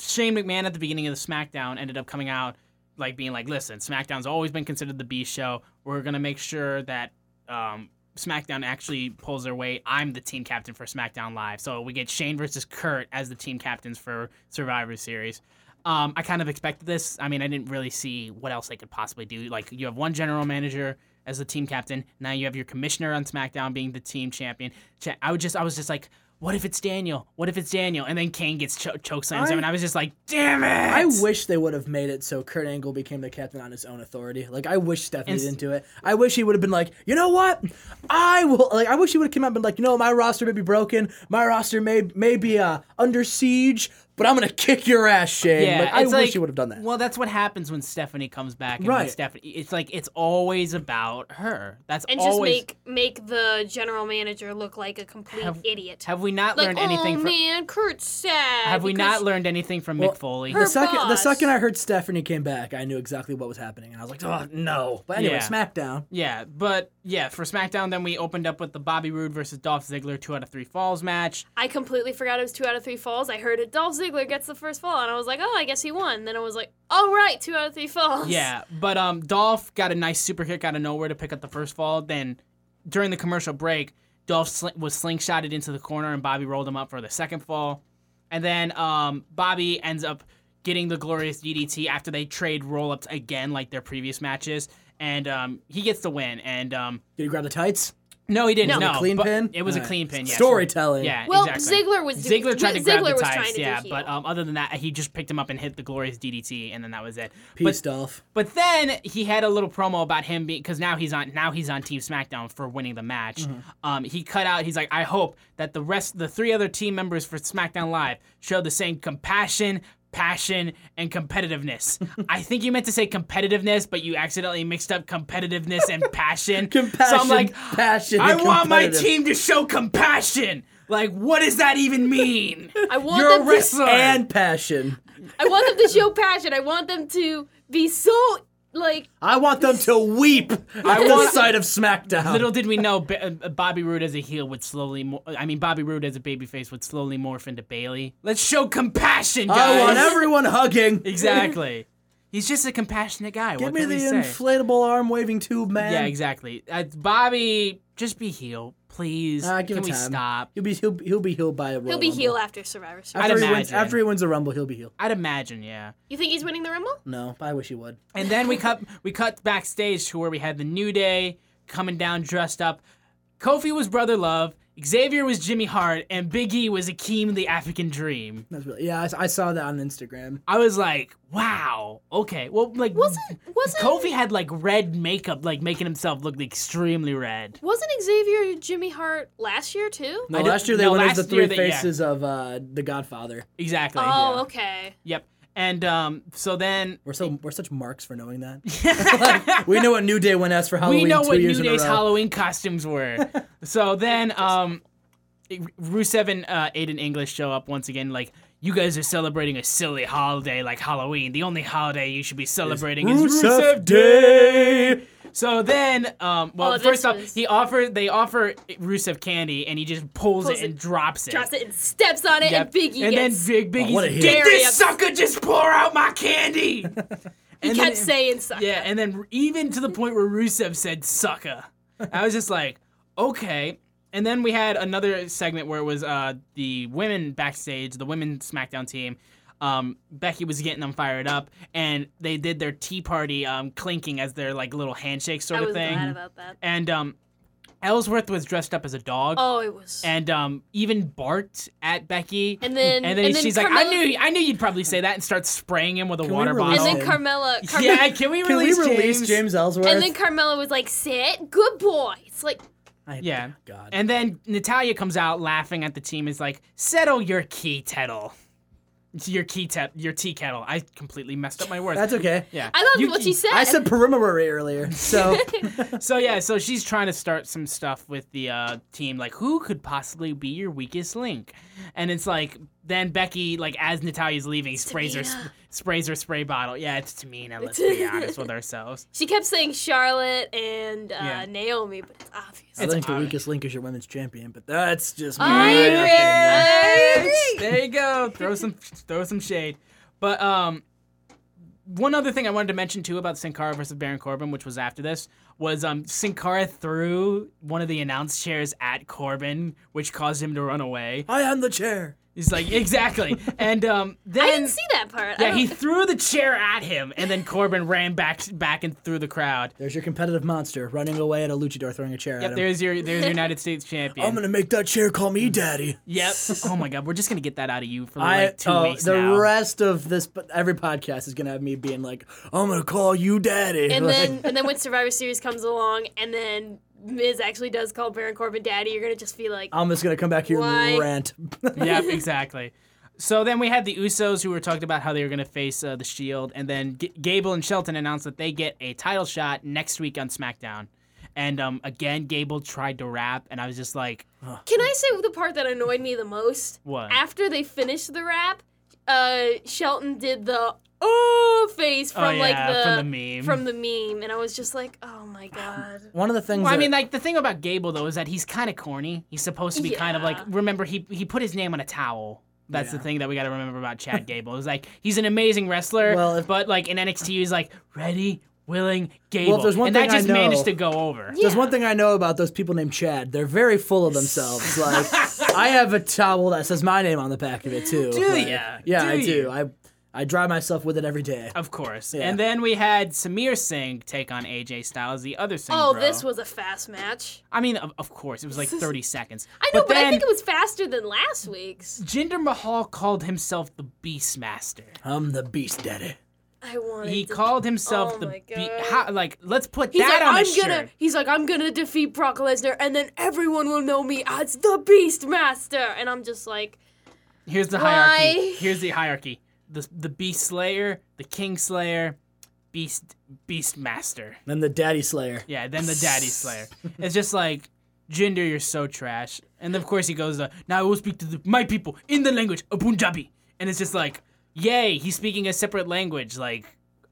[SPEAKER 2] Shane McMahon at the beginning of the SmackDown ended up coming out like being like, "Listen, SmackDown's always been considered the B show. We're gonna make sure that um, SmackDown actually pulls their weight. I'm the team captain for SmackDown Live, so we get Shane versus Kurt as the team captains for Survivor Series." Um, I kind of expected this. I mean, I didn't really see what else they could possibly do. Like, you have one general manager as the team captain. Now you have your commissioner on SmackDown being the team champion. Cha- I would just, I was just like, what if it's Daniel? What if it's Daniel? And then Kane gets cho- choke slams
[SPEAKER 3] I-
[SPEAKER 2] him, and I was just like, damn it!
[SPEAKER 3] I wish they would have made it so Kurt Angle became the captain on his own authority. Like I wish Stephanie
[SPEAKER 2] Inst-
[SPEAKER 3] didn't do it. I wish he would have been like, you know what? I will. Like I wish he would have come out and been like, you know, my roster may be broken. My roster may may be uh, under siege, but I'm gonna kick your ass, Shane. like, I
[SPEAKER 2] it's
[SPEAKER 3] wish he would have done that.
[SPEAKER 2] Well, that's what happens when Stephanie comes back. And when
[SPEAKER 3] Right.
[SPEAKER 2] Stephanie, it's like it's always about her. That's
[SPEAKER 4] and just
[SPEAKER 2] always.
[SPEAKER 4] make make the general manager look like a complete idiot.
[SPEAKER 2] have we not
[SPEAKER 4] like,
[SPEAKER 2] learned anything?
[SPEAKER 4] oh
[SPEAKER 2] from,
[SPEAKER 4] man, Kurt's sad.
[SPEAKER 2] have we
[SPEAKER 4] because
[SPEAKER 2] not learned anything from Mick Foley?
[SPEAKER 3] the second the
[SPEAKER 4] boss.
[SPEAKER 3] second I heard Stephanie came back, I knew exactly what was happening, and I was like, oh no. But anyway,
[SPEAKER 2] Yeah.
[SPEAKER 3] SmackDown.
[SPEAKER 2] Yeah, but yeah, for SmackDown, then we opened up with the Bobby Roode versus Dolph Ziggler two out of three falls match.
[SPEAKER 4] I completely forgot it was two out of three falls. I heard it. Dolph Ziggler gets the first fall, and I was like, oh, I guess he won. Then I was like, oh right, two out of three falls.
[SPEAKER 2] Yeah, but um, Dolph got a nice super kick out of nowhere to pick up the first fall. Then during the commercial break, Dolph sli- was slingshotted into the corner and Bobby rolled him up for the second fall. And then um, Bobby ends up getting the glorious DDT after they trade roll ups again, like their previous matches. And um, he gets the win. And um,
[SPEAKER 3] Did he grab the tights?
[SPEAKER 2] no, he didn't.
[SPEAKER 4] No.
[SPEAKER 2] No,
[SPEAKER 4] A
[SPEAKER 3] clean
[SPEAKER 2] but
[SPEAKER 3] pin?
[SPEAKER 2] It was a
[SPEAKER 3] Alright.
[SPEAKER 2] clean pin. Yes.
[SPEAKER 3] Storytelling.
[SPEAKER 2] Yeah.
[SPEAKER 4] Well,
[SPEAKER 2] exactly.
[SPEAKER 4] Ziggler was do-
[SPEAKER 2] Ziggler tried to
[SPEAKER 4] Ziggler
[SPEAKER 2] grab the
[SPEAKER 4] was
[SPEAKER 2] tights,
[SPEAKER 4] trying to
[SPEAKER 2] yeah,
[SPEAKER 4] do heel.
[SPEAKER 2] but um, other than that, he just picked him up and hit the glorious DDT, and then that was it.
[SPEAKER 3] Peace,
[SPEAKER 2] But,
[SPEAKER 3] Dolph.
[SPEAKER 2] but then he had a little promo about him being because now he's on now he's on Team SmackDown for winning the match.
[SPEAKER 3] Mm-hmm.
[SPEAKER 2] Um, he cut out. He's like, I hope that the rest, the three other team members for SmackDown Live, show the same compassion. Passion and competitiveness. I think you meant to say competitiveness, but you accidentally mixed up competitiveness and passion. so I'm
[SPEAKER 3] Compassion,
[SPEAKER 2] like,
[SPEAKER 3] passion,
[SPEAKER 2] I
[SPEAKER 3] and
[SPEAKER 2] want my
[SPEAKER 3] competitive.
[SPEAKER 2] team to show compassion. Like, what does that even mean?
[SPEAKER 4] I want
[SPEAKER 2] You're a
[SPEAKER 4] them to-
[SPEAKER 2] wrestler.
[SPEAKER 3] And passion.
[SPEAKER 4] I want them to show passion. I want them to be so like
[SPEAKER 3] I want them to weep at the
[SPEAKER 2] want-
[SPEAKER 3] sight of SmackDown.
[SPEAKER 2] Little did we know, Ba- uh, Bobby Roode as a heel would slowly. Mo- uh, I mean, Bobby Roode as a babyface would slowly morph into Bailey. Let's show compassion,
[SPEAKER 3] I want
[SPEAKER 2] guys.
[SPEAKER 3] everyone hugging.
[SPEAKER 2] exactly. He's just a compassionate guy.
[SPEAKER 3] Give
[SPEAKER 2] what
[SPEAKER 3] me
[SPEAKER 2] can
[SPEAKER 3] the
[SPEAKER 2] we say?
[SPEAKER 3] inflatable arm waving tube, man.
[SPEAKER 2] Yeah, exactly. Uh, Bobby, just be heel, please.
[SPEAKER 3] Ah, give
[SPEAKER 2] Can
[SPEAKER 3] him
[SPEAKER 2] we
[SPEAKER 3] time.
[SPEAKER 2] stop?
[SPEAKER 3] He'll be he'll, he'll be healed by a Royal
[SPEAKER 4] he'll be
[SPEAKER 3] Rumble.
[SPEAKER 4] heel after Survivor Series.
[SPEAKER 3] After
[SPEAKER 2] I'd
[SPEAKER 3] he, wins,
[SPEAKER 2] imagine.
[SPEAKER 3] after he wins a Rumble, he'll be healed.
[SPEAKER 2] I'd imagine, yeah.
[SPEAKER 4] You think he's winning the Rumble?
[SPEAKER 3] No, I wish he would.
[SPEAKER 2] And then we cut we cut backstage to where we had the New Day coming down dressed up. Kofi was Brother Love, Xavier was Jimmy Hart, and Big E was Akeem the African Dream.
[SPEAKER 3] That's really yeah. I, I saw that on Instagram.
[SPEAKER 2] I was like, wow, okay. Well, like
[SPEAKER 4] Wasn't wasn't
[SPEAKER 2] Kofi had like red makeup, like making himself look extremely red.
[SPEAKER 4] wasn't Xavier Jimmy Hart last year too?
[SPEAKER 3] No,
[SPEAKER 2] I don't-
[SPEAKER 3] last year they
[SPEAKER 2] no,
[SPEAKER 3] went as
[SPEAKER 2] last
[SPEAKER 3] the
[SPEAKER 2] year
[SPEAKER 3] three
[SPEAKER 2] they- yeah.
[SPEAKER 3] faces of uh, the Godfather.
[SPEAKER 2] Exactly.
[SPEAKER 4] oh, okay.
[SPEAKER 2] Yep. And um, so then
[SPEAKER 3] We're so we're such marks for knowing that. Like, we know what New Day went as for Halloween.
[SPEAKER 2] we know
[SPEAKER 3] two
[SPEAKER 2] what
[SPEAKER 3] years
[SPEAKER 2] New
[SPEAKER 3] in a
[SPEAKER 2] Day's
[SPEAKER 3] row.
[SPEAKER 2] Halloween costumes were. so then, um, Rusev and uh, Aiden English show up once again, like. You guys are celebrating a silly holiday like Halloween. The only holiday you should be celebrating is
[SPEAKER 3] Rusev
[SPEAKER 2] Rusev Day. So then, um, well,
[SPEAKER 4] Oh, this
[SPEAKER 2] first off,
[SPEAKER 4] was-
[SPEAKER 2] he offered they offer Rusev candy, and he just pulls,
[SPEAKER 4] Pulls
[SPEAKER 2] it, and
[SPEAKER 4] it.
[SPEAKER 2] drops it.
[SPEAKER 4] Drops it and steps on it,
[SPEAKER 2] Yep.
[SPEAKER 4] and Biggie
[SPEAKER 2] and
[SPEAKER 4] gets.
[SPEAKER 2] then Big Biggie's
[SPEAKER 3] what a hit.
[SPEAKER 2] did
[SPEAKER 4] Very
[SPEAKER 2] this
[SPEAKER 4] ups-
[SPEAKER 2] sucker just pour out my candy?
[SPEAKER 4] he
[SPEAKER 2] then-
[SPEAKER 4] kept saying stuff.
[SPEAKER 2] Yeah, and then even to the point where Rusev said "sucker," I was just like, okay. And then we had another segment where it was uh, the women backstage, the women SmackDown team. Um, Becky was getting them fired up, and they did their tea party um, clinking as their like little handshake
[SPEAKER 4] I
[SPEAKER 2] sort
[SPEAKER 4] was
[SPEAKER 2] of thing.
[SPEAKER 4] glad about that.
[SPEAKER 2] And um, Ellsworth was dressed up as a dog,
[SPEAKER 4] Oh, it was.
[SPEAKER 2] and um, even barked at Becky.
[SPEAKER 4] And then-
[SPEAKER 2] and then
[SPEAKER 4] and then
[SPEAKER 2] she's like, "I
[SPEAKER 4] Carmella-
[SPEAKER 2] knew, I knew you'd probably say that," and starts spraying him with a
[SPEAKER 3] we
[SPEAKER 2] water
[SPEAKER 3] release
[SPEAKER 2] bottle.
[SPEAKER 4] and then
[SPEAKER 3] Oh.
[SPEAKER 4] Carmella. Carmella
[SPEAKER 2] um, yeah, can we
[SPEAKER 3] Can
[SPEAKER 2] release,
[SPEAKER 3] we release
[SPEAKER 2] James?
[SPEAKER 3] James, Ellsworth?
[SPEAKER 4] and then Carmella was like, "Sit, good boy." It's like
[SPEAKER 3] I-
[SPEAKER 2] Yeah.
[SPEAKER 3] God.
[SPEAKER 2] And then Natalia comes out laughing at the team. Is like, settle your key kettle, your key te- your tea kettle. I completely messed up my words.
[SPEAKER 3] That's okay. Yeah.
[SPEAKER 4] I love
[SPEAKER 2] You-
[SPEAKER 4] what she said.
[SPEAKER 3] I said perimeter earlier, so
[SPEAKER 2] so yeah, so she's trying to start some stuff with the uh, team, like who could possibly be your weakest link, and it's like then Becky, like as Natalia's leaving, sprays her sp-
[SPEAKER 4] Tamina.
[SPEAKER 2] sprays her spray bottle. Yeah, it's Tamina. Let's be honest with ourselves.
[SPEAKER 4] she kept saying Charlotte and uh,
[SPEAKER 2] Yeah.
[SPEAKER 4] Naomi, but it's obvious.
[SPEAKER 3] I think the weakest link is your women's champion, but that's just
[SPEAKER 4] I
[SPEAKER 3] my
[SPEAKER 4] agree.
[SPEAKER 3] opinion.
[SPEAKER 4] I agree.
[SPEAKER 2] there you go. Throw some throw some shade. But um one other thing I wanted to mention too about Sin Cara versus Baron Corbin, which was after this, was um Sin Cara threw one of the announce chairs at Corbin, which caused him to run away.
[SPEAKER 3] I am the chair.
[SPEAKER 2] He's like, exactly. and um then
[SPEAKER 4] I didn't see that part. I
[SPEAKER 2] Yeah,
[SPEAKER 4] don't-
[SPEAKER 2] he threw the chair at him and then Corbin ran back back and through the crowd.
[SPEAKER 3] There's your competitive monster running away at a luchador throwing a chair
[SPEAKER 2] Yep,
[SPEAKER 3] at him.
[SPEAKER 2] there's your there's your United States champion.
[SPEAKER 3] I'm gonna make that chair call me daddy.
[SPEAKER 2] Mm. Yep. Oh my god, we're just gonna get that out of you for
[SPEAKER 3] I
[SPEAKER 2] like two
[SPEAKER 3] oh,
[SPEAKER 2] weeks
[SPEAKER 3] the
[SPEAKER 2] now.
[SPEAKER 3] rest of this but every podcast is gonna have me being like, I'm gonna call you daddy.
[SPEAKER 4] and
[SPEAKER 3] Like,
[SPEAKER 4] then and then when Survivor Series comes along, and then Miz actually does call Baron Corbin daddy, you're gonna just be like,
[SPEAKER 3] I'm just gonna come back here
[SPEAKER 4] Why?
[SPEAKER 3] and rant.
[SPEAKER 2] yep, exactly. So then we had the Usos who were talking about how they were going to face uh, the Shield, and then G- Gable and Shelton announced that they get a title shot next week on SmackDown. And um, again, Gable tried to rap, and I was just like,
[SPEAKER 4] "Can I say the part that annoyed me the most?"
[SPEAKER 2] What?
[SPEAKER 4] After they finished the rap, uh, Shelton did the oh face from
[SPEAKER 2] yeah,
[SPEAKER 4] like the
[SPEAKER 2] from the meme.
[SPEAKER 4] from the meme, and I was just like, "Oh my god."
[SPEAKER 3] One of the things
[SPEAKER 2] well, I
[SPEAKER 3] that-
[SPEAKER 2] mean, like the thing about Gable though is that he's kind of corny. He's supposed to be kind of like.
[SPEAKER 4] Yeah.
[SPEAKER 2] Remember, he he put his name on a towel. That's
[SPEAKER 3] Yeah.
[SPEAKER 2] the thing that we got to remember about Chad Gable. It's like he's an amazing wrestler,
[SPEAKER 3] Well, if-
[SPEAKER 2] but like in NXT, he's like ready, willing, Gable,
[SPEAKER 3] there's one
[SPEAKER 2] and
[SPEAKER 3] thing
[SPEAKER 2] that
[SPEAKER 3] I
[SPEAKER 2] just managed to
[SPEAKER 3] know-
[SPEAKER 2] go over.
[SPEAKER 3] There's one thing I know about those people named Chad. They're very full of themselves. Like I have a towel that says my name on the back of it too.
[SPEAKER 2] Do
[SPEAKER 3] Like,
[SPEAKER 2] ya?
[SPEAKER 3] Yeah,
[SPEAKER 2] Do
[SPEAKER 3] I do.
[SPEAKER 2] you?
[SPEAKER 3] I I dry myself with it every day.
[SPEAKER 2] Of course. And then we had Samir Singh take on AJ Styles, the other Singh.
[SPEAKER 4] Oh,
[SPEAKER 2] bro.
[SPEAKER 4] this was a fast match.
[SPEAKER 2] I mean, of, of course, it was like 30 seconds.
[SPEAKER 4] I know, but,
[SPEAKER 2] then
[SPEAKER 4] I think it was faster than last week's.
[SPEAKER 2] Jinder Mahal called himself the Beastmaster.
[SPEAKER 3] I'm the beast daddy.
[SPEAKER 4] I wanted.
[SPEAKER 2] He
[SPEAKER 4] to-
[SPEAKER 2] called himself
[SPEAKER 4] Oh
[SPEAKER 2] the
[SPEAKER 4] my
[SPEAKER 2] Be-
[SPEAKER 4] God.
[SPEAKER 2] how, like let's put
[SPEAKER 4] He's
[SPEAKER 2] that
[SPEAKER 4] like,
[SPEAKER 2] on a
[SPEAKER 4] I'm
[SPEAKER 2] shirt.
[SPEAKER 4] gonna. He's like, I'm gonna defeat Brock Lesnar, and then everyone will know me as the Beast Master. And I'm just like,
[SPEAKER 2] Here's the hierarchy.
[SPEAKER 4] Why?
[SPEAKER 2] Here's the hierarchy. The the Beast Slayer, the King Slayer, Beast Beastmaster.
[SPEAKER 3] Then the daddy slayer.
[SPEAKER 2] Yeah, then the Daddy Slayer. It's just like, Jinder, you're so trash. And of course he goes, uh, now I will speak to the, my people in the language of Punjabi. And it's just like, yay, he's speaking a separate language. Like,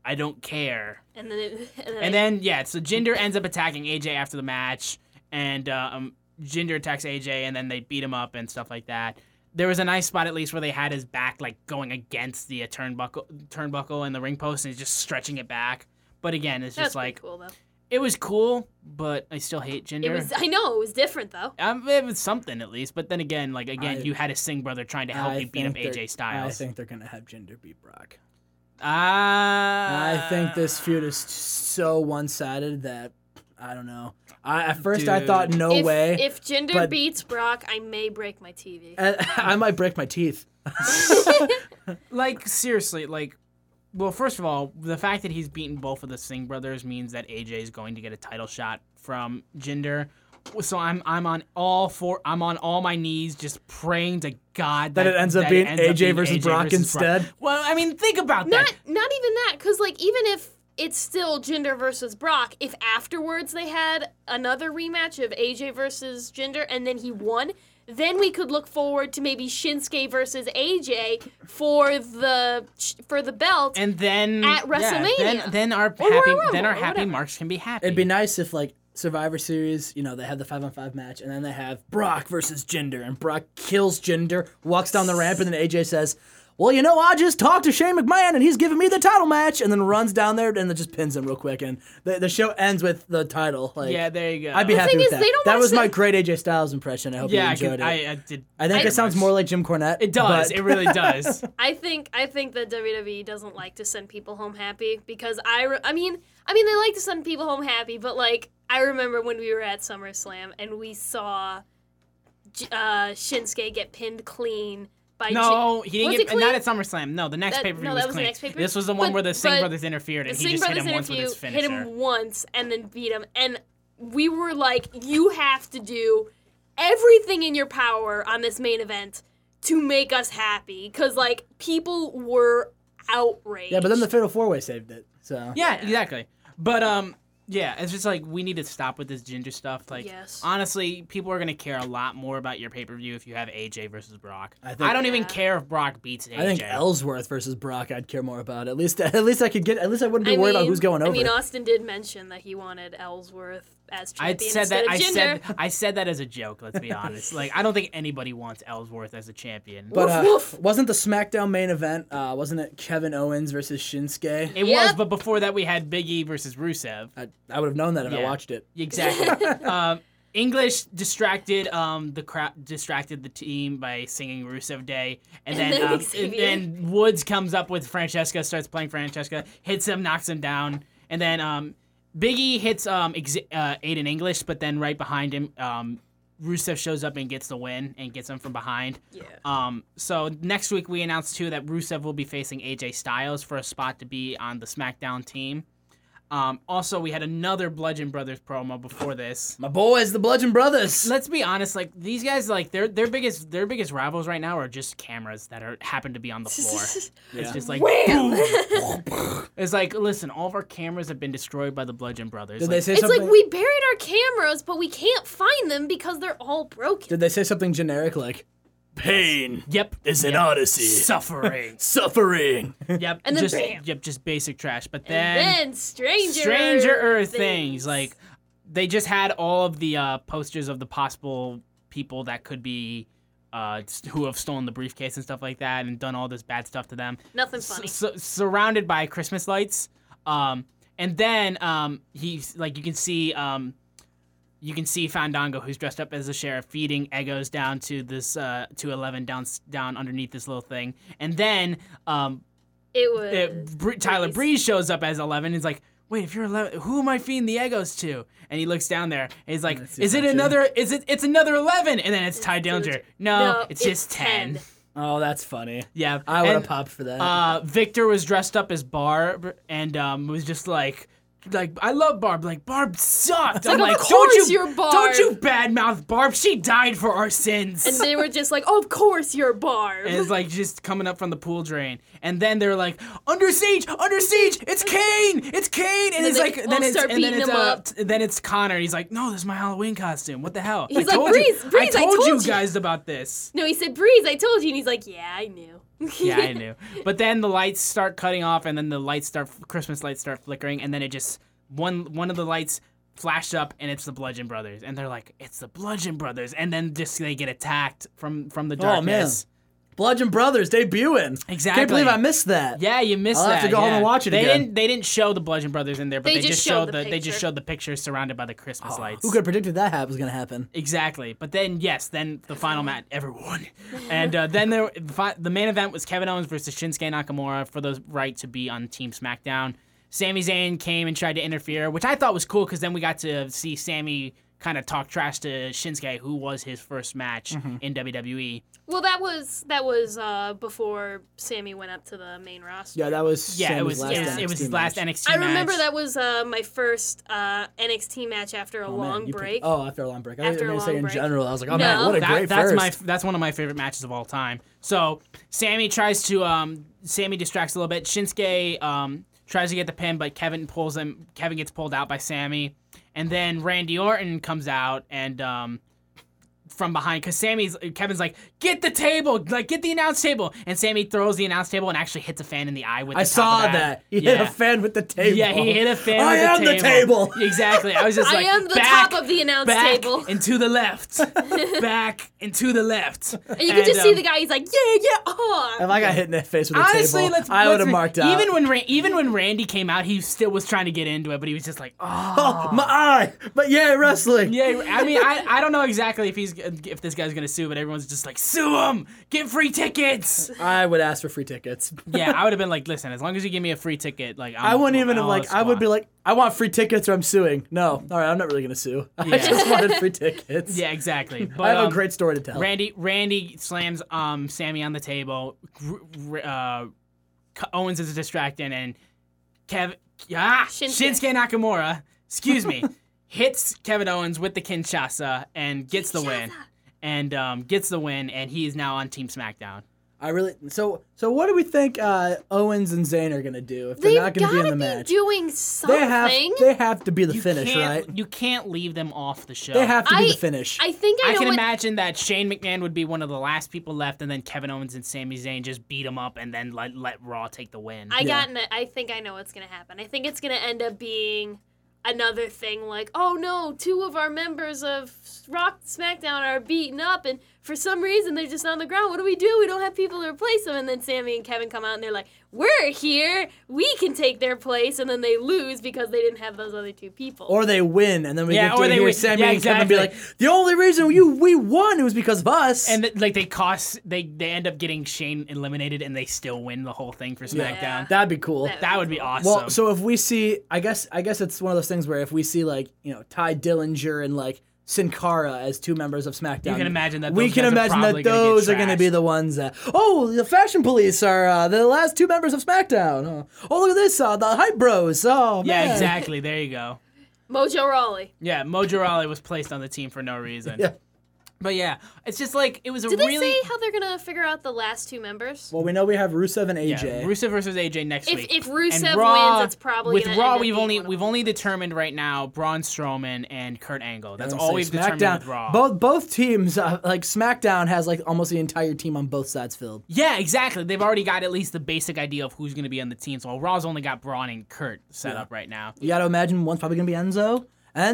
[SPEAKER 2] I don't care.
[SPEAKER 4] And then, it, and then,
[SPEAKER 2] And then yeah, so Jinder ends up attacking AJ after the match, and uh, um, Jinder attacks AJ, and then they beat him up and stuff like that. There was a nice spot at least where they had his back like going against the uh, turnbuckle, turnbuckle and the ring post, and he's just stretching it back. But again, it's
[SPEAKER 4] that's
[SPEAKER 2] just like
[SPEAKER 4] cool though.
[SPEAKER 2] it was cool, but I still hate Jinder.
[SPEAKER 4] It was I know it was different though.
[SPEAKER 2] Um, it was something at least, but then again, like again,
[SPEAKER 3] I-
[SPEAKER 2] you had a Singh brother trying to help
[SPEAKER 3] I
[SPEAKER 2] you beat up
[SPEAKER 3] think they're-
[SPEAKER 2] AJ
[SPEAKER 3] I
[SPEAKER 2] Styles.
[SPEAKER 3] think they're gonna have Jinder beat Brock.
[SPEAKER 2] Ah,
[SPEAKER 3] I think this feud is so one-sided that I don't know. I, at first, I thought no
[SPEAKER 4] if,
[SPEAKER 3] way.
[SPEAKER 4] If Jinder
[SPEAKER 3] but-
[SPEAKER 4] beats Brock, I may break my TV.
[SPEAKER 3] And I might break my teeth.
[SPEAKER 2] like seriously, like, well, first of all, the fact that he's beaten both of the Singh brothers means that AJ is going to get a title shot from Jinder. So I'm I'm on all four. I'm on all my knees, just praying to God
[SPEAKER 3] That
[SPEAKER 2] that,
[SPEAKER 3] it ends up
[SPEAKER 2] that
[SPEAKER 3] being
[SPEAKER 2] ends up
[SPEAKER 3] AJ versus Brock instead?
[SPEAKER 2] Well, I mean, think about
[SPEAKER 4] Not
[SPEAKER 2] that.
[SPEAKER 4] not even that, because like even if it's still Jinder versus Brock, if afterwards they had another rematch of AJ versus Jinder and then he won, then we could look forward to maybe Shinsuke versus AJ for the for the belt.
[SPEAKER 2] And then yeah,
[SPEAKER 4] At WrestleMania.
[SPEAKER 2] then, then our
[SPEAKER 4] Or
[SPEAKER 2] happy
[SPEAKER 4] Royal
[SPEAKER 2] then
[SPEAKER 4] Rumble
[SPEAKER 2] our
[SPEAKER 4] or
[SPEAKER 2] happy
[SPEAKER 4] whatever.
[SPEAKER 2] marks can be happy.
[SPEAKER 3] It'd be nice if like Survivor Series, you know, they have the five on five match, and then they have Brock versus Jinder, and Brock kills Jinder, walks down the ramp, and then AJ says, "Well, you know, I just talked to Shane McMahon, and he's giving me the title match," and then runs down there and then just pins him real quick, and the, the show ends with the title. Like,
[SPEAKER 2] yeah, there you go.
[SPEAKER 3] I'd be happy
[SPEAKER 4] thing
[SPEAKER 3] with
[SPEAKER 4] is,
[SPEAKER 3] that.
[SPEAKER 4] they don't
[SPEAKER 3] That
[SPEAKER 4] watch
[SPEAKER 3] was
[SPEAKER 4] the-
[SPEAKER 3] my great AJ Styles impression. I hope
[SPEAKER 2] Yeah,
[SPEAKER 3] you
[SPEAKER 2] I,
[SPEAKER 3] enjoyed
[SPEAKER 2] could,
[SPEAKER 3] it.
[SPEAKER 2] I, I did.
[SPEAKER 3] I think it sounds more like Jim Cornette.
[SPEAKER 2] It does.
[SPEAKER 3] but-
[SPEAKER 2] It really does.
[SPEAKER 4] I think I think that WWE doesn't like to send people home happy because I re- I mean I mean they like to send people home happy, but like I remember when we were at SummerSlam and we saw J- uh, Shinsuke get pinned clean by
[SPEAKER 2] No, he didn't
[SPEAKER 4] Was
[SPEAKER 2] get not
[SPEAKER 4] it clean?
[SPEAKER 2] at SummerSlam. No, the next
[SPEAKER 4] That-
[SPEAKER 2] pay per view
[SPEAKER 4] no,
[SPEAKER 2] was
[SPEAKER 4] that was the
[SPEAKER 2] clean.
[SPEAKER 4] next pay-per-view?
[SPEAKER 2] this was the one
[SPEAKER 4] But-
[SPEAKER 2] where the Singh
[SPEAKER 4] but
[SPEAKER 2] brothers interfered
[SPEAKER 4] J-
[SPEAKER 2] and
[SPEAKER 4] the
[SPEAKER 2] he
[SPEAKER 4] Singh
[SPEAKER 2] just hit
[SPEAKER 4] Brothers
[SPEAKER 2] him once with
[SPEAKER 4] interview,
[SPEAKER 2] his
[SPEAKER 4] hit
[SPEAKER 2] finisher.
[SPEAKER 4] him once and then beat him, and we were like, you have to do everything in your power on this main event to make us happy because like people were outraged.
[SPEAKER 3] yeah, but then the Fatal Four Way saved it. So
[SPEAKER 2] yeah, exactly. But um, yeah, it's just like we need to stop with this ginger stuff. Like,
[SPEAKER 4] Yes.
[SPEAKER 2] honestly, people are gonna care a lot more about your pay per view if you have AJ versus Brock. I,
[SPEAKER 3] think-
[SPEAKER 2] don't even
[SPEAKER 4] Yeah.
[SPEAKER 2] care if Brock beats AJ.
[SPEAKER 3] I think Ellsworth versus Brock, I'd care more about. At least, at least I could get. At least I wouldn't be
[SPEAKER 4] I
[SPEAKER 3] worried about
[SPEAKER 4] mean-
[SPEAKER 3] who's going over.
[SPEAKER 4] I mean, Austin did mention that he wanted Ellsworth as
[SPEAKER 2] I
[SPEAKER 4] champion
[SPEAKER 2] said
[SPEAKER 4] instead
[SPEAKER 2] that.
[SPEAKER 4] of
[SPEAKER 2] I
[SPEAKER 4] Jinder.
[SPEAKER 2] said. I said that as a joke. Let's be honest. Like, I don't think anybody wants Ellsworth as a champion.
[SPEAKER 3] but uh,
[SPEAKER 4] Woof, woof.
[SPEAKER 3] wasn't the SmackDown main event? Uh, wasn't it Kevin Owens versus Shinsuke?
[SPEAKER 2] it was,
[SPEAKER 4] Yep.
[SPEAKER 2] but before that, we had Big E versus Rusev.
[SPEAKER 3] I, I would have known that if I
[SPEAKER 2] Yeah.
[SPEAKER 3] watched it.
[SPEAKER 2] Exactly. um, English distracted um, the crowd, distracted the team by singing Rusev Day, and then
[SPEAKER 4] And then
[SPEAKER 2] um, and,
[SPEAKER 4] Xavier.
[SPEAKER 2] then Woods comes up with Francesca, starts playing Francesca, hits him, knocks him down, and then um, Biggie hits um, ex- uh, Aiden English, but then right behind him, um, Rusev shows up and gets the win and gets him from behind.
[SPEAKER 4] Yeah.
[SPEAKER 2] Um, so next week we announced too that Rusev will be facing AJ Styles for a spot to be on the SmackDown team. Um, also, we had another Bludgeon Brothers promo before this.
[SPEAKER 3] My boys, the Bludgeon Brothers.
[SPEAKER 2] Let's be honest, like these guys, like their their biggest their biggest rivals right now are just cameras that are happen to be on the floor. It's just like it's like listen, all of our cameras have been destroyed by the Bludgeon Brothers.
[SPEAKER 3] Did
[SPEAKER 2] Like,
[SPEAKER 3] they say
[SPEAKER 4] It's
[SPEAKER 3] something?
[SPEAKER 4] like we buried our cameras, but we can't find them because they're all broken.
[SPEAKER 3] Did they say something generic like pain
[SPEAKER 2] yep,
[SPEAKER 3] is an odyssey,
[SPEAKER 2] suffering.
[SPEAKER 3] suffering?
[SPEAKER 2] yep,
[SPEAKER 4] And then
[SPEAKER 2] just
[SPEAKER 4] bam.
[SPEAKER 2] yep, just basic trash. But
[SPEAKER 4] and then Stranger
[SPEAKER 2] Stranger things. Like they just had all of the uh, posters of the possible people that could be uh, s- who have stolen the briefcase and stuff like that and done all this bad stuff to them.
[SPEAKER 4] Nothing
[SPEAKER 2] S-
[SPEAKER 4] funny.
[SPEAKER 2] su- surrounded by Christmas lights. Um, and then um, he's like you can see um, you can see Fandango, who's dressed up as a sheriff, feeding egos down to this uh, to eleven down s- down underneath this little thing. And then um,
[SPEAKER 4] It was.
[SPEAKER 2] it, Bre- uh, Tyler Breeze shows up as 11. He's like, wait, if you're 11, who am I feeding the egos to? And he looks down there. And he's like,
[SPEAKER 3] That's
[SPEAKER 2] is it
[SPEAKER 3] Dillinger.
[SPEAKER 2] another? Is it? It's another 11. And then it's Ty Dillinger.
[SPEAKER 4] Dillinger.
[SPEAKER 2] No, it's, just 10.
[SPEAKER 3] Oh, that's funny.
[SPEAKER 2] Yeah,
[SPEAKER 3] I would have
[SPEAKER 2] And,
[SPEAKER 3] popped for that.
[SPEAKER 2] Uh, Victor was dressed up as Barb and um, was just like. Like I love Barb. Like Barb sucked. I'm
[SPEAKER 4] like,
[SPEAKER 2] like,
[SPEAKER 4] "Of
[SPEAKER 2] don't
[SPEAKER 4] course
[SPEAKER 2] you,
[SPEAKER 4] you're Barb."
[SPEAKER 2] don't you badmouth Barb. She died for our sins.
[SPEAKER 4] And they were just like, oh, of course you're Barb.
[SPEAKER 2] and it's like just coming up from the pool drain. And then they're like, under siege, under siege, it's Kane, it's Kane, and,
[SPEAKER 4] then
[SPEAKER 2] it's
[SPEAKER 4] they
[SPEAKER 2] like,
[SPEAKER 4] all
[SPEAKER 2] then it's
[SPEAKER 4] start
[SPEAKER 2] and then
[SPEAKER 4] beating
[SPEAKER 2] it's
[SPEAKER 4] him
[SPEAKER 2] uh,
[SPEAKER 4] up.
[SPEAKER 2] t- then it's Connor. He's like, no, this is my Halloween costume. What the hell?
[SPEAKER 4] He's like,
[SPEAKER 2] told
[SPEAKER 4] "Breeze,
[SPEAKER 2] you,
[SPEAKER 4] Breeze,
[SPEAKER 2] I
[SPEAKER 4] I
[SPEAKER 2] told you
[SPEAKER 4] told you."
[SPEAKER 2] guys about this.
[SPEAKER 4] no, he said, Breeze, I told you. And he's like, yeah, I knew.
[SPEAKER 2] yeah, I knew. But then the lights start cutting off, and then the lights start Christmas lights start flickering, and then it just one one of the lights flashed up, and it's the Bludgeon Brothers, and they're like, "It's the Bludgeon Brothers," and then just they get attacked from from the
[SPEAKER 3] Oh, man.
[SPEAKER 2] darkness.
[SPEAKER 3] Bludgeon Brothers debuting.
[SPEAKER 2] Exactly.
[SPEAKER 3] Can't believe I missed that.
[SPEAKER 2] Yeah, you missed
[SPEAKER 3] I'll
[SPEAKER 2] that.
[SPEAKER 3] have to go home
[SPEAKER 2] yeah.
[SPEAKER 3] and watch it
[SPEAKER 2] they
[SPEAKER 3] again.
[SPEAKER 2] Didn't, they didn't show the Bludgeon Brothers in there, but they, just showed the, they just
[SPEAKER 4] picture.
[SPEAKER 2] showed the picture surrounded by the Christmas lights.
[SPEAKER 3] Ah, Who could have predicted that ha- was going to happen?
[SPEAKER 2] Exactly. But then, yes, then the final match, everyone. And uh, then there, the, fi- the main event was Kevin Owens versus Shinsuke Nakamura for the right to be on Team SmackDown. Sami Zayn came and tried to interfere, which I thought was cool because then we got to see Sammy kind of talk trash to Shinsuke, who was his first match
[SPEAKER 3] Mm-hmm.
[SPEAKER 2] in E. WWE.
[SPEAKER 4] Well, that was that was uh, before Sammy went up to the main roster.
[SPEAKER 3] Yeah, that was
[SPEAKER 2] Yeah, it
[SPEAKER 3] Sammy's
[SPEAKER 2] was
[SPEAKER 3] last
[SPEAKER 2] it was, it was
[SPEAKER 3] NXT
[SPEAKER 2] his last
[SPEAKER 3] match.
[SPEAKER 2] NXT
[SPEAKER 4] I
[SPEAKER 2] match.
[SPEAKER 4] remember that was uh, my first uh, NXT match after a
[SPEAKER 3] Oh, man,
[SPEAKER 4] long
[SPEAKER 3] you picked-
[SPEAKER 4] break.
[SPEAKER 3] oh, after a long break. I was
[SPEAKER 4] After a
[SPEAKER 3] going to
[SPEAKER 4] long
[SPEAKER 3] say in
[SPEAKER 4] break.
[SPEAKER 3] general. I was like, oh
[SPEAKER 4] No.
[SPEAKER 3] man, what a
[SPEAKER 2] That-
[SPEAKER 3] great
[SPEAKER 2] that's
[SPEAKER 3] first.
[SPEAKER 2] my that's one of my favorite matches of all time. So Sammy tries to um Sammy distracts a little bit. Shinsuke um tries to get the pin, but Kevin pulls him. Kevin gets pulled out by Sammy, and then Randy Orton comes out and um from behind because Sammy's Kevin's like get the table like get the announce table and Sammy throws the announce table and actually hits a fan in the eye with.
[SPEAKER 3] I
[SPEAKER 2] the top
[SPEAKER 3] saw
[SPEAKER 2] of
[SPEAKER 3] that. He hit a
[SPEAKER 2] Yeah.
[SPEAKER 3] fan with the table.
[SPEAKER 2] Yeah, he hit a fan.
[SPEAKER 3] I am
[SPEAKER 2] with
[SPEAKER 3] the table.
[SPEAKER 2] Exactly. I was just
[SPEAKER 4] I
[SPEAKER 2] like,
[SPEAKER 4] am the
[SPEAKER 2] back,
[SPEAKER 4] top of the announce
[SPEAKER 2] back
[SPEAKER 4] table.
[SPEAKER 2] and to the left, back and to the left.
[SPEAKER 4] And you could just see
[SPEAKER 2] um,
[SPEAKER 4] the guy. He's like, yeah, yeah, oh.
[SPEAKER 3] If I got hit in the face with a
[SPEAKER 2] Honestly,
[SPEAKER 3] table,
[SPEAKER 2] let's,
[SPEAKER 3] I
[SPEAKER 2] let's
[SPEAKER 3] would have
[SPEAKER 2] be-
[SPEAKER 3] marked out.
[SPEAKER 2] Even when Ra- even when Randy came out, he still was trying to get into it, but he was just like, oh.
[SPEAKER 3] oh, my eye. But yeah, wrestling.
[SPEAKER 2] Yeah, I mean, I, I don't know exactly if he's if this guy's gonna sue, but everyone's just like sue him, get free tickets.
[SPEAKER 3] I would ask for free tickets.
[SPEAKER 2] yeah, I would have been like, listen, as long as you give me a free ticket, like I'm,
[SPEAKER 3] I wouldn't even
[SPEAKER 2] I'll
[SPEAKER 3] have like. I would be
[SPEAKER 2] squat."
[SPEAKER 3] like, I want free tickets or I'm suing. No, all right, I'm not really gonna sue. I
[SPEAKER 2] Yeah.
[SPEAKER 3] just wanted free tickets.
[SPEAKER 2] yeah, exactly. But,
[SPEAKER 3] I have
[SPEAKER 2] um,
[SPEAKER 3] a great story to
[SPEAKER 4] Oh.
[SPEAKER 3] tell.
[SPEAKER 2] Randy Randy slams um Sammy on the table. Gr- gr- Uh, K- Owens is distracted and Kev ah,
[SPEAKER 4] Shinsuke.
[SPEAKER 2] Shinsuke. Nakamura, excuse me, hits Kevin Owens with the Kinshasa and gets the win. And um, gets the win, and he is now on Team SmackDown.
[SPEAKER 3] I really. So so, what do we think uh, Owens and Zayn are gonna do if they're
[SPEAKER 4] They've
[SPEAKER 3] not
[SPEAKER 4] gotta
[SPEAKER 3] gonna be in the
[SPEAKER 4] be
[SPEAKER 3] match?
[SPEAKER 4] doing something.
[SPEAKER 3] they have. They have to be the
[SPEAKER 2] You
[SPEAKER 3] finish, right?
[SPEAKER 2] can't- You can't leave them off the show.
[SPEAKER 3] They have to be
[SPEAKER 4] I,
[SPEAKER 3] the finish.
[SPEAKER 4] I think I,
[SPEAKER 2] I
[SPEAKER 4] know
[SPEAKER 2] can
[SPEAKER 4] what
[SPEAKER 2] imagine that Shane McMahon would be one of the last people left, and then Kevin Owens and Sami Zayn just beat him up, and then let, let Raw take the win.
[SPEAKER 4] I
[SPEAKER 3] Yeah.
[SPEAKER 4] got. An, I think I know what's gonna happen. I think it's gonna end up being another thing like, oh no, two of our members of Rock SmackDown are beaten up, and for some reason they're just on the ground. What do we do? We don't have people to replace them. And then Sammy and Kevin come out and they're like, we're here, we can take their place, and then they lose because they didn't have those other two people.
[SPEAKER 3] or they win, and then we
[SPEAKER 2] Yeah,
[SPEAKER 3] get
[SPEAKER 2] or
[SPEAKER 3] to
[SPEAKER 2] they
[SPEAKER 3] hear
[SPEAKER 2] win.
[SPEAKER 3] Sammy
[SPEAKER 2] Yeah,
[SPEAKER 3] and Kevin be like,
[SPEAKER 2] exactly.
[SPEAKER 3] "The only reason you we won was because of us."
[SPEAKER 2] And th- like they cost, they they end up getting Shane eliminated, and they still win the whole thing for SmackDown.
[SPEAKER 4] Yeah.
[SPEAKER 3] that'd be cool.
[SPEAKER 4] That-
[SPEAKER 2] That would be awesome.
[SPEAKER 3] Well, so if we see, I guess, I guess it's one of those things where if we see like you know Ty Dillinger and like Sin Cara as two members of SmackDown,
[SPEAKER 2] can imagine that
[SPEAKER 3] we
[SPEAKER 2] those
[SPEAKER 3] can
[SPEAKER 2] guys are
[SPEAKER 3] imagine that
[SPEAKER 2] probably gonna get
[SPEAKER 3] those are going to be
[SPEAKER 2] trashed.
[SPEAKER 3] the ones that oh the Fashion Police are uh, the last two members of SmackDown. Oh, oh, look at this, uh, the Hype Bros. Oh
[SPEAKER 2] yeah,
[SPEAKER 3] man.
[SPEAKER 2] exactly. There you go.
[SPEAKER 4] Mojo Rawley.
[SPEAKER 2] Yeah, Mojo Rawley was placed on the team for no reason.
[SPEAKER 3] Yeah.
[SPEAKER 2] But yeah, it's just like it was a
[SPEAKER 4] Did they
[SPEAKER 2] really
[SPEAKER 4] say how they're gonna figure out the last two members?
[SPEAKER 3] Well, we know we have Rusev and
[SPEAKER 2] yeah,
[SPEAKER 3] AJ.
[SPEAKER 2] Rusev versus AJ next
[SPEAKER 4] If-
[SPEAKER 2] week.
[SPEAKER 4] if
[SPEAKER 2] And
[SPEAKER 4] Rusev
[SPEAKER 2] Raw-
[SPEAKER 4] wins, it's probably
[SPEAKER 2] with
[SPEAKER 4] gonna
[SPEAKER 2] Raw.
[SPEAKER 4] end up
[SPEAKER 2] we've
[SPEAKER 4] being
[SPEAKER 2] only
[SPEAKER 4] one of
[SPEAKER 2] we've
[SPEAKER 4] them.
[SPEAKER 2] only determined right now Braun Strowman and Kurt Angle. That's
[SPEAKER 3] I'm
[SPEAKER 2] all
[SPEAKER 3] saying
[SPEAKER 2] we've determined with Raw.
[SPEAKER 3] Both both teams, uh, like SmackDown, has like almost the entire team on both sides filled.
[SPEAKER 2] yeah, exactly. They've already got at least the basic idea of who's going to be on the team. So Raw's only got Braun and Kurt set up right now.
[SPEAKER 3] You got to imagine one's probably gonna be Enzo.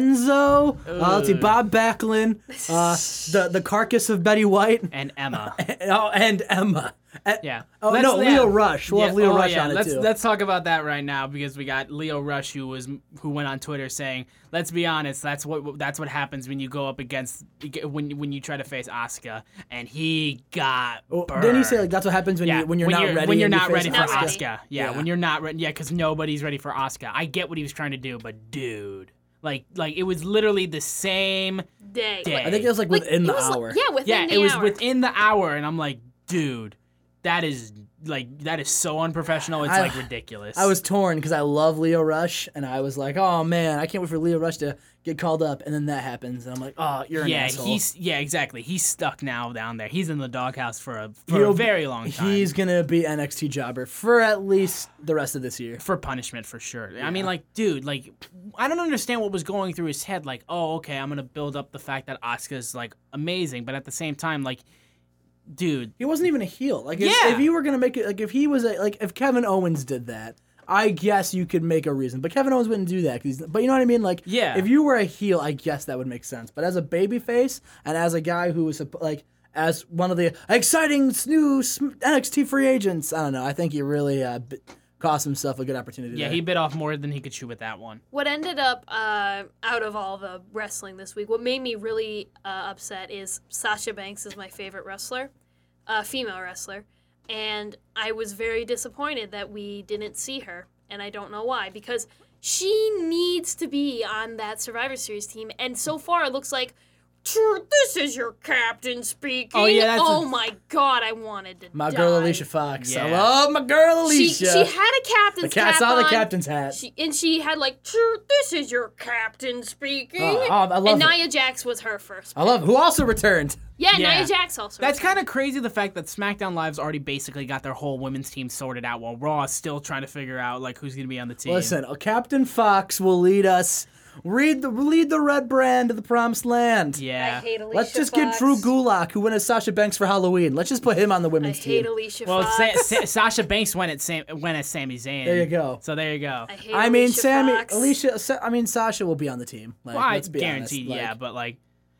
[SPEAKER 3] Enzo, uh, let's see, Bob Backlund, uh, the the carcass of Betty White,
[SPEAKER 2] And Emma.
[SPEAKER 3] oh, and Emma. Eh,
[SPEAKER 2] Eh. Yeah.
[SPEAKER 3] Oh
[SPEAKER 2] Let's-
[SPEAKER 3] no,
[SPEAKER 2] yeah.
[SPEAKER 3] Leo Rush. We'll
[SPEAKER 2] Yeah,
[SPEAKER 3] have Leo
[SPEAKER 2] oh,
[SPEAKER 3] Rush
[SPEAKER 2] yeah,
[SPEAKER 3] on it
[SPEAKER 2] let's,
[SPEAKER 3] too.
[SPEAKER 2] Let's talk about that right now because we got Leo Rush who was who went on Twitter saying, "Let's be honest, that's what that's what happens when you go up against when when you try to face Asuka and he got
[SPEAKER 3] Well,
[SPEAKER 2] burned.
[SPEAKER 3] oh, Didn't you say like that's what happens when
[SPEAKER 2] yeah,
[SPEAKER 3] you when you're not ready?
[SPEAKER 2] when you're
[SPEAKER 3] and you
[SPEAKER 2] not
[SPEAKER 3] face
[SPEAKER 2] ready for
[SPEAKER 4] Not
[SPEAKER 2] Asuka.
[SPEAKER 4] ready.
[SPEAKER 2] Yeah,
[SPEAKER 3] Yeah.
[SPEAKER 2] when you're not ready. Yeah, because nobody's ready for Asuka. I get what he was trying to do, but dude, like like it was literally the same.
[SPEAKER 4] Day.
[SPEAKER 2] Day.
[SPEAKER 4] Like-
[SPEAKER 3] I think it was like
[SPEAKER 4] like,
[SPEAKER 3] within
[SPEAKER 4] it
[SPEAKER 3] the
[SPEAKER 4] was like-
[SPEAKER 3] hour.
[SPEAKER 4] yeah, within
[SPEAKER 2] Yeah,
[SPEAKER 4] the
[SPEAKER 2] it was
[SPEAKER 4] hour.
[SPEAKER 2] within the hour, and I'm like, dude, that is like that is so unprofessional. It's
[SPEAKER 3] I-
[SPEAKER 2] like ridiculous.
[SPEAKER 3] I was torn because I love Leo Rush, and I was like, oh man, I can't wait for Leo Rush to get called up, and then that happens, and I'm like, oh, you're an
[SPEAKER 2] Yeah,
[SPEAKER 3] asshole.
[SPEAKER 2] he's yeah, exactly. He's stuck now down there. He's in the doghouse for a for
[SPEAKER 3] He'll
[SPEAKER 2] a
[SPEAKER 3] be-
[SPEAKER 2] very long time.
[SPEAKER 3] He's gonna be NXT jobber for at least the rest of this year.
[SPEAKER 2] for punishment for sure. I mean, like, dude, like, I don't understand what was going through his head. Like, oh, okay, I'm gonna build up the fact that Asuka's like amazing, but at the same time, like, dude.
[SPEAKER 3] He wasn't even a heel. Like, if,
[SPEAKER 2] Yeah.
[SPEAKER 3] if you were gonna make it, like, if he was a, like, if Kevin Owens did that, I guess you could make a reason. But Kevin Owens wouldn't do that. 'cause he's- but you know what I mean? Like,
[SPEAKER 2] Yeah.
[SPEAKER 3] If you were a heel, I guess that would make sense. But as a babyface and as a guy who was suppo- like, as one of the exciting s- new s- NXT free agents, I don't know. I think he really uh, b- cost himself a good opportunity.
[SPEAKER 2] Yeah,
[SPEAKER 3] there.
[SPEAKER 2] he bit off more than he could chew with that one.
[SPEAKER 4] What ended up uh, out of all the wrestling this week, what made me really uh, upset is Sasha Banks is my favorite wrestler, uh, female wrestler, and I was very disappointed that we didn't see her, and I don't know why because she needs to be on that Survivor Series team, and so far it looks like. "Sure, This is your captain speaking.
[SPEAKER 2] Oh, yeah, that's a-
[SPEAKER 4] Oh, my God, I wanted to.
[SPEAKER 3] my girl
[SPEAKER 4] die.
[SPEAKER 3] Alicia Fox. I
[SPEAKER 2] Yeah.
[SPEAKER 3] love my girl
[SPEAKER 4] She,
[SPEAKER 3] Alicia.
[SPEAKER 4] she had a captain's
[SPEAKER 3] the cat
[SPEAKER 4] cap
[SPEAKER 3] saw the
[SPEAKER 4] on.
[SPEAKER 3] captain's hat.
[SPEAKER 4] She, and she had like, "Sure, this is your captain speaking.
[SPEAKER 3] Oh, oh, I love
[SPEAKER 4] and
[SPEAKER 3] it. Oh,
[SPEAKER 4] Nia Jax was her first.
[SPEAKER 3] I love who also returned.
[SPEAKER 4] Yeah,
[SPEAKER 2] Yeah.
[SPEAKER 4] Nia Jax also.
[SPEAKER 2] That's kind of crazy the fact that SmackDown Live's already basically got their whole women's team sorted out while Raw is still trying to figure out like who's going to be on the team.
[SPEAKER 3] Listen, uh, Captain Fox will lead us. Read the lead the red brand to the promised land.
[SPEAKER 2] yeah.
[SPEAKER 4] I hate Alicia
[SPEAKER 3] Let's just
[SPEAKER 4] Fox.
[SPEAKER 3] get Drew Gulak, who went as Sasha Banks for Halloween. Let's just put him on the
[SPEAKER 4] I
[SPEAKER 3] women's
[SPEAKER 4] hate
[SPEAKER 3] team.
[SPEAKER 4] Alicia
[SPEAKER 2] well,
[SPEAKER 4] Fox.
[SPEAKER 2] Sa- Sa- Sasha Banks went at Sam- went as Sami Zayn.
[SPEAKER 3] There you go.
[SPEAKER 2] So there you go.
[SPEAKER 4] I hate
[SPEAKER 3] I mean,
[SPEAKER 4] Alicia
[SPEAKER 3] Sammy,
[SPEAKER 4] Fox.
[SPEAKER 3] Alicia, Sa- I mean, Sasha will be on the team. Like,
[SPEAKER 2] Well, I
[SPEAKER 3] let's be honest.
[SPEAKER 2] guaranteed,
[SPEAKER 3] Like,
[SPEAKER 2] yeah, but like,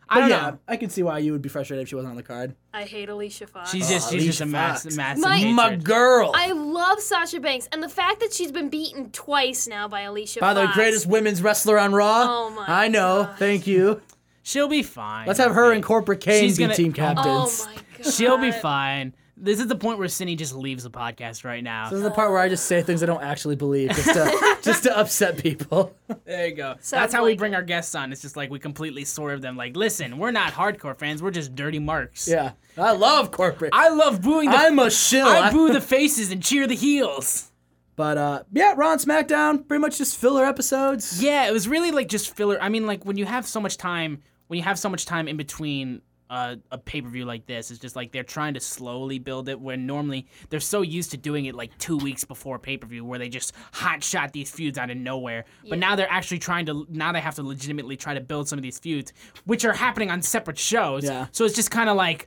[SPEAKER 3] but
[SPEAKER 2] I don't
[SPEAKER 3] yeah,
[SPEAKER 2] know.
[SPEAKER 3] I can see why you would be frustrated if she wasn't on the card.
[SPEAKER 4] I hate Alicia Fox.
[SPEAKER 2] She's just she's just
[SPEAKER 3] Alicia
[SPEAKER 2] a
[SPEAKER 3] Fox.
[SPEAKER 2] mass, massive
[SPEAKER 4] My-
[SPEAKER 2] hatred.
[SPEAKER 3] My girl,
[SPEAKER 4] I love Sasha Banks, and the fact that she's been beaten twice now by Alicia
[SPEAKER 3] by the
[SPEAKER 4] Fox.
[SPEAKER 3] greatest women's wrestler on Raw.
[SPEAKER 4] Oh my
[SPEAKER 3] I know. Thank you.
[SPEAKER 2] She'll be fine.
[SPEAKER 3] Let's have her and Corporate Kane
[SPEAKER 2] She's
[SPEAKER 3] be
[SPEAKER 2] gonna-
[SPEAKER 3] team
[SPEAKER 2] Oh my
[SPEAKER 4] Oh
[SPEAKER 3] captains.
[SPEAKER 4] my god.
[SPEAKER 2] She'll be fine. This is the point where Cindy just leaves the podcast right now.
[SPEAKER 3] This is the part where I just say things I don't actually believe, just to just to upset people.
[SPEAKER 2] There you go.
[SPEAKER 4] Sounds
[SPEAKER 2] That's how we
[SPEAKER 4] like
[SPEAKER 2] bring
[SPEAKER 4] it.
[SPEAKER 2] our guests on. It's just like we completely swerve them. Like, listen, we're not hardcore fans. We're just dirty marks.
[SPEAKER 3] Yeah, I love corporate.
[SPEAKER 2] I love booing the.
[SPEAKER 3] I'm a shill.
[SPEAKER 2] I boo the faces and cheer the heels.
[SPEAKER 3] but uh, yeah, Raw and SmackDown pretty much just filler episodes.
[SPEAKER 2] Yeah, it was really like just filler. I mean, like when you have so much time, when you have so much time in between uh, a pay per view like this, it's just like they're trying to slowly build it. When normally they're so used to doing it like two weeks before pay per view, where they just hot shot these feuds out of nowhere. But now they're actually trying to. Now they have to legitimately try to build some of these feuds, which are happening on separate shows.
[SPEAKER 3] Yeah.
[SPEAKER 2] So it's just kind of like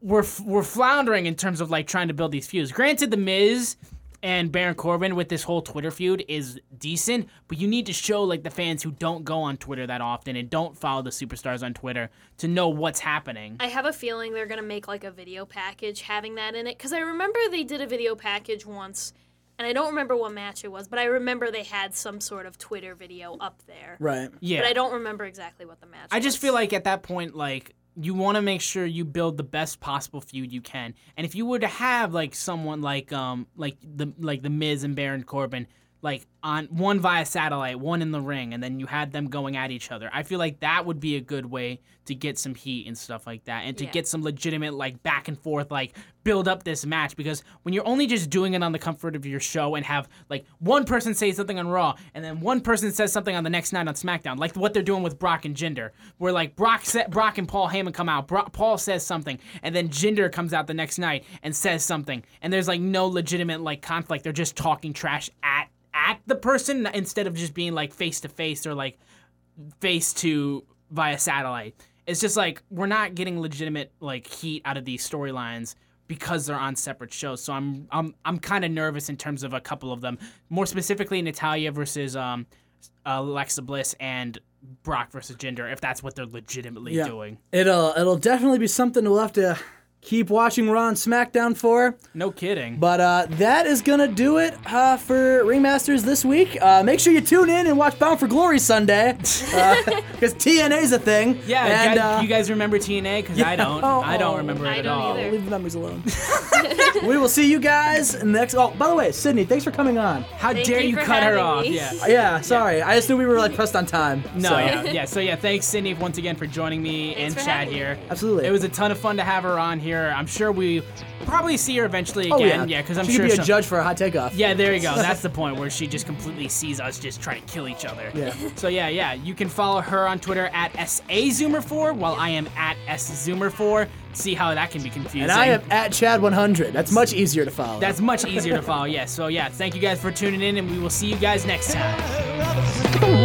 [SPEAKER 2] we're f- we're floundering in terms of like trying to build these feuds. Granted, the Miz and Baron Corbin with this whole Twitter feud is decent, but you need to show like the fans who don't go on Twitter that often and don't follow the superstars on Twitter to know what's happening.
[SPEAKER 4] I have a feeling they're gonna make like a video package having that in it because I remember they did a video package once, and I don't remember what match it was, but I remember they had some sort of Twitter video up there.
[SPEAKER 3] Right.
[SPEAKER 2] Yeah,
[SPEAKER 4] But I don't remember exactly what the match.
[SPEAKER 2] I just
[SPEAKER 4] was.
[SPEAKER 2] feel like at that point, like you want to make sure you build the best possible feud you can. And if you were to have like someone like um like the like the Miz and Baron Corbin like on one via satellite, one in the ring, and then you had them going at each other. I feel like that would be a good way to get some heat and stuff like that, and to
[SPEAKER 4] Yeah.
[SPEAKER 2] get some legitimate like back and forth like build up this match because when you're only just doing it on the comfort of your show and have like one person say something on Raw and then one person says something on the next night on SmackDown, like what they're doing with Brock and Jinder, where like Brock sa- Brock and Paul Heyman come out, Brock, Paul says something, and then Jinder comes out the next night and says something, and there's like no legitimate like conflict. They're just talking trash at at the person instead of just being like face to face or like face to via satellite. It's just like we're not getting legitimate like heat out of these storylines because they're on separate shows. So I'm I'm I'm kind of nervous in terms of a couple of them. More specifically, Natalia versus um Alexa Bliss and Brock versus Jinder, if that's what they're legitimately
[SPEAKER 3] Yeah.
[SPEAKER 2] doing.
[SPEAKER 3] It'll it'll definitely be something we'll have to keep watching Raw and SmackDown for.
[SPEAKER 2] No kidding.
[SPEAKER 3] But uh, that is gonna do it uh, for Ringmasters this week. Uh, make sure you tune in and watch Bound for Glory Sunday uh, because TNA's a thing.
[SPEAKER 2] yeah,
[SPEAKER 3] and
[SPEAKER 2] guys-
[SPEAKER 3] uh,
[SPEAKER 2] you guys remember TNA? Because I don't.
[SPEAKER 3] Oh,
[SPEAKER 2] I don't remember it
[SPEAKER 4] I
[SPEAKER 2] at
[SPEAKER 4] don't
[SPEAKER 2] all.
[SPEAKER 4] either.
[SPEAKER 3] leave the numbers alone. we will see you guys next. Oh, by the way, Sydney, thanks for coming on.
[SPEAKER 2] How
[SPEAKER 4] Thank
[SPEAKER 2] dare
[SPEAKER 4] you
[SPEAKER 2] you
[SPEAKER 4] for
[SPEAKER 2] cut her
[SPEAKER 4] having
[SPEAKER 2] off?
[SPEAKER 4] me.
[SPEAKER 2] Yeah.
[SPEAKER 3] Yeah, sorry. I just knew we were like pressed on time.
[SPEAKER 2] No,
[SPEAKER 3] so.
[SPEAKER 2] yeah, yeah. So yeah, thanks, Sydney, once again for joining me
[SPEAKER 4] Thanks
[SPEAKER 2] and
[SPEAKER 4] for
[SPEAKER 2] Chad
[SPEAKER 4] having me.
[SPEAKER 2] here.
[SPEAKER 3] Absolutely.
[SPEAKER 2] It was a ton of fun to have her on here. I'm sure we probably see her eventually again. yeah, because I'm
[SPEAKER 3] Oh, she
[SPEAKER 2] sure
[SPEAKER 3] could be a
[SPEAKER 2] she'll-
[SPEAKER 3] judge for a hot takeoff.
[SPEAKER 2] Yeah, there you go. That's the point where she just completely sees us just try to kill each other.
[SPEAKER 3] Yeah.
[SPEAKER 2] So yeah, yeah. You can follow her on Twitter at sazoomer4, while I am at szoomer4. See how that can be confusing.
[SPEAKER 3] And I am at Chad100. That's much easier to follow.
[SPEAKER 2] That's much easier to follow. Yeah. So yeah, thank you guys for tuning in, and we will see you guys next time.
[SPEAKER 8] Robinson.